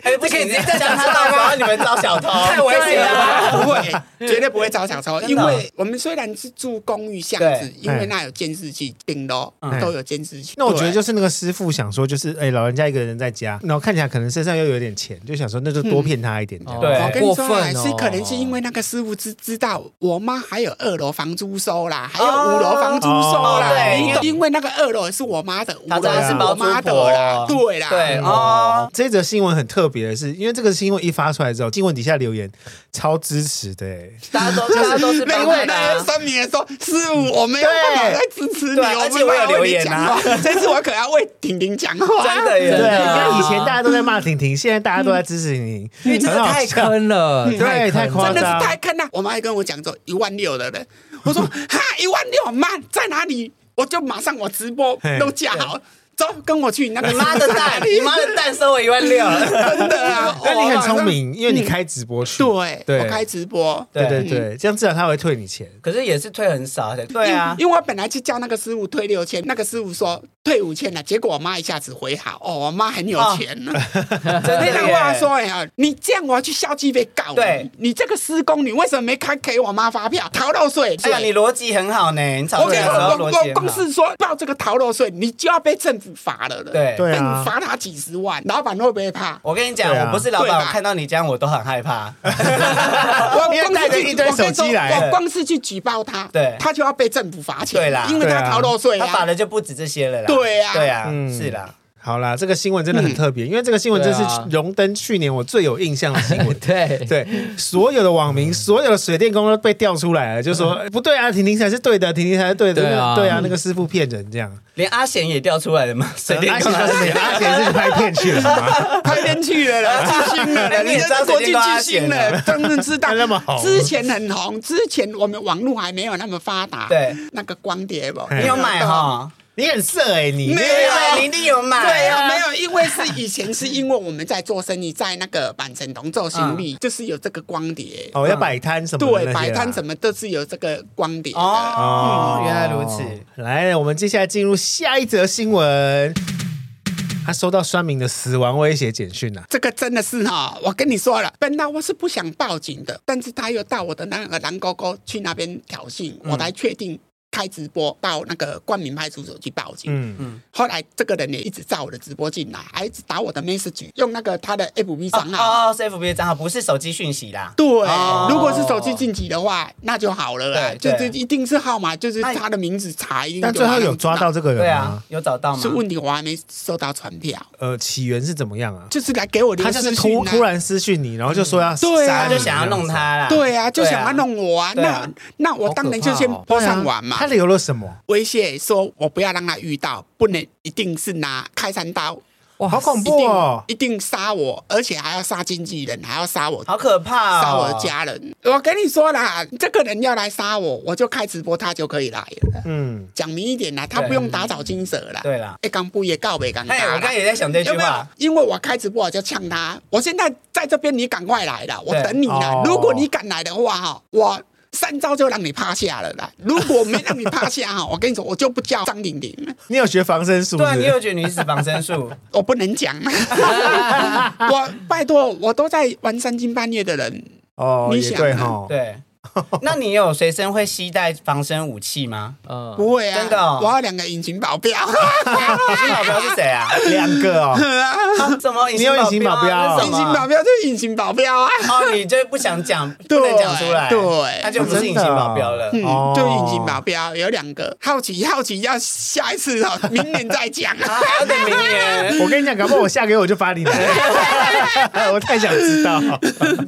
[SPEAKER 3] 哎，不
[SPEAKER 4] 嗯这可以
[SPEAKER 3] 行，
[SPEAKER 4] 直接在
[SPEAKER 3] 讲
[SPEAKER 4] 讲
[SPEAKER 3] 他到时候你们招小偷，太
[SPEAKER 4] 危险了
[SPEAKER 2] 啊不会，绝对不会招小偷，
[SPEAKER 3] 啊 真
[SPEAKER 2] 因
[SPEAKER 3] 的哦
[SPEAKER 2] 为我们虽然是住公寓巷子
[SPEAKER 3] 对，
[SPEAKER 2] 因为那有监视器，顶楼
[SPEAKER 1] 嗯
[SPEAKER 2] 都有监视器。
[SPEAKER 1] 那我觉得
[SPEAKER 2] 对
[SPEAKER 1] 就是那个师傅想说，就是哎、老人家一个人在家，然后看起来可能身上又有点钱，就想说那就多骗他一点这样。
[SPEAKER 3] 对
[SPEAKER 4] 好
[SPEAKER 2] 我跟
[SPEAKER 4] 过
[SPEAKER 2] 你说啊，
[SPEAKER 4] 分哦，
[SPEAKER 2] 是可能是因为那个师傅知知道我妈还有二楼房租收啦，还有五楼房租收
[SPEAKER 1] 哦
[SPEAKER 2] 啦，
[SPEAKER 3] 对
[SPEAKER 2] 你懂因为那个二楼是我妈的，五
[SPEAKER 3] 他
[SPEAKER 2] 楼
[SPEAKER 3] 真的
[SPEAKER 2] 是
[SPEAKER 3] 是
[SPEAKER 2] 我
[SPEAKER 3] 包租
[SPEAKER 2] 妈的
[SPEAKER 3] 婆啊
[SPEAKER 2] 啦，对啦，
[SPEAKER 3] 对
[SPEAKER 1] 嗯
[SPEAKER 3] 哦，
[SPEAKER 1] 这则新闻很特别的是，因为这个新闻一发出来之后，新闻底下留言超支持的、哎
[SPEAKER 3] 大家都大家都是
[SPEAKER 2] 没
[SPEAKER 3] 帮
[SPEAKER 2] 有，
[SPEAKER 3] 派的
[SPEAKER 2] 那
[SPEAKER 3] 啊
[SPEAKER 2] 人。声明说：“师傅，我没有办法再支持你，
[SPEAKER 3] 对
[SPEAKER 2] 我没
[SPEAKER 3] 而且我有
[SPEAKER 2] 办法
[SPEAKER 3] 留
[SPEAKER 2] 为你
[SPEAKER 3] 言
[SPEAKER 2] 讲
[SPEAKER 3] 啊
[SPEAKER 2] 话。 这次我可能要为婷婷讲话。”
[SPEAKER 3] 真的耶
[SPEAKER 4] 真
[SPEAKER 1] 对，
[SPEAKER 4] 的嗯
[SPEAKER 1] 你
[SPEAKER 4] 啊
[SPEAKER 1] 看以前大家都在骂婷婷，现在大家都在支持婷
[SPEAKER 4] 因为
[SPEAKER 1] 婷，
[SPEAKER 4] 真
[SPEAKER 1] 很
[SPEAKER 4] 的
[SPEAKER 1] 好
[SPEAKER 4] 太
[SPEAKER 1] 笑。
[SPEAKER 4] 坑了，
[SPEAKER 1] 嗯对太
[SPEAKER 4] 坑
[SPEAKER 1] 夸
[SPEAKER 4] 了
[SPEAKER 2] 真的
[SPEAKER 1] 张
[SPEAKER 2] 是太坑了。我妈还跟我讲说一万六的人， 我说哈一万六，妈在哪里？我就马上我直播
[SPEAKER 1] 嘿
[SPEAKER 2] 都架好，走跟我去那个
[SPEAKER 3] 你妈的蛋，你妈的蛋收我一万六，
[SPEAKER 2] 真的啊！
[SPEAKER 1] 那你
[SPEAKER 2] 我
[SPEAKER 1] 很
[SPEAKER 2] 马上
[SPEAKER 1] 聪，明，因为你开直播去。
[SPEAKER 2] 对，
[SPEAKER 1] 对
[SPEAKER 2] 我开直播。
[SPEAKER 1] 对对对，这样至少他会退你钱。
[SPEAKER 3] 可是也是退很少，对啊
[SPEAKER 2] 因，因为我本来去叫那个师傅退六千，那个师傅说退五千了，结果我妈一下子回好，哦，我妈很有钱呢、
[SPEAKER 3] 真
[SPEAKER 2] 那
[SPEAKER 3] 的
[SPEAKER 2] 让
[SPEAKER 3] 耶
[SPEAKER 2] 我妈说哎呀，你这样我要去校纪被告你。
[SPEAKER 3] 对
[SPEAKER 2] 你这个施工，你为什么没开给我妈发票？逃漏税。
[SPEAKER 3] 哎呀，
[SPEAKER 2] 对
[SPEAKER 3] 你逻辑很好呢，你吵
[SPEAKER 2] 我跟
[SPEAKER 3] 架
[SPEAKER 2] 你
[SPEAKER 3] 的
[SPEAKER 2] 说，
[SPEAKER 3] 时候
[SPEAKER 2] 我
[SPEAKER 3] 逻
[SPEAKER 2] 我
[SPEAKER 3] 辑
[SPEAKER 2] 公
[SPEAKER 3] 很好。
[SPEAKER 2] 司说报这个逃漏税，你就要被政府罚了了。
[SPEAKER 3] 对？
[SPEAKER 1] 对
[SPEAKER 2] 被你
[SPEAKER 1] 啊
[SPEAKER 2] 罚他几十万，老板会不会怕
[SPEAKER 3] 我跟你讲，
[SPEAKER 1] 对啊
[SPEAKER 3] 我不是老
[SPEAKER 2] 对吧
[SPEAKER 3] 板，我看到你这样我都很害怕。
[SPEAKER 2] 我
[SPEAKER 1] 因为
[SPEAKER 2] 光
[SPEAKER 1] 带
[SPEAKER 2] 是
[SPEAKER 1] 着
[SPEAKER 2] 去
[SPEAKER 1] 一堆
[SPEAKER 2] 我跟你
[SPEAKER 1] 手机
[SPEAKER 2] 说
[SPEAKER 1] 来
[SPEAKER 2] 我光是去举报他，
[SPEAKER 3] 对
[SPEAKER 2] 他就要被政府罚钱。
[SPEAKER 3] 对啦
[SPEAKER 2] 因为
[SPEAKER 1] 对
[SPEAKER 2] 他
[SPEAKER 1] 啊
[SPEAKER 2] 逃漏税
[SPEAKER 3] 他罚
[SPEAKER 2] 啊。
[SPEAKER 3] 的就不止这些了啦。
[SPEAKER 2] 对啊
[SPEAKER 3] 对啊，
[SPEAKER 1] 嗯
[SPEAKER 3] 是啦，
[SPEAKER 1] 好啦，这个新闻真的很特
[SPEAKER 4] 嗯
[SPEAKER 1] 别，因为这个新闻真是
[SPEAKER 4] 对啊
[SPEAKER 1] 荣登去年我最有印象的新 闻。
[SPEAKER 4] 对。
[SPEAKER 1] 对，所有的网民、所有的水电工都被调出来了，就说、哎不对啊，婷婷才是对的，婷婷才是对的，
[SPEAKER 4] 嗯对啊
[SPEAKER 1] 那个对啊，那个师傅骗人这样。
[SPEAKER 3] 连阿贤也调出来 了嘛，随便
[SPEAKER 1] 阿
[SPEAKER 3] 干
[SPEAKER 1] 贤
[SPEAKER 3] 嘛
[SPEAKER 1] 他是谁？阿贤是拍片去了 吗？
[SPEAKER 2] 快点去了 啦，巨星了 啦，
[SPEAKER 3] 哎你
[SPEAKER 2] 你
[SPEAKER 3] 也知
[SPEAKER 2] 这
[SPEAKER 3] 道
[SPEAKER 2] 是国际巨星
[SPEAKER 1] 啊
[SPEAKER 3] 谁
[SPEAKER 2] 了，真的知道
[SPEAKER 1] 那么红
[SPEAKER 2] 之前很红，之前我们网络还没有那么发达，
[SPEAKER 3] 对，
[SPEAKER 2] 那个光碟不，
[SPEAKER 1] 嘿
[SPEAKER 3] 你有买哈？
[SPEAKER 1] 你很色哎、你
[SPEAKER 2] 没有
[SPEAKER 3] 对你一定有买。
[SPEAKER 2] 啊
[SPEAKER 1] 哎
[SPEAKER 2] 对啊，没有，因为是以前是因为我们在做生意，在那个板城同做行李，就是有这个光碟，
[SPEAKER 1] 啊哦，要摆摊什么的那些啊
[SPEAKER 2] 对，
[SPEAKER 1] 啦？
[SPEAKER 2] 摆摊什么都是有这个光碟的。
[SPEAKER 3] 哦，原来如此。
[SPEAKER 1] 来，我们接下来进入下一则新闻。他收到酸民的死亡威胁简讯啊！
[SPEAKER 2] 这个真的是哈、我跟你说了，本来我是不
[SPEAKER 1] 嗯
[SPEAKER 2] 想报警的，但是他又到我的那个蓝勾勾去那边挑衅，我才确定开直播到那个冠名派出所去报警。
[SPEAKER 1] 嗯嗯，
[SPEAKER 2] 后来这个人也一直照我的直播进来，还一直打我的 message，用那个他的 FB 账号。
[SPEAKER 3] 哦哦，是 FB 的账号，不是手机讯息啦。
[SPEAKER 2] 啊对，
[SPEAKER 3] 哦
[SPEAKER 2] 如果是手机晋级的话，那就好了啦，就
[SPEAKER 3] 对
[SPEAKER 2] 是
[SPEAKER 3] 对
[SPEAKER 2] 一定是号码，就是
[SPEAKER 3] 那
[SPEAKER 2] 他的名字查一定就
[SPEAKER 1] 但
[SPEAKER 2] 马上知
[SPEAKER 1] 最
[SPEAKER 2] 道。
[SPEAKER 1] 后有抓到这个
[SPEAKER 3] 对
[SPEAKER 1] 人吗
[SPEAKER 3] 啊？，有找到吗
[SPEAKER 2] 是？问题，我还没收到传票，
[SPEAKER 1] 呃，起源是怎么样啊？
[SPEAKER 2] 就是来给我留
[SPEAKER 1] 他就是
[SPEAKER 2] 私
[SPEAKER 1] 突
[SPEAKER 2] 讯啊
[SPEAKER 1] 突。然私讯你，然后就说要
[SPEAKER 2] 对啊
[SPEAKER 1] 杀
[SPEAKER 3] 他
[SPEAKER 1] 你
[SPEAKER 3] 就想要弄他啦。
[SPEAKER 2] 对啊，就想要弄我啊！
[SPEAKER 3] 对啊
[SPEAKER 2] 那那我当然就先
[SPEAKER 4] 好可
[SPEAKER 2] 泼上网嘛，
[SPEAKER 1] 哦啊他留了什么？
[SPEAKER 2] 威胁说我不要让他遇到，不能一定是拿开山刀，
[SPEAKER 4] 哇，
[SPEAKER 1] 好恐
[SPEAKER 2] 一
[SPEAKER 1] 怖
[SPEAKER 2] 定、
[SPEAKER 1] 哦！
[SPEAKER 2] 一定杀我，而且还要杀经纪人，还要杀我。
[SPEAKER 3] 好可怕哦！
[SPEAKER 2] 杀我的家人，我跟你说啦，这个人要来杀我，我就开直播，他就可以来了。
[SPEAKER 1] 嗯，
[SPEAKER 2] 讲明一点啦，他不用打草惊蛇啦。
[SPEAKER 3] 对啦，
[SPEAKER 2] 一刚不也告没刚
[SPEAKER 3] 哎，我
[SPEAKER 2] 打
[SPEAKER 3] 刚刚
[SPEAKER 2] 啦。
[SPEAKER 3] 也在想这句
[SPEAKER 2] 有没有
[SPEAKER 3] 话。？
[SPEAKER 2] 因为我开直播我就呛他，我现在在这边，你赶快来啦，我
[SPEAKER 3] 对
[SPEAKER 2] 等你啦
[SPEAKER 1] 哦。
[SPEAKER 2] 如果你敢来的话哈，我三招就让你趴下了啦。如果没让你趴下哈，我 跟你说，我就不叫张玲玲了。
[SPEAKER 1] 你有学防身术？
[SPEAKER 3] 对啊，
[SPEAKER 1] 是不
[SPEAKER 3] 你
[SPEAKER 1] 是
[SPEAKER 3] 有举女子防身 术？
[SPEAKER 2] 我不能 讲，我拜托，我都在玩三更半夜的人，
[SPEAKER 1] 哦，
[SPEAKER 2] 你
[SPEAKER 1] 也
[SPEAKER 2] 想
[SPEAKER 1] 对
[SPEAKER 2] 啊
[SPEAKER 1] 哈，
[SPEAKER 3] 对。那你有随身会携带防身武器吗？
[SPEAKER 4] 嗯，
[SPEAKER 2] 不会啊，
[SPEAKER 3] 真的哦
[SPEAKER 2] 我要两个隐形保镖，
[SPEAKER 3] 隐形保镖是谁 啊？
[SPEAKER 1] 两个哦，
[SPEAKER 3] 啊什么
[SPEAKER 1] 你有隐形保镖
[SPEAKER 3] 啊那是
[SPEAKER 2] 隐
[SPEAKER 3] 什么
[SPEAKER 2] 形保镖就是隐形保镖啊，
[SPEAKER 3] 哦，你就不想讲，不
[SPEAKER 2] 对
[SPEAKER 3] 能讲出来，
[SPEAKER 2] 对
[SPEAKER 3] 那就不是隐形保镖了。
[SPEAKER 1] 真的哦，
[SPEAKER 2] 嗯
[SPEAKER 1] 哦
[SPEAKER 2] 就隐形保镖有两个，好奇好奇，要下一次哦，明年再 讲。
[SPEAKER 3] 啊，还要等明年。
[SPEAKER 1] 我跟你讲，搞不好我下个月我就发 你来，我太想知道。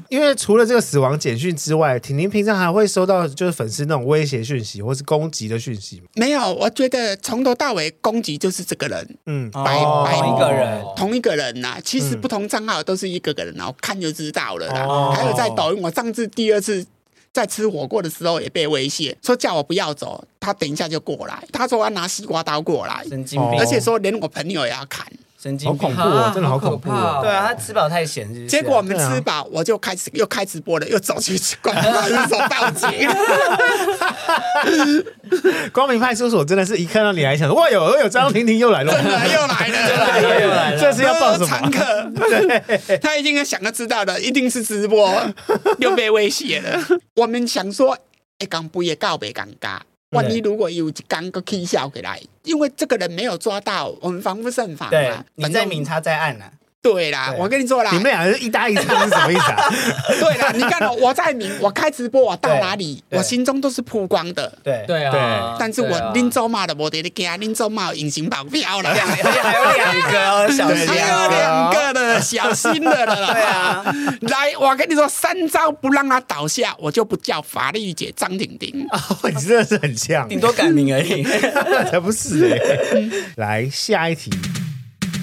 [SPEAKER 1] 因为除了这个死亡简讯之外，婷婷平常还会收到就是粉丝那种威胁讯息或是攻击的讯息嘛
[SPEAKER 2] 没有，我觉得从头到尾攻击就是这个人，
[SPEAKER 1] 嗯，
[SPEAKER 2] 白白
[SPEAKER 3] 哦同一个人，
[SPEAKER 2] 同一个人呐、其实
[SPEAKER 1] 嗯
[SPEAKER 2] 不同账号都是一个个人啊，我看就知道了啦。
[SPEAKER 1] 哦
[SPEAKER 2] 还有在抖音，我上次第二次。在吃火锅的时候也被威胁，说叫我不要走，他等一下就过来。他说要拿西瓜刀过来，
[SPEAKER 3] 神经病，
[SPEAKER 2] 而且说连我朋友也要砍。
[SPEAKER 3] 神
[SPEAKER 1] 好
[SPEAKER 3] 经
[SPEAKER 1] 恐
[SPEAKER 3] 病
[SPEAKER 1] 怖。哦
[SPEAKER 4] 啊，
[SPEAKER 1] 真的好
[SPEAKER 4] 好可
[SPEAKER 1] 恐怖
[SPEAKER 4] 怕
[SPEAKER 1] 哦
[SPEAKER 4] 哦。
[SPEAKER 3] 对啊，他吃饱太闲，是不是
[SPEAKER 2] 结果我们
[SPEAKER 1] 对啊
[SPEAKER 2] 吃饱，我就开始又开直播了，又走去 管派出所报 警。
[SPEAKER 1] 光明派出所真的是一看到你还想说，哇有有张婷 婷又来了，
[SPEAKER 2] 真的又来了，
[SPEAKER 3] 又来了又来了
[SPEAKER 1] 这次要报 什
[SPEAKER 2] 常
[SPEAKER 1] 么？
[SPEAKER 2] 客，他一定想要知道的，一定是直播，又被威胁了。我们想说，哎，刚不也告别尴尬。万一如果有一刚个 K 笑回来，因为这个人没有抓到，我们防不胜防
[SPEAKER 3] 对
[SPEAKER 2] 啊。
[SPEAKER 3] 你在明，他在暗啊，
[SPEAKER 2] 对啦，
[SPEAKER 3] 对
[SPEAKER 2] 我跟你说啦
[SPEAKER 1] 你，们俩是一搭一唱是什么意思 啊？
[SPEAKER 2] 对啦，你看哦我在明，我开直播，我到哪里，
[SPEAKER 3] 对
[SPEAKER 2] 我心中都是曝光的。
[SPEAKER 3] 对，
[SPEAKER 4] 对啊
[SPEAKER 1] 对，
[SPEAKER 2] 但是
[SPEAKER 4] 对啊
[SPEAKER 2] 我拎走嘛的，我得给他拎走嘛，隐形保镖了，
[SPEAKER 3] 两而且还有两个哦小
[SPEAKER 2] 还
[SPEAKER 3] 心
[SPEAKER 2] 有哎两
[SPEAKER 3] 哦。
[SPEAKER 2] 个的，小心了了啦。
[SPEAKER 3] 对啊，
[SPEAKER 2] 来，我跟你说，三招不让他倒下，我就不叫法律姐张婷婷。
[SPEAKER 1] 你真的是很像，
[SPEAKER 3] 顶多改名 而已。
[SPEAKER 1] 才不是哎、 来下一题，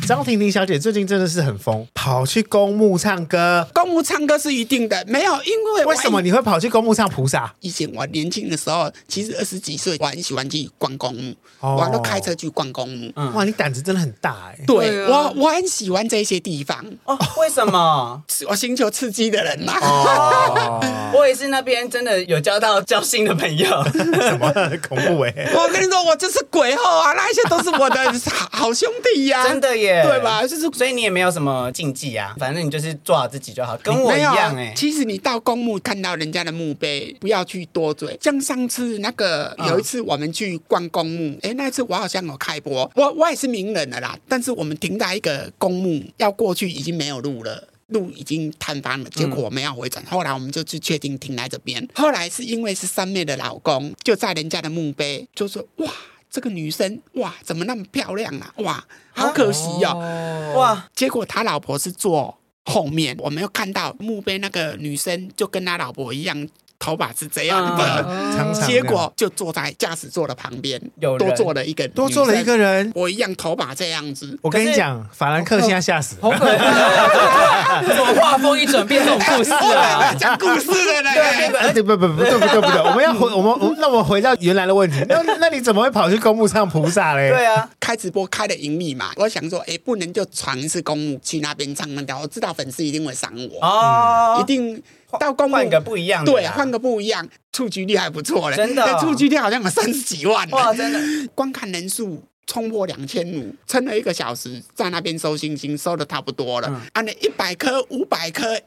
[SPEAKER 1] 张婷婷小姐最近真的是很疯，跑去公墓唱歌。
[SPEAKER 2] 公务唱歌是一定的，没有，因 为我
[SPEAKER 1] 为什么？你会跑去公墓唱菩萨？
[SPEAKER 2] 以前我年轻的时候，其实二十几岁，我很喜欢去逛公墓，
[SPEAKER 1] 哦
[SPEAKER 2] 我都开车去逛公墓。
[SPEAKER 3] 嗯
[SPEAKER 1] 哇，你胆子真的很大哎、
[SPEAKER 2] 对
[SPEAKER 4] 对啊
[SPEAKER 2] 我，我很喜欢这些地方，
[SPEAKER 3] 哦，为什么？
[SPEAKER 2] 是我寻求刺激的人呐、
[SPEAKER 1] 哦
[SPEAKER 3] 我也是那边真的有交到交心的朋 友。
[SPEAKER 1] 什么 恐怖哎、
[SPEAKER 2] 我跟你说，我就是鬼后啊，那些都是我的好好兄弟呀、
[SPEAKER 3] 真的耶，
[SPEAKER 2] 对吧就是
[SPEAKER 3] 所以你也没有什么禁忌啊，反正你就是做好自己就好，跟我一
[SPEAKER 1] 啊
[SPEAKER 2] 没有
[SPEAKER 3] 样哎、
[SPEAKER 2] 其实你到公墓看到人家的墓碑，不要去多嘴。像上次那个
[SPEAKER 3] 嗯
[SPEAKER 2] 有一次我们去逛公墓，哎、那一次我好像有开播，我我也是名人了啦，但是我们停在一个公墓，要过去已经没有路了。路已经坍方了，结果我们要回转。后来我们就去确定停在这边。后来是因为是三妹的老公，就在人家的墓碑就说：“哇，这个女生哇，怎么那么漂亮啊？哇，好可惜哦。
[SPEAKER 4] 哦
[SPEAKER 3] 哇，
[SPEAKER 2] 结果他老婆是坐后面，我没有看到墓碑那个女生就跟他老婆一样，头发是这
[SPEAKER 3] 嗯
[SPEAKER 2] 样的，
[SPEAKER 1] 常常
[SPEAKER 2] 哦结果就坐在驾驶座的旁边，
[SPEAKER 3] 有人
[SPEAKER 2] 多坐了一个，
[SPEAKER 1] 多做了一个，人。
[SPEAKER 2] 我一样头发这样 子。
[SPEAKER 1] 我跟你讲，法兰克现在吓死了。
[SPEAKER 4] 好可怕！怎么画风一转变这种故事
[SPEAKER 2] 我
[SPEAKER 4] 啊
[SPEAKER 2] 来？讲故事 的呢，
[SPEAKER 1] 啊对不不不对不对不对，我们要回我们我那我们回到原来的问题，那那你怎么会跑去公墓唱菩萨嘞？
[SPEAKER 3] 对啊，
[SPEAKER 2] 开直播开的盈利嘛，我想说，哎，不能就传一次公墓去那边唱那条，我知道粉丝一定会赏
[SPEAKER 1] 嗯
[SPEAKER 2] 我，一
[SPEAKER 3] 哦，
[SPEAKER 2] 定到公墓
[SPEAKER 3] 换个不一样的啦，
[SPEAKER 2] 对，换个不一样，触及率还不错嘞，
[SPEAKER 3] 真的哦
[SPEAKER 2] 那触及率好像有三十几万呢，
[SPEAKER 3] 哇，真的
[SPEAKER 2] 观看人数冲破两千五，撑了一个小时，在那边收星星，收的差不多了。
[SPEAKER 3] 嗯
[SPEAKER 2] 按了一百颗、五百颗、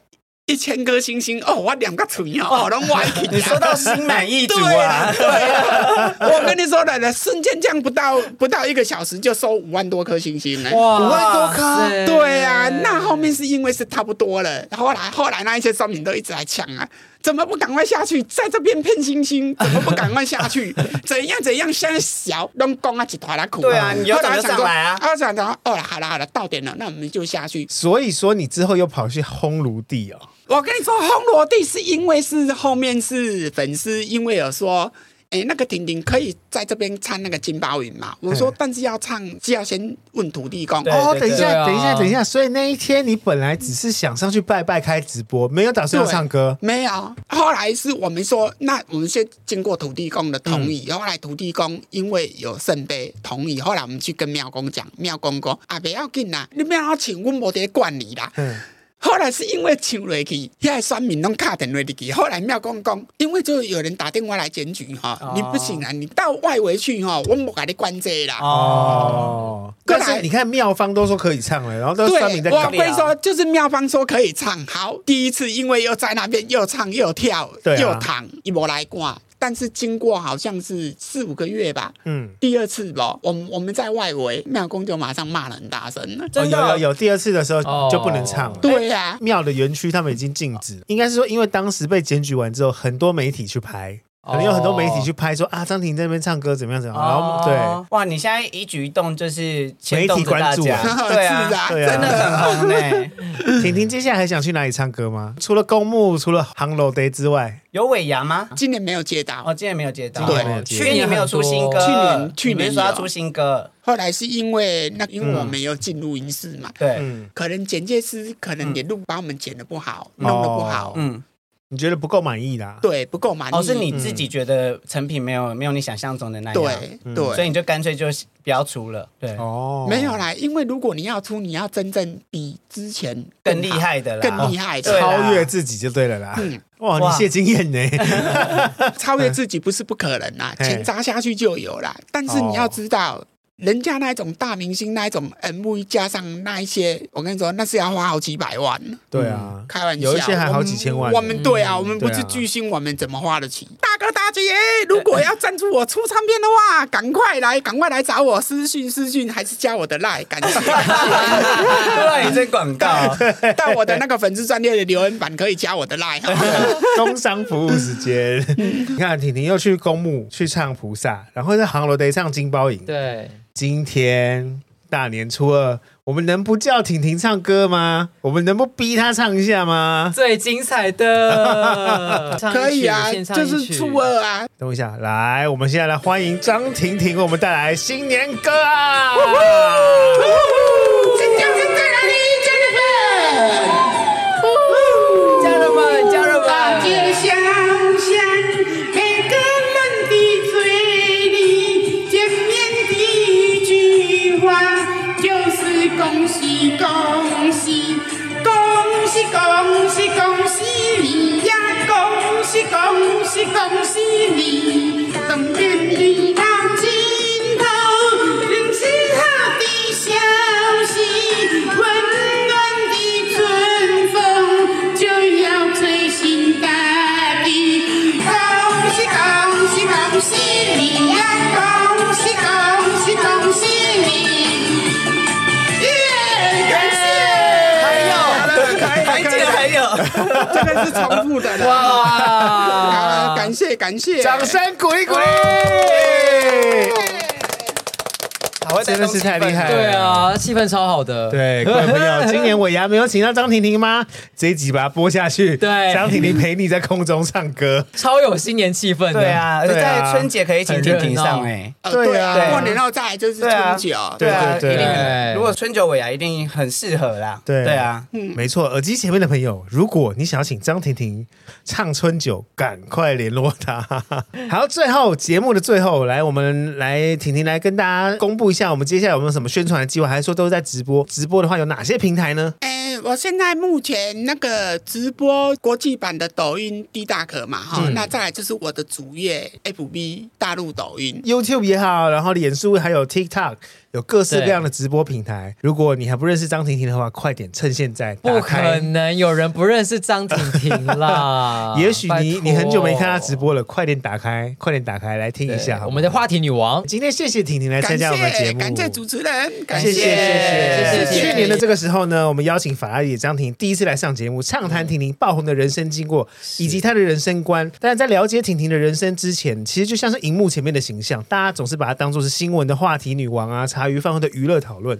[SPEAKER 2] 一千颗星星哦，我两个锤哦，我拢歪去。
[SPEAKER 3] 你说到心满意足啊
[SPEAKER 2] 对啦对啦 我跟你说奶奶，瞬间这样不到不到一个小时就收五万多颗星星了。
[SPEAKER 4] 哇
[SPEAKER 1] 五万多颗
[SPEAKER 4] 塞
[SPEAKER 2] 对啊，那后面是因为是差不多了，后来后来那一些商品都一直来抢啊，怎么不赶快下去，在这边骗星星，怎么不赶快下去， 怎样怎样，现在小拢讲啊一团拉苦。
[SPEAKER 3] 对啊你有
[SPEAKER 2] 后
[SPEAKER 3] 种
[SPEAKER 2] 来
[SPEAKER 3] 就
[SPEAKER 2] 想
[SPEAKER 3] 上
[SPEAKER 2] 说
[SPEAKER 3] 来啊
[SPEAKER 2] 后来想到哦，好了好了，到点了，那我们就下去。
[SPEAKER 1] 所以说你之后又跑去烘炉地哦，
[SPEAKER 2] 我跟你说，烘罗地是因为是后面是粉丝，因为有说。哎，那个婷婷可以在这边唱那个金包云嘛？我说
[SPEAKER 1] 嗯，
[SPEAKER 2] 但是要唱是要先问土地公
[SPEAKER 3] 对
[SPEAKER 2] 哦，
[SPEAKER 1] 哦，等一
[SPEAKER 4] 对
[SPEAKER 1] 下，
[SPEAKER 4] 啊
[SPEAKER 1] 等一下，等一下。所以那一天你本来只是想上去拜拜开直播，没有打算要
[SPEAKER 2] 对
[SPEAKER 1] 唱歌。
[SPEAKER 2] 没有，后来是我们说，那我们先经过土地公的同意，后来土地公因为有圣杯同意，后来我们去跟庙公讲，庙公讲啊，不要紧啦，你不要请阮无得管你啦。
[SPEAKER 1] 嗯，
[SPEAKER 2] 后来是因为请落去，遐个选民拢卡电话入去。后来庙公讲，因为就有人打电话来检举哈，
[SPEAKER 3] 哦
[SPEAKER 2] 你不行啊，你到外围去哈，我无甲你管这个啦。
[SPEAKER 3] 哦，
[SPEAKER 1] 哦，
[SPEAKER 2] 过
[SPEAKER 1] 但
[SPEAKER 2] 来
[SPEAKER 1] 是你看妙方都说可以唱了，然后都是
[SPEAKER 2] 对，
[SPEAKER 1] 酸民在啊
[SPEAKER 2] 我
[SPEAKER 1] 搞
[SPEAKER 2] 跟。你说，就是妙方说可以唱，好，第一次因为又在那边又唱又跳、
[SPEAKER 1] 对啊
[SPEAKER 2] 又躺，一波来挂。但是经过好像是四五个月吧，
[SPEAKER 1] 嗯，
[SPEAKER 2] 第二次吧，我们我们在外围，妙公就马上骂了很大声了。
[SPEAKER 1] 哦
[SPEAKER 3] 真的
[SPEAKER 1] 有有有，第二次的时候
[SPEAKER 4] 哦
[SPEAKER 1] 就不能唱了。
[SPEAKER 2] 对啊呀、
[SPEAKER 1] 庙的园区他们已经禁止，应该是说，因为当时被检举完之后，很多媒体去拍，可能有很多媒体去拍说啊，张婷在那边唱歌怎么样怎
[SPEAKER 3] 哦
[SPEAKER 1] 么样，哦然后对。
[SPEAKER 3] 哇，你现在一举一动就是牵动着
[SPEAKER 1] 媒体
[SPEAKER 3] 大
[SPEAKER 1] 关注
[SPEAKER 3] 家，
[SPEAKER 1] 啊
[SPEAKER 2] 是
[SPEAKER 3] 对啊，
[SPEAKER 2] 啊，
[SPEAKER 1] 对啊
[SPEAKER 2] 真
[SPEAKER 3] 真的
[SPEAKER 2] 的。
[SPEAKER 3] 很红欸呢。
[SPEAKER 1] 婷婷接下来还想去哪里唱歌吗？除了公墓，除了航楼 day 之外，
[SPEAKER 3] 有尾牙吗？
[SPEAKER 2] 今年没有接到，
[SPEAKER 3] 哦，今年没有接到，
[SPEAKER 1] 今
[SPEAKER 2] 年
[SPEAKER 3] 哦
[SPEAKER 1] 没有接
[SPEAKER 3] 去年没有出新歌，
[SPEAKER 2] 去年去年
[SPEAKER 3] 你不是说要出新歌，
[SPEAKER 2] 后来是因为
[SPEAKER 3] 嗯
[SPEAKER 2] 那因为我们有进录音室嘛，
[SPEAKER 3] 对，
[SPEAKER 1] 嗯，
[SPEAKER 2] 可能剪介师可能也录把我们剪的不好，
[SPEAKER 1] 嗯
[SPEAKER 2] 弄的不好，
[SPEAKER 1] 哦
[SPEAKER 3] 嗯，
[SPEAKER 1] 你觉得不够满意啦？
[SPEAKER 2] 对，不够
[SPEAKER 1] 嗯
[SPEAKER 2] 满意。
[SPEAKER 3] 哦，是你自己觉得成品没有没有你想象中的那样，
[SPEAKER 2] 对
[SPEAKER 1] 嗯
[SPEAKER 3] 所以
[SPEAKER 2] 对，
[SPEAKER 3] 你就干脆就不要出了，对，
[SPEAKER 1] 哦，
[SPEAKER 2] 没有啦，因为如果你要出，你要真正比之前
[SPEAKER 3] 更厉
[SPEAKER 2] 好、
[SPEAKER 3] 害的啦，
[SPEAKER 2] 更厉害
[SPEAKER 3] 对
[SPEAKER 2] 的，
[SPEAKER 1] 超
[SPEAKER 3] 啦
[SPEAKER 1] 越自己就对了啦。
[SPEAKER 2] 嗯
[SPEAKER 1] 哇，你
[SPEAKER 3] 哇
[SPEAKER 1] 谢经验呢？
[SPEAKER 2] 超越自己不是不可能啦，
[SPEAKER 1] 嘿
[SPEAKER 2] 钱砸下去就有啦。但是你要知道。
[SPEAKER 3] 哦
[SPEAKER 2] 人家那一种大明星，那一种 MV 加上那一些，我跟你说，那是要花好几百万。
[SPEAKER 1] 对啊，
[SPEAKER 2] 开玩笑，
[SPEAKER 1] 有一些还好几千万呢
[SPEAKER 2] 我们我们对啊，
[SPEAKER 4] 嗯
[SPEAKER 2] 我们不
[SPEAKER 1] 对啊
[SPEAKER 2] 是巨星，我们怎么花得起？大哥大姐，如果要赞助我出唱片的话， 赶快来，赶快来找我私讯私讯，还是加我的 line，感谢。
[SPEAKER 3] 对，你啊这广告，
[SPEAKER 2] 到我的那个粉丝专业的留言版可以加我的 line 哈。
[SPEAKER 1] 工商服务时间。 你看，婷婷又去公墓去唱菩萨，然后在航楼 day 唱金包银。
[SPEAKER 4] 对，
[SPEAKER 1] 今天大年初二，我们能不叫婷婷唱歌吗？我们能不逼她唱一下吗？
[SPEAKER 4] 最精彩的，唱一 曲
[SPEAKER 2] 可以啊，
[SPEAKER 4] 先唱
[SPEAKER 2] 就
[SPEAKER 4] 一
[SPEAKER 2] 是
[SPEAKER 4] 曲
[SPEAKER 2] 初二啊，
[SPEAKER 1] 等我一下，来，我们现在来欢迎张婷婷为我们带来新年歌啊！
[SPEAKER 2] 新疆是在哪里？家人们。
[SPEAKER 4] 家人们，家人
[SPEAKER 5] 大
[SPEAKER 4] 们，
[SPEAKER 5] 街小巷，每个人的嘴里见面第一句话就是恭喜恭喜，恭喜恭喜恭喜你呀，恭喜恭喜恭喜你，当面临到尽头，仍是好的消息，温暖的春风就要吹醒大地。恭喜恭喜恭喜你呀！恭喜恭喜恭喜你！耶！感谢。
[SPEAKER 3] 还有，还有，
[SPEAKER 2] 这个是重复的啦。
[SPEAKER 4] 哇
[SPEAKER 2] 啊，感谢感谢，
[SPEAKER 1] 掌声鼓励鼓励！
[SPEAKER 3] 还会带
[SPEAKER 1] 真的是太厉害了
[SPEAKER 4] 对啊，气氛超好的，
[SPEAKER 1] 对，各位朋 友，今年尾牙没有请到张婷婷吗？这一集把它播下去，
[SPEAKER 4] 对
[SPEAKER 1] 张婷婷陪你在空中唱歌。
[SPEAKER 4] 超有新年气氛的，
[SPEAKER 3] 对啊，而且
[SPEAKER 1] 对啊
[SPEAKER 3] 在春节可以请婷婷上
[SPEAKER 4] 很热闹
[SPEAKER 3] 哎。
[SPEAKER 2] 呃
[SPEAKER 1] 对
[SPEAKER 2] 对啊
[SPEAKER 3] 啊，
[SPEAKER 2] 过年后再来就是
[SPEAKER 3] 对啊
[SPEAKER 2] 春酒，
[SPEAKER 1] 对
[SPEAKER 3] 啊，
[SPEAKER 1] 对
[SPEAKER 3] 一定很
[SPEAKER 4] 对
[SPEAKER 3] 如果春酒尾牙一定很适合啦。
[SPEAKER 1] 对
[SPEAKER 3] 对啊，
[SPEAKER 4] 嗯
[SPEAKER 1] 没错，耳机前面的朋友，如果你想要请张婷婷唱春酒，赶快联络 她。好，最后节目的最后，来我们来婷婷来跟大家公布一下下，我们接下来有没有什么宣传的计划？还是说都是在直播？直播的话有哪些平台呢？
[SPEAKER 2] 哎、我现在目前那个直播国际版的抖音 D 大可嘛
[SPEAKER 1] 嗯
[SPEAKER 2] 哈，那再来就是我的主页 FB 大陆抖音。
[SPEAKER 1] YouTube 也好，然后脸书还有 TikTok，有各式各样的直播平台。如果你还不认识张婷婷的话，快点趁现在
[SPEAKER 4] 不
[SPEAKER 1] 打
[SPEAKER 4] 可
[SPEAKER 1] 开。
[SPEAKER 4] 能有人不认识张婷婷啦
[SPEAKER 1] 。也许你
[SPEAKER 4] 啊拜托
[SPEAKER 1] 你很久没看她直播了，快点打开，快点打开来听一
[SPEAKER 4] 对
[SPEAKER 1] 下。好吗
[SPEAKER 4] 我们的话题女王，
[SPEAKER 1] 今天谢谢婷婷来参
[SPEAKER 2] 感
[SPEAKER 1] 加我们的节
[SPEAKER 2] 谢
[SPEAKER 1] 目，哎
[SPEAKER 2] 感谢主持人，感
[SPEAKER 1] 谢谢谢
[SPEAKER 4] 谢谢
[SPEAKER 1] 去年的这个时候呢，我们邀请法拉利张婷第一次来上节目，畅谈婷婷爆红的人生经过以及她的人生观。但是在了解婷婷的人生之前，其实就像是荧幕前面的形象，大家总是把她当做是新闻的话题女王啊，茶余饭后的娱乐讨论。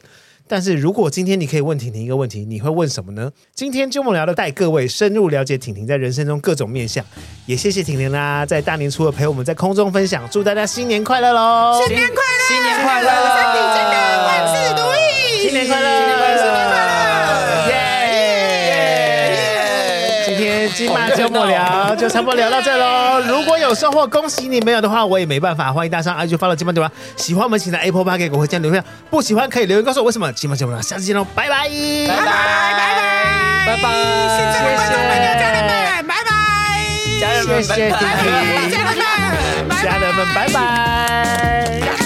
[SPEAKER 1] 但是如果今天你可以问婷婷一个问题，你会问什么呢？今天就梦聊的带各位深入了解婷婷在人生中各种面向，也谢谢婷婷啦，在大年初二陪我们在空中分享，祝大家新年快乐喽！
[SPEAKER 2] 新年快乐，
[SPEAKER 4] 新年快乐
[SPEAKER 2] 身体健康，万事如意，
[SPEAKER 1] 新年快乐，新年
[SPEAKER 2] 新年快乐，
[SPEAKER 1] 耶！今天金马周末聊就差不多聊到这喽。如果有收获，恭喜你；没有的话，我也没办法。欢迎大家上 IG follow 金马对吧？喜欢我们请在 Apple Park 给我回家留言，不喜欢可以留言告诉我为什么。金马节目下次见喽，拜拜，拜
[SPEAKER 2] 拜拜拜拜
[SPEAKER 4] 拜拜
[SPEAKER 2] 现在的观众朋友家人们，拜拜，
[SPEAKER 3] 家人
[SPEAKER 1] 谢
[SPEAKER 3] 们，
[SPEAKER 1] 谢婷
[SPEAKER 3] 拜拜
[SPEAKER 1] 婷，
[SPEAKER 2] 家人
[SPEAKER 1] 家人
[SPEAKER 2] 们，拜拜
[SPEAKER 1] 们，拜拜。
[SPEAKER 2] 拜拜。